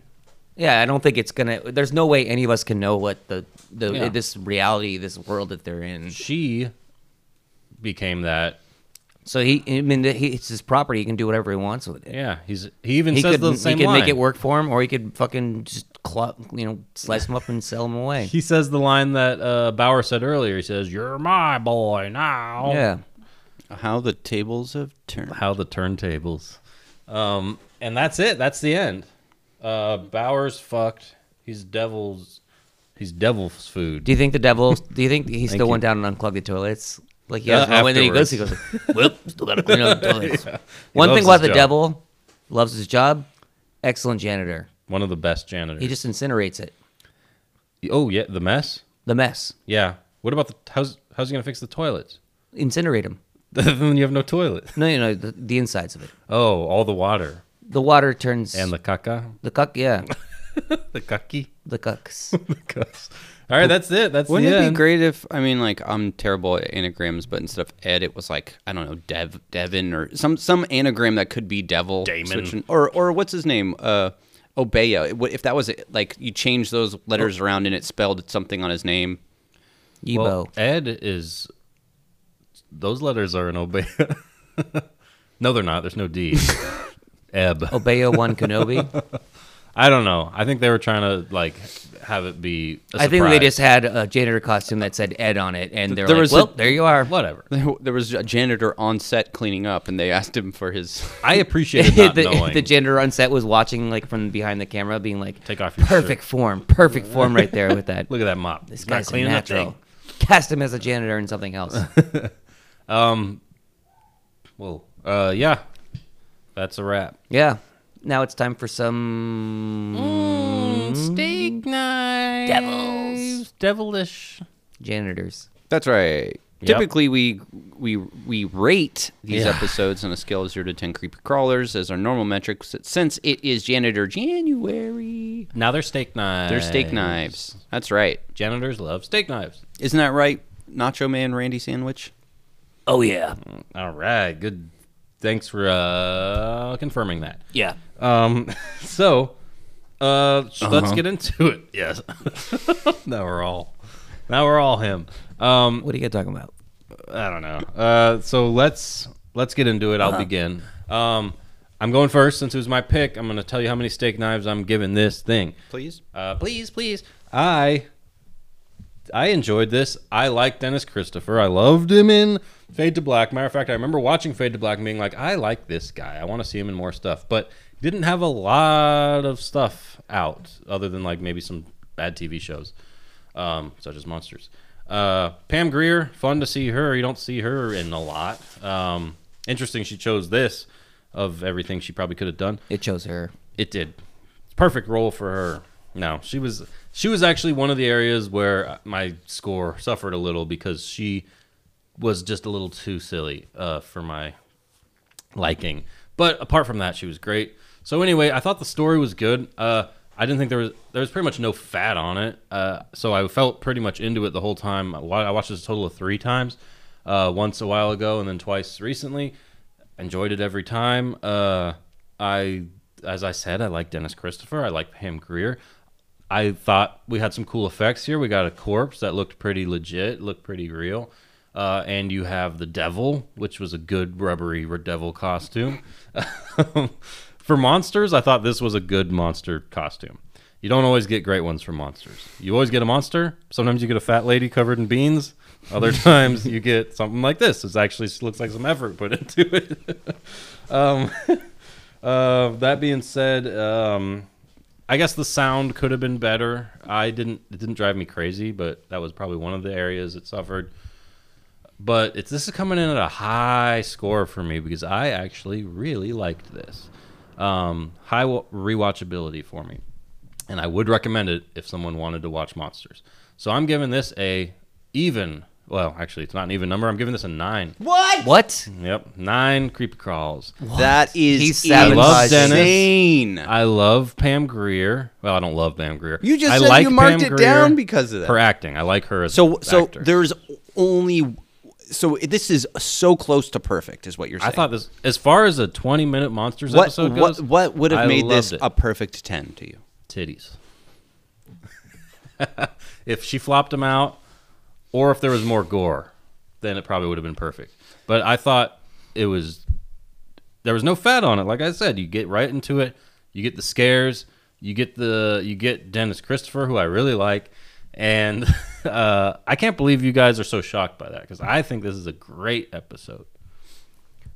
Speaker 3: yeah, I don't think it's gonna. There's no way any of us can know what the, the
Speaker 1: Yeah.
Speaker 3: this reality, this world that they're in.
Speaker 1: She became that.
Speaker 3: So he, I mean, he, it's his property. He can do whatever he wants with it.
Speaker 1: Yeah, he's he even
Speaker 3: He
Speaker 1: says
Speaker 3: could,
Speaker 1: the
Speaker 3: he
Speaker 1: same
Speaker 3: could
Speaker 1: line.
Speaker 3: make it work for him, or he could fucking just claw, you know, slice him up and sell him away.
Speaker 1: He says the line that uh, Bauer said earlier. He says, "You're my boy now."
Speaker 3: Yeah.
Speaker 2: How the tables have turned.
Speaker 1: how the turntables. Um, and that's it. That's the end. Uh, Bowers fucked. He's devil's. He's devil's food.
Speaker 3: Do you think
Speaker 1: [LAUGHS]
Speaker 3: the devil? Do you think he still
Speaker 1: you.
Speaker 3: went down and unplugged the toilets? Like
Speaker 1: Uh,
Speaker 3: yeah, when then he goes, he goes. Well, still gotta clean up
Speaker 1: [LAUGHS]
Speaker 3: the toilets. One
Speaker 1: loves
Speaker 3: thing
Speaker 1: his
Speaker 3: about the
Speaker 1: job.
Speaker 3: devil, loves his job. Excellent janitor.
Speaker 1: One of the best janitors.
Speaker 3: He just incinerates it.
Speaker 1: oh yeah, the mess.
Speaker 3: The mess.
Speaker 1: Yeah. What about the how's how's he gonna fix the toilets? [LAUGHS]
Speaker 3: Incinerate him.
Speaker 1: then you have no toilet.
Speaker 3: No, you know the, the insides of it.
Speaker 1: Oh, all the water
Speaker 3: The water turns
Speaker 1: and the caca,
Speaker 3: the cuck. Yeah,
Speaker 1: the cucky,
Speaker 3: the cucks.
Speaker 1: [LAUGHS] the cuss. All right, that's it. That's
Speaker 2: Wouldn't
Speaker 1: the
Speaker 2: it
Speaker 1: end.
Speaker 2: be great if I mean like I'm terrible at anagrams, but instead of Ed, it was like I don't know Dev Devin or some some anagram that could be devil,
Speaker 1: Damon.
Speaker 2: switching- or or what's his name, uh, Obeya. It would- If that was it, like you change those
Speaker 1: Oh.
Speaker 2: letters around and it spelled something on his name. [LAUGHS]
Speaker 3: Ebo.
Speaker 1: Well, Ed is. Those letters are an [LAUGHS] obey.
Speaker 2: [LAUGHS]
Speaker 1: no, they're not. There's no D. Eb.
Speaker 3: Obeyo one Kenobi.
Speaker 1: I don't know. I think they were trying to like have it be. I
Speaker 3: I think they just had a janitor costume that said Ed on it, and they're
Speaker 2: there
Speaker 3: like,
Speaker 2: was a-
Speaker 3: "Well, there you
Speaker 2: [LAUGHS]
Speaker 3: are."
Speaker 1: whatever.
Speaker 2: There was a janitor on set cleaning up, and they asked him for his.
Speaker 1: I appreciate
Speaker 3: [LAUGHS]
Speaker 1: not
Speaker 3: the,
Speaker 1: knowing.
Speaker 3: the janitor on set was watching like from behind the camera, being like,
Speaker 1: Take off your shirt.
Speaker 3: perfect form, perfect form right there
Speaker 2: [LAUGHS]
Speaker 3: with that."
Speaker 1: Look at that mop.
Speaker 3: this guy's a natural. Cast him as a janitor and something
Speaker 2: [LAUGHS]
Speaker 3: else.
Speaker 1: Whoa. Uh, yeah, that's a wrap.
Speaker 3: yeah. Now it's time for some
Speaker 2: [LAUGHS]
Speaker 1: Steak knives.
Speaker 3: Devils.
Speaker 1: Devilish.
Speaker 3: janitors.
Speaker 2: That's right.
Speaker 1: Yep.
Speaker 2: Typically, we we we rate these
Speaker 1: Yeah.
Speaker 2: episodes on a scale of zero to ten creepy crawlers as our normal metric. s- Since it is janitor January,
Speaker 1: Now they're steak knives.
Speaker 2: they're steak knives. That's right.
Speaker 1: Janitors love steak knives.
Speaker 2: Isn't that right, Nacho Man Randy Sandwich?
Speaker 5: Oh yeah,
Speaker 1: All right. Good. Thanks for uh, confirming that.
Speaker 5: yeah.
Speaker 1: Um, so uh, sh-
Speaker 3: Uh-huh.
Speaker 1: let's get into it. Yes. [LAUGHS] now we're all. Now we're all him. Um,
Speaker 3: What are you guys talking about?
Speaker 1: I don't know. Uh, so let's let's get into it. I'll begin. Um, I'm going first since it was my pick. I'm going to tell you how many steak knives I'm giving this thing.
Speaker 2: Please.
Speaker 1: Uh, please, please. I I enjoyed this. I like Dennis Christopher. I loved him in Fade to Black. Matter of fact, I remember watching Fade to Black and being like, I like this guy. I want to see him in more stuff. But he didn't have a lot of stuff out other than like maybe some bad TV shows, um, such as Monsters. Uh, Pam Greer, fun to see her. You don't see her in a lot. Um, interesting she chose this of everything she probably could have done.
Speaker 3: It shows her.
Speaker 1: It did. Perfect role for her. No, she was she was actually one of the areas where my score suffered a little because she was just a little too silly uh, for my liking. But apart from that, she was great. So anyway, I thought the story was good. Uh, I didn't think there was there was pretty much no fat on it. Uh, so I felt pretty much into it the whole time. I wa- I watched this a total of three times, uh, once a while ago and then twice recently. Enjoyed it every time. Uh, I, as I said, I like Dennis Christopher. I like Pam Greer. I thought we had some cool effects here. We got a corpse that looked pretty legit, looked pretty real. Uh, and you have the devil, which was a good rubbery re- devil costume. [LAUGHS] for monsters, I thought this was a good monster costume. You don't always get great ones from monsters. You always get a monster. Sometimes you get a fat lady covered in beans. Other [LAUGHS] times you get something like this. It actually looks like some effort put into it. [LAUGHS] Um, Uh, that being said, um, I guess the sound could have been better. I didn't. It didn't drive me crazy, but that was probably one of the areas it suffered. But it's this is coming in at a high score for me because I actually really liked this. Um, high wa- rewatchability for me, and I would recommend it if someone wanted to watch monsters. So I'm giving this a even. Well, actually, it's not an even number. I'm giving this a nine.
Speaker 3: What?
Speaker 1: Yep, nine creepy crawls.
Speaker 2: That is
Speaker 3: He's sabotaging. I love
Speaker 1: Dennis.
Speaker 2: insane.
Speaker 1: I love Pam Greer. Well, I don't love Pam Greer.
Speaker 2: You just
Speaker 1: I
Speaker 2: said
Speaker 1: like
Speaker 2: you marked
Speaker 1: Pam
Speaker 2: it down
Speaker 1: Grier
Speaker 2: because of that.
Speaker 1: her acting. I like her as
Speaker 2: So
Speaker 1: an
Speaker 2: so
Speaker 1: actor.
Speaker 2: there's only so this is so close to perfect is what you're saying.
Speaker 1: I thought this as far as a 20 minute monsters
Speaker 2: what
Speaker 1: episode
Speaker 2: what
Speaker 1: goes.
Speaker 2: what would
Speaker 1: I
Speaker 2: have made this
Speaker 1: loved it.
Speaker 2: a perfect 10 to you?
Speaker 1: titties? [LAUGHS] if she flopped them out, or if there was more gore, then it probably would have been perfect. But I thought it was there was no fat on it. Like I said, you get right into it. You get the scares. You get the you get Dennis Christopher, who I really like, and [LAUGHS] uh, I can't believe you guys are so shocked by that because I think this is a great episode.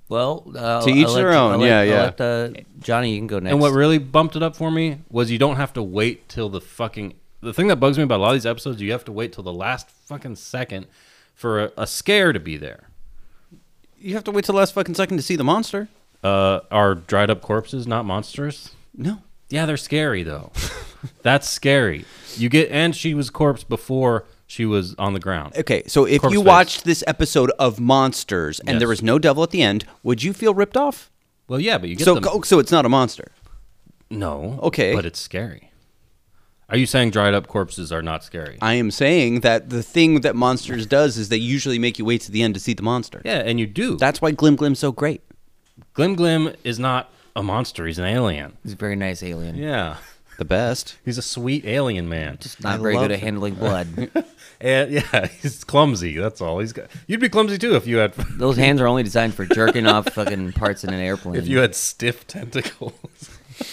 Speaker 3: Well, uh,
Speaker 2: To each their own. Yeah, yeah.
Speaker 3: Let, uh, Johnny, you can go next.
Speaker 1: And what really bumped it up for me was you don't have to wait till the fucking. The thing that bugs me about a lot of these episodes, you have to wait till the last fucking second for a, a scare to be there.
Speaker 2: You have to wait till the last fucking second to see the monster.
Speaker 1: Uh, are dried up corpses not monsters?
Speaker 2: No.
Speaker 1: Yeah, they're scary
Speaker 2: [LAUGHS]
Speaker 1: though. That's scary. You get and she was corpse before she was on the ground.
Speaker 2: Okay, so if
Speaker 1: Corpse
Speaker 2: you
Speaker 1: face.
Speaker 2: watched this episode of Monsters and
Speaker 1: Yes.
Speaker 2: there was no devil at the end, would you feel ripped off?
Speaker 1: Well, yeah, but you get
Speaker 2: So
Speaker 1: them.
Speaker 2: oh, so it's not a monster.
Speaker 1: no,
Speaker 2: Okay.
Speaker 1: but it's scary. Are you saying dried up corpses are not scary?
Speaker 2: I am saying that the thing that Monsters does is they usually make you wait to the end to see the monster.
Speaker 1: yeah, and you do. That
Speaker 2: That's why Glim Glim's so great.
Speaker 1: Glim Glim is not a monster. He's an alien.
Speaker 3: He's a very nice alien.
Speaker 1: Yeah.
Speaker 2: The best.
Speaker 1: He's a sweet alien man.
Speaker 3: Just not
Speaker 2: I
Speaker 3: very
Speaker 2: love
Speaker 3: good at
Speaker 2: it.
Speaker 3: handling [LAUGHS] blood.
Speaker 1: And, yeah, [LAUGHS] he's clumsy. That's all. He's got. You'd be clumsy too if you had [LAUGHS]
Speaker 3: Those hands are only designed for jerking off fucking parts in an airplane.
Speaker 1: if you had stiff [LAUGHS] tentacles.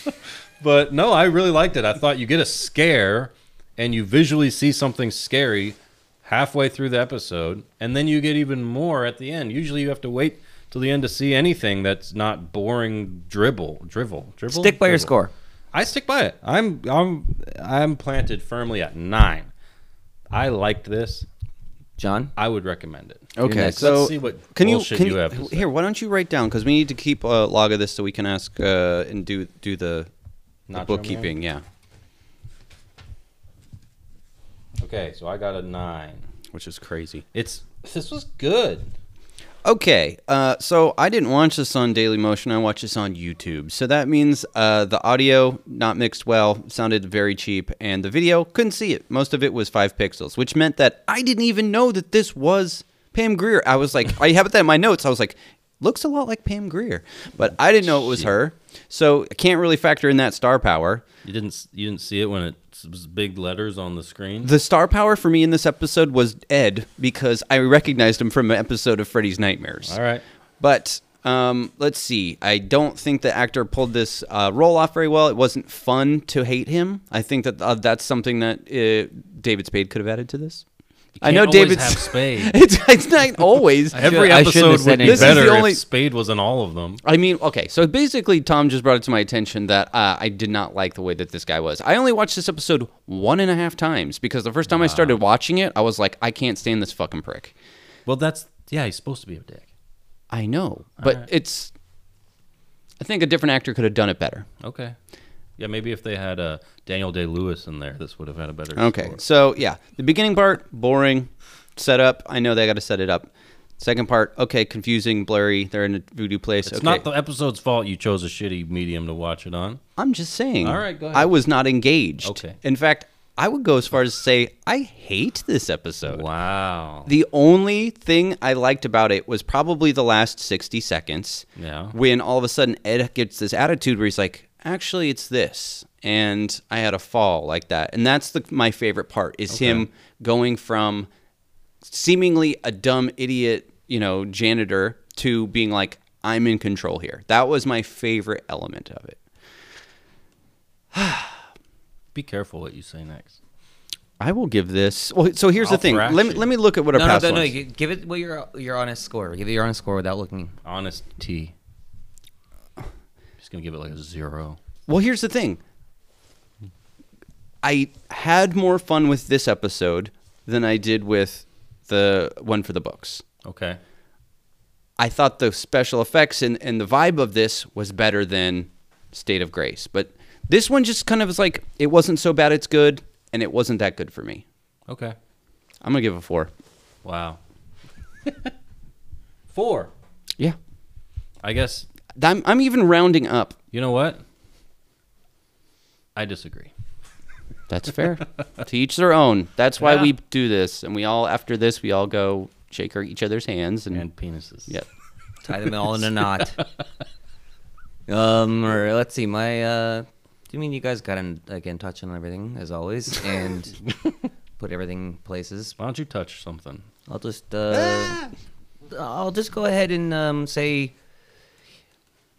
Speaker 1: [LAUGHS] But no, I really liked it. I thought you get a scare and you visually see something scary halfway through the episode, and then you get even more at the end. Usually you have to wait till the end to see anything that's not boring dribble, drivel, dribble.
Speaker 3: Stick by your
Speaker 1: Dribble.
Speaker 3: score.
Speaker 1: I stick by it. I'm I'm I'm planted firmly at 9. I liked this.
Speaker 3: John?
Speaker 1: I would recommend it.
Speaker 2: Okay,
Speaker 3: next.
Speaker 2: so
Speaker 1: Let's see what
Speaker 2: can you
Speaker 1: bullshit
Speaker 2: can
Speaker 1: you
Speaker 2: you,
Speaker 1: have to say.
Speaker 2: here? Why don't you write down because we need to keep a log of this so we can ask uh, and do do the, the
Speaker 1: Nacho
Speaker 2: bookkeeping.
Speaker 1: Okay, so I got a 9.
Speaker 2: Yeah, which is crazy.
Speaker 1: It's this was good.
Speaker 2: Okay, uh, so I didn't watch this on Daily Motion. I watched this on YouTube. So that means uh, the audio not mixed well, sounded very cheap, and the video couldn't see it. Most of it was five pixels, which meant that I didn't even know that this was Pam Greer. I was like, I have that in my notes. I was like, looks a lot like Pam Greer, but I didn't know it was her. So I can't really factor in that star power.
Speaker 1: You didn't s- you didn't see it when it s- was big letters on the screen.
Speaker 2: The star power for me in this episode was Ed because I recognized him from an episode of Freddy's Nightmares.
Speaker 1: All right.
Speaker 2: But um, let's see. I don't think the actor pulled this uh, role off very well. It wasn't fun to hate him. I think that uh, that's something that uh, David Spade could have added to this. I
Speaker 1: can't
Speaker 2: know
Speaker 1: always
Speaker 2: David's
Speaker 1: have Spade.
Speaker 2: [LAUGHS] it's, it's
Speaker 1: [LAUGHS]
Speaker 2: not always.
Speaker 1: Every
Speaker 3: I shouldn't have
Speaker 1: episode
Speaker 3: said
Speaker 1: would be
Speaker 3: anything. This
Speaker 2: is
Speaker 1: better
Speaker 2: the only-
Speaker 1: if Spade was in all of them.
Speaker 2: I mean, okay, so basically, Tom just brought it to my attention that uh, I did not like the way that this guy was. I only watched this episode one and a half times because the first time I started watching it, I was like, I can't stand this fucking prick.
Speaker 1: Well, that's yeah. He's supposed to be a dick.
Speaker 2: I know, but it's. I think a different actor could have done it better.
Speaker 1: Okay. Yeah, maybe if they had uh, Daniel Day Lewis in there, this would have had a better.
Speaker 2: Okay,
Speaker 1: score.
Speaker 2: so yeah, the beginning part boring, setup. I know they got to set it up. Second part, okay, confusing, blurry. They're in a voodoo place.
Speaker 1: It's
Speaker 2: okay.
Speaker 1: not the episode's fault you chose a shitty medium to watch it on.
Speaker 2: I'm just saying.
Speaker 1: All right, go ahead.
Speaker 2: I was not engaged.
Speaker 1: Okay.
Speaker 2: In fact, I would go as far as to say I hate this episode.
Speaker 1: Wow.
Speaker 2: The only thing I liked about it was probably the last 60 seconds.
Speaker 1: Yeah.
Speaker 2: When all of a sudden Ed gets this attitude where he's like, actually, it's this. And I had a fall like that. And that's the, my favorite part is him going from seemingly a dumb idiot, you know, janitor to being like, I'm in control here. That was my favorite element of it.
Speaker 1: Be careful what you say next.
Speaker 2: I will give this. Well, so here's
Speaker 1: I'll
Speaker 2: the thing.
Speaker 1: thrash
Speaker 2: Let me,
Speaker 1: you.
Speaker 2: let me look at what a
Speaker 3: No, no,
Speaker 2: past
Speaker 3: no, no.
Speaker 2: ones-
Speaker 3: you- Give it what your your honest score. Give it your honest score without looking.
Speaker 1: Honest T. Just gonna give it like a zero.
Speaker 2: Well, here's the thing. I had more fun with this episode than I did with the one for the books.
Speaker 1: Okay.
Speaker 2: I thought the special effects and, and the vibe of this was better than State of Grace. But this one just kind of was like, it wasn't so bad, it's good, and it wasn't that good for me.
Speaker 1: Okay.
Speaker 2: I'm going to give it a four.
Speaker 1: Wow. [LAUGHS] Four.
Speaker 2: Yeah.
Speaker 1: I guess
Speaker 2: I'm, I'm even rounding up.
Speaker 1: you know what? I disagree.
Speaker 2: That's fair. [LAUGHS] to each their own. That's why
Speaker 1: Yeah.
Speaker 2: we do this. And we all, after this, we all go shake our, each other's hands. And,
Speaker 1: And penises.
Speaker 2: yep.
Speaker 3: Tie them all in a knot. um, or let's see. My uh, I mean, you guys got in again, touch on everything as always, and put everything in places.
Speaker 1: Why don't you touch something?
Speaker 3: I'll just uh, I'll just go ahead and um, say.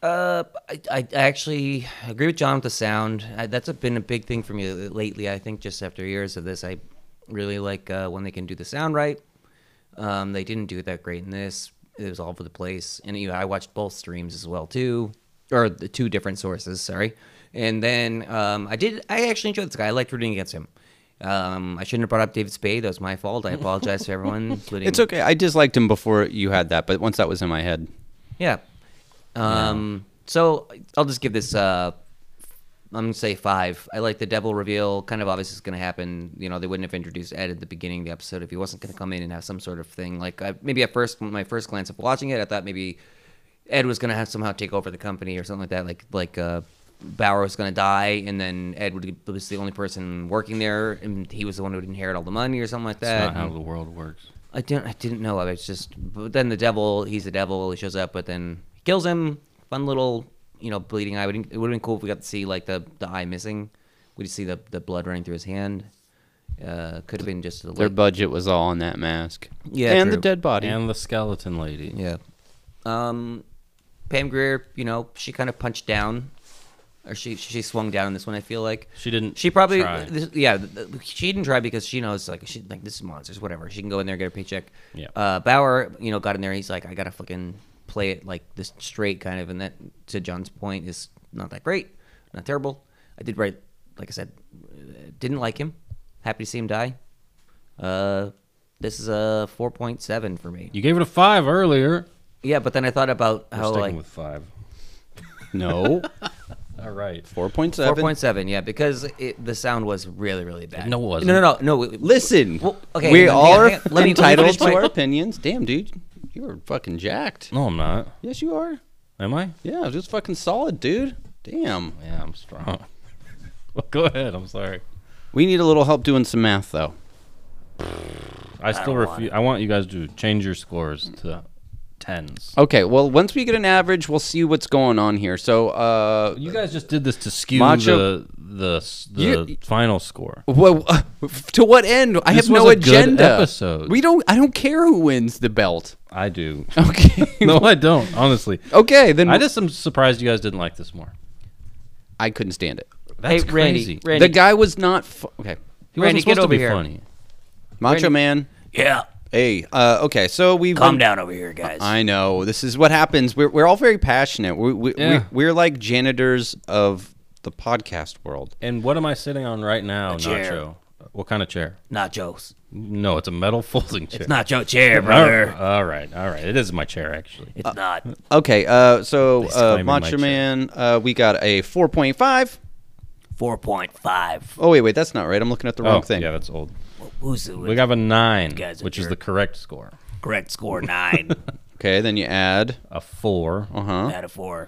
Speaker 3: Uh, I, I I actually agree with John with the sound. I, that's been a big thing for me lately. I think just after years of this, I really like uh, when they can do the sound right. Um, they didn't do it that great in this. It was all over the place, and you know, I watched both streams as well too, or the two different sources. Sorry, and then um, I did. I actually enjoyed this guy. I liked rooting against him. Um, I shouldn't have brought up David Spade. That was my fault. I apologize to everyone, including
Speaker 2: It's okay. I disliked him before you had that, but once that was in my head,
Speaker 3: Yeah. Um. So I'll just give this. Uh, I'm gonna say five. I like the devil reveal. Kind of obvious it's gonna happen. You know, they wouldn't have introduced Ed at the beginning of the episode if he wasn't gonna come in and have some sort of thing. Like I, maybe at first, my first glance of watching it, I thought maybe Ed was gonna have somehow take over the company or something like that. Like like uh, Bauer was gonna die, and then Ed would was the only person working there, and he was the one who would inherit all the money or something like that.
Speaker 1: That's not how
Speaker 3: And-
Speaker 1: the world works.
Speaker 3: I didn't. I didn't know. I was just. But then the devil. He's the devil. He shows up, but then he kills him. Fun little, you know, bleeding eye. Wouldn't- It would have been cool if we got to see like the the eye missing. We just see the the blood running through his hand. Uh, could have been just a
Speaker 2: their
Speaker 3: little.
Speaker 2: budget was all on that mask.
Speaker 3: Yeah,
Speaker 2: and
Speaker 3: true.
Speaker 2: the dead body.
Speaker 1: And the skeleton lady.
Speaker 3: yeah. Um, Pam Greer. You know, she kind of punched down. or she she swung down in this one. I feel like
Speaker 1: She didn't
Speaker 3: She probably
Speaker 1: try.
Speaker 3: This, yeah. th- th- She didn't try because she knows like she like this is monsters whatever. She can go in there and get her paycheck.
Speaker 1: Yeah.
Speaker 3: Uh, Bauer, you know, got in there. He's like, I gotta fucking play it like this straight kind of, and that to John's point is not that great, not terrible. I did write, like I said, uh, didn't like him. Happy to see him die. Uh, this is a four point seven for me.
Speaker 1: You gave it a five earlier.
Speaker 3: Yeah, but then I thought about
Speaker 1: We're
Speaker 3: how
Speaker 1: sticking
Speaker 3: like
Speaker 1: with five.
Speaker 3: [LAUGHS]
Speaker 2: No,
Speaker 1: All right.
Speaker 2: four point
Speaker 3: four
Speaker 2: seven.
Speaker 3: point seven, yeah, because it, the sound was really really bad.
Speaker 1: No, it wasn't.
Speaker 3: No, no, no, no. wait, wait.
Speaker 2: Listen,
Speaker 3: Well, okay,
Speaker 2: we
Speaker 3: hang on,
Speaker 2: all
Speaker 3: hang on,
Speaker 2: are
Speaker 3: hang on. Let me- let me
Speaker 2: entitled
Speaker 3: finish
Speaker 2: to
Speaker 3: my-
Speaker 2: our opinions. Damn, dude, you were fucking jacked.
Speaker 1: No, I'm not.
Speaker 2: Yes, you are.
Speaker 1: Am I?
Speaker 2: Yeah, just fucking solid, dude. Damn.
Speaker 1: Yeah, I'm strong. well, [LAUGHS] go ahead. I'm sorry.
Speaker 2: We need a little help doing some math, though.
Speaker 1: I still refuse. I want you guys to change your scores to tens.
Speaker 2: Okay, well, once we get an average, we'll see what's going on here. So, uh,
Speaker 1: You guys just did this to skew
Speaker 2: Macho-
Speaker 1: the the s- the
Speaker 2: You-
Speaker 1: final score.
Speaker 2: Well, uh, to what end? I
Speaker 1: This
Speaker 2: have no
Speaker 1: was a good
Speaker 2: agenda.
Speaker 1: episode.
Speaker 2: We don't. I don't care who wins the belt.
Speaker 1: I do.
Speaker 2: [LAUGHS] Okay.
Speaker 1: [LAUGHS] no, I don't. Honestly,
Speaker 2: Okay. Then
Speaker 1: I just am surprised you guys didn't like this more.
Speaker 2: I couldn't stand it.
Speaker 1: That's
Speaker 3: hey, Randy,
Speaker 1: crazy.
Speaker 3: Randy,
Speaker 2: The guy was not. Fu- okay.
Speaker 1: he wasn't
Speaker 3: Randy,
Speaker 1: supposed
Speaker 3: get
Speaker 1: to
Speaker 3: over
Speaker 1: be
Speaker 3: here.
Speaker 1: funny.
Speaker 2: Macho Man.
Speaker 5: Yeah.
Speaker 2: Hey. Uh, okay. So we've.
Speaker 5: Calm
Speaker 2: been-
Speaker 5: down over here, guys.
Speaker 2: I know. This is what happens. We're we're all very passionate. We, we,
Speaker 1: Yeah.
Speaker 2: we we're like janitors of the podcast world.
Speaker 1: And what am I sitting on right now,
Speaker 5: chair.
Speaker 1: Nacho? What kind of chair?
Speaker 5: nachos.
Speaker 1: No, it's a metal folding chair.
Speaker 5: It's not your chair,
Speaker 1: All
Speaker 5: brother.
Speaker 1: right, all right, all right. It is my chair actually.
Speaker 5: It's not.
Speaker 2: Okay. Uh. So uh,
Speaker 1: Disclaimer, my
Speaker 2: Macho
Speaker 1: chair.
Speaker 2: Man. Uh. We got a four point five.
Speaker 5: 4.5.
Speaker 2: Oh wait, wait. That's not right. I'm looking at the wrong thing.
Speaker 1: Oh, yeah, that's old.
Speaker 5: Who's the
Speaker 1: We have a nine,
Speaker 5: guys are
Speaker 1: which is
Speaker 5: jerk.
Speaker 1: the correct score.
Speaker 5: correct
Speaker 1: [LAUGHS]
Speaker 5: score? Nine
Speaker 2: Okay. Then you add.
Speaker 1: A four,
Speaker 2: Uh huh.
Speaker 5: out of four.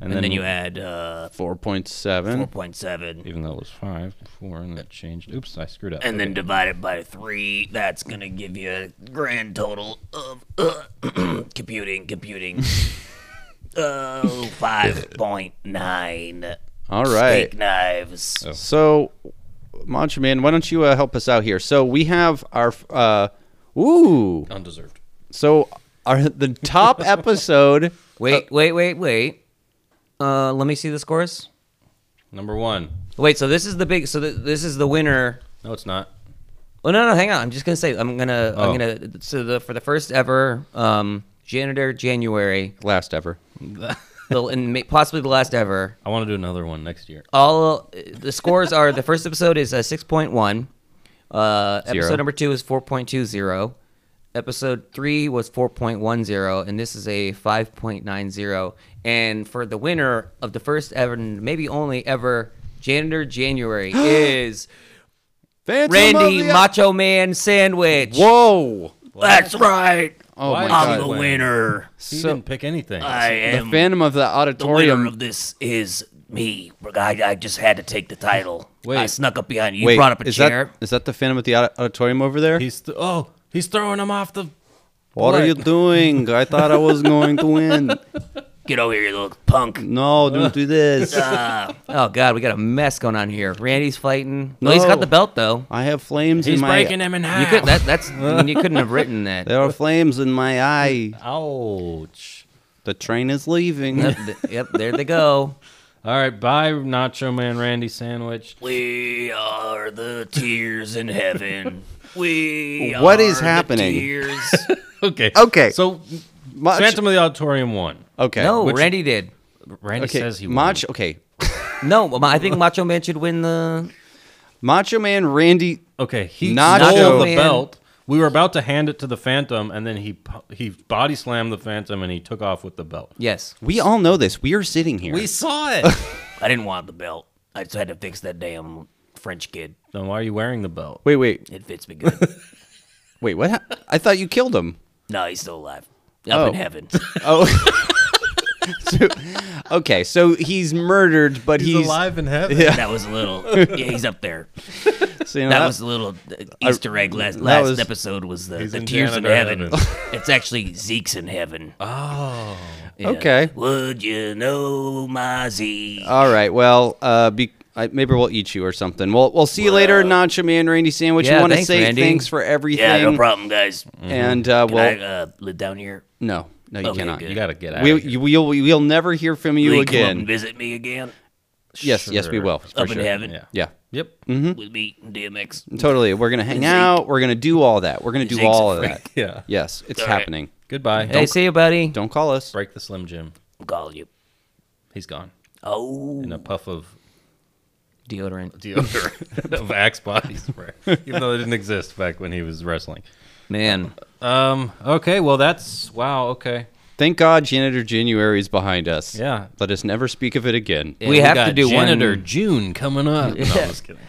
Speaker 1: And
Speaker 5: And,
Speaker 1: then-
Speaker 5: then, you add uh,
Speaker 2: Four point seven.
Speaker 5: 4.7.
Speaker 1: even though it was five before, and that changed. Oops, I screwed up.
Speaker 5: And then divide it by three. That's going to give you a grand total of uh, [CLEARS THROAT] computing, computing.
Speaker 2: [LAUGHS]
Speaker 5: Oh, 5.9.
Speaker 2: All right.
Speaker 5: Steak knives.
Speaker 2: So, Macho Man, why don't you uh, help us out here? So we have our uh, ooh.
Speaker 1: undeserved.
Speaker 2: So our the top episode.
Speaker 3: wait, wait, wait, wait. Uh, let me see the scores.
Speaker 1: Number one.
Speaker 3: Wait, so this is the big. So th- this is the winner.
Speaker 1: No, it's not.
Speaker 3: Oh no, no, hang on. I'm just gonna say I'm gonna
Speaker 1: Oh.
Speaker 3: I'm gonna so the for the first ever um janitor January
Speaker 2: Last ever.
Speaker 3: the, and may- possibly the last ever.
Speaker 1: I want to do another one next year.
Speaker 3: All uh, the scores are the first episode is uh, six point one. Uh,
Speaker 2: Zero.
Speaker 3: episode number two is four point two zero. Episode three was four point one zero, and this is a five point nine zero. And for the winner of the first ever, and maybe only ever, janitor January
Speaker 2: [GASPS]
Speaker 3: is
Speaker 2: Phantom
Speaker 3: Randy
Speaker 2: of the-
Speaker 3: Macho Man Sandwich.
Speaker 2: Whoa.
Speaker 5: That's right.
Speaker 2: Oh
Speaker 1: Why
Speaker 2: my
Speaker 1: is
Speaker 2: God.
Speaker 5: I'm the winner.
Speaker 1: He
Speaker 2: So-
Speaker 1: didn't pick anything.
Speaker 5: I
Speaker 2: The
Speaker 5: am.
Speaker 2: Phantom of the
Speaker 5: the winner
Speaker 2: Auditorium.
Speaker 5: of this is me. I, I just had to take the title.
Speaker 1: Wait.
Speaker 5: I snuck up behind you. You
Speaker 2: Wait,
Speaker 5: brought up a
Speaker 2: is
Speaker 5: chair.
Speaker 2: that is that the Phantom of the Audi- Auditorium over there?
Speaker 1: he's th- oh, he's throwing him off the.
Speaker 2: what are
Speaker 1: What?
Speaker 2: you doing? I thought I was going to win.
Speaker 5: Get over here, you little punk.
Speaker 2: No, don't do this.
Speaker 5: Uh,
Speaker 3: Oh God, we got a mess going on here. Randy's fighting. Well, he's
Speaker 2: No.
Speaker 3: got the belt though.
Speaker 2: I have flames in
Speaker 1: He's
Speaker 2: my.
Speaker 1: breaking him in half.
Speaker 3: You could that that's you couldn't have written
Speaker 2: [LAUGHS]
Speaker 3: that.
Speaker 2: There are flames in my eye.
Speaker 1: Ouch.
Speaker 2: The train is
Speaker 3: [LAUGHS]
Speaker 2: leaving.
Speaker 3: yep, th- yep, there they go.
Speaker 1: All right, bye, Nacho Man Randy Sandwich. [LAUGHS]
Speaker 5: we are the tears
Speaker 2: [LAUGHS]
Speaker 5: in heaven. We
Speaker 2: What
Speaker 5: What
Speaker 2: is
Speaker 5: is
Speaker 2: happening?
Speaker 5: tears.
Speaker 1: Okay.
Speaker 2: Okay.
Speaker 1: So,
Speaker 2: Much-
Speaker 1: Phantom of the Auditorium won.
Speaker 2: Okay.
Speaker 3: No,
Speaker 1: which-
Speaker 3: Randy did.
Speaker 1: Randy
Speaker 2: Okay.
Speaker 1: says he won.
Speaker 2: Mach- okay.
Speaker 3: No, ma- I think Macho Man should win the.
Speaker 2: Macho Man Randy.
Speaker 1: Okay, he
Speaker 2: Nacho.
Speaker 1: stole the
Speaker 3: Man.
Speaker 1: belt. We were about to hand it to the Phantom, and then he pu- he body slammed the Phantom, and he took off with the belt.
Speaker 3: Yes.
Speaker 2: We all know this. We are sitting here.
Speaker 1: saw it.
Speaker 5: I didn't want the belt. I just had to fix that damn French kid.
Speaker 1: then why are you wearing the belt?
Speaker 2: wait, wait,
Speaker 5: It fits
Speaker 2: [LAUGHS]
Speaker 5: me good.
Speaker 2: wait. What? hap I thought you killed him.
Speaker 5: no, he's still alive. Up
Speaker 2: Oh.
Speaker 5: in heaven.
Speaker 2: Oh. [LAUGHS] So- okay, so he's murdered, but he's,
Speaker 1: in heaven.
Speaker 5: that was
Speaker 2: [LAUGHS]
Speaker 5: a little. Yeah, he's up there.
Speaker 2: so, you know,
Speaker 5: That was a little uh, Easter egg. Last, last
Speaker 2: was-
Speaker 5: episode was the, the
Speaker 1: in
Speaker 5: tears in
Speaker 1: janitor
Speaker 5: heaven. [LAUGHS] it's actually Zeke's in heaven.
Speaker 1: Oh.
Speaker 5: Yeah.
Speaker 2: Uh, okay.
Speaker 5: Would you know my Zeke?
Speaker 2: All right. Well, uh, be, I, maybe we'll eat you or something. We'll we'll see you later, Nacho Man Randy Sandwich.
Speaker 3: Yeah,
Speaker 2: we want to
Speaker 3: thanks,
Speaker 2: say
Speaker 3: Randy.
Speaker 2: thanks for everything.
Speaker 5: yeah, no problem, guys.
Speaker 2: And uh,
Speaker 5: Can
Speaker 2: well,
Speaker 5: I uh, live down here?
Speaker 2: no, no, you
Speaker 5: Okay,
Speaker 2: cannot.
Speaker 5: good.
Speaker 1: You gotta get out.
Speaker 2: We
Speaker 1: of here.
Speaker 2: you, we'll we'll never hear from you
Speaker 5: Will you come up and
Speaker 2: again.
Speaker 5: visit me again?
Speaker 2: Yes, yes, we
Speaker 1: Sure.
Speaker 2: will. for
Speaker 5: Up in
Speaker 2: sure.
Speaker 5: heaven
Speaker 1: Yeah.
Speaker 2: Yeah.
Speaker 1: Yep.
Speaker 5: with me, and DMX.
Speaker 2: Totally. We're gonna hang out. We're gonna do all that. We're gonna do
Speaker 5: Zeke's a
Speaker 2: all of that.
Speaker 1: Yeah.
Speaker 2: Yes, it's
Speaker 5: All right.
Speaker 2: happening.
Speaker 1: Goodbye.
Speaker 3: Hey, see you, buddy.
Speaker 2: Don't call us.
Speaker 1: break the Slim Jim.
Speaker 5: I'm calling you.
Speaker 1: He's gone.
Speaker 2: Hmm?
Speaker 5: Oh,
Speaker 1: In a puff of
Speaker 3: Deodorant.
Speaker 1: deodorant [LAUGHS] of Axe body spray, even though it didn't exist back when he was wrestling.
Speaker 3: Man,
Speaker 1: Um. Okay. Well, that's wow. Okay.
Speaker 2: Thank God, janitor January is behind us.
Speaker 1: Yeah.
Speaker 2: Let us never speak of it again.
Speaker 3: we have to
Speaker 1: got
Speaker 3: do
Speaker 1: janitor
Speaker 3: one.
Speaker 1: June coming up. No,
Speaker 3: Yeah.
Speaker 1: I'm just kidding.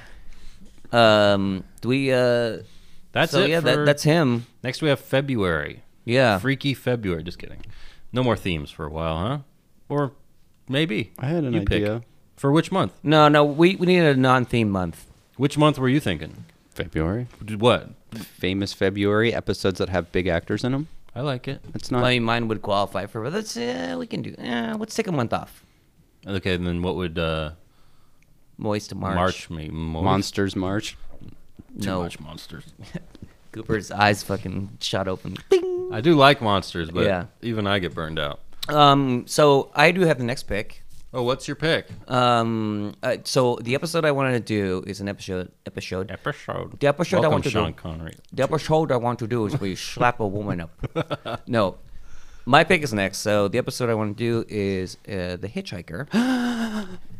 Speaker 3: Um, do we? Uh,
Speaker 1: That's
Speaker 3: so
Speaker 1: it.
Speaker 3: yeah, that,
Speaker 1: for-
Speaker 3: that's him.
Speaker 1: next. We have February.
Speaker 3: Yeah.
Speaker 1: Freaky February. Just kidding. No more themes for a while, huh? Or maybe.
Speaker 2: I had an
Speaker 1: you
Speaker 2: idea.
Speaker 1: Pick. For which month?
Speaker 3: No, no, we we need a non-theme month.
Speaker 1: Which month were you thinking?
Speaker 2: February,
Speaker 1: Did What?
Speaker 2: famous February episodes that have big actors in them.
Speaker 1: I like it.
Speaker 2: It's not.
Speaker 3: I mean, mine would qualify for, but let's uh, we can do. Uh, let's take a month off.
Speaker 1: Okay. And then what would uh,
Speaker 3: Moist March.
Speaker 1: March, me most-
Speaker 2: Monsters March.
Speaker 1: Too
Speaker 3: no.
Speaker 1: much monsters.
Speaker 3: Cooper's eyes fucking shot open. Bing.
Speaker 1: I do like monsters, but
Speaker 3: Yeah.
Speaker 1: even I get burned out.
Speaker 3: Um, so I do have the next pick.
Speaker 1: Oh, what's your pick?
Speaker 3: Um, uh, so the episode I wanted to do is an episode. Episode.
Speaker 1: Episode.
Speaker 3: The episode I
Speaker 1: Welcome,
Speaker 3: want to
Speaker 1: Sean
Speaker 3: do.
Speaker 1: Connery.
Speaker 3: The episode I want to do is where you slap a woman up. No, my pick is next. So the episode I want to do is uh, the
Speaker 1: [GASPS]
Speaker 3: Hitchhiker.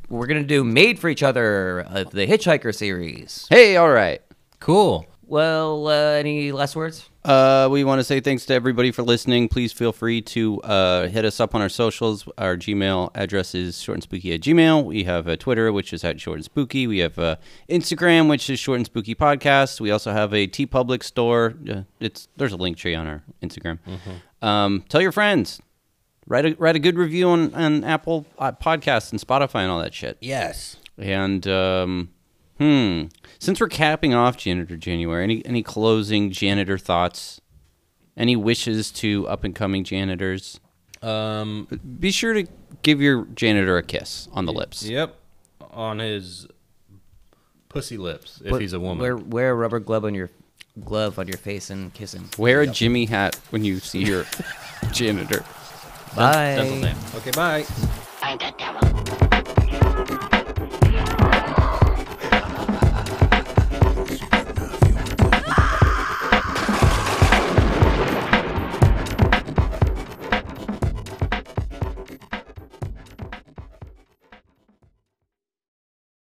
Speaker 3: We're gonna do Made for Each Other, uh, the Hitchhiker series.
Speaker 2: Hey, all right.
Speaker 1: Cool.
Speaker 3: Well, uh, any last words?
Speaker 2: Uh, we want to say thanks to everybody for listening. Please feel free to uh, hit us up on our socials. Our Gmail address is short and spooky at Gmail. We have a Twitter, which is at short and spooky. We have uh, Instagram, which is short and spooky podcast. We also have a T Public store. Uh, it's there's a link tree on our Instagram. Um, tell your friends. Write a write a good review on on Apple uh, Podcasts and Spotify and all that shit.
Speaker 1: Yes.
Speaker 2: And um, hmm, since we're capping off janitor January, any any closing janitor thoughts? Any wishes to up and coming janitors?
Speaker 1: Um.
Speaker 2: Be sure to give your janitor a kiss on the lips.
Speaker 1: Yep. On his pussy lips, if
Speaker 3: Put-
Speaker 1: he's a woman.
Speaker 3: Wear, wear a rubber glove on your glove on your face and kiss him.
Speaker 2: Wear a Jimmy hat when you see your [LAUGHS] janitor.
Speaker 3: Bye.
Speaker 1: Dental dam. Okay. Bye.
Speaker 6: Find a devil.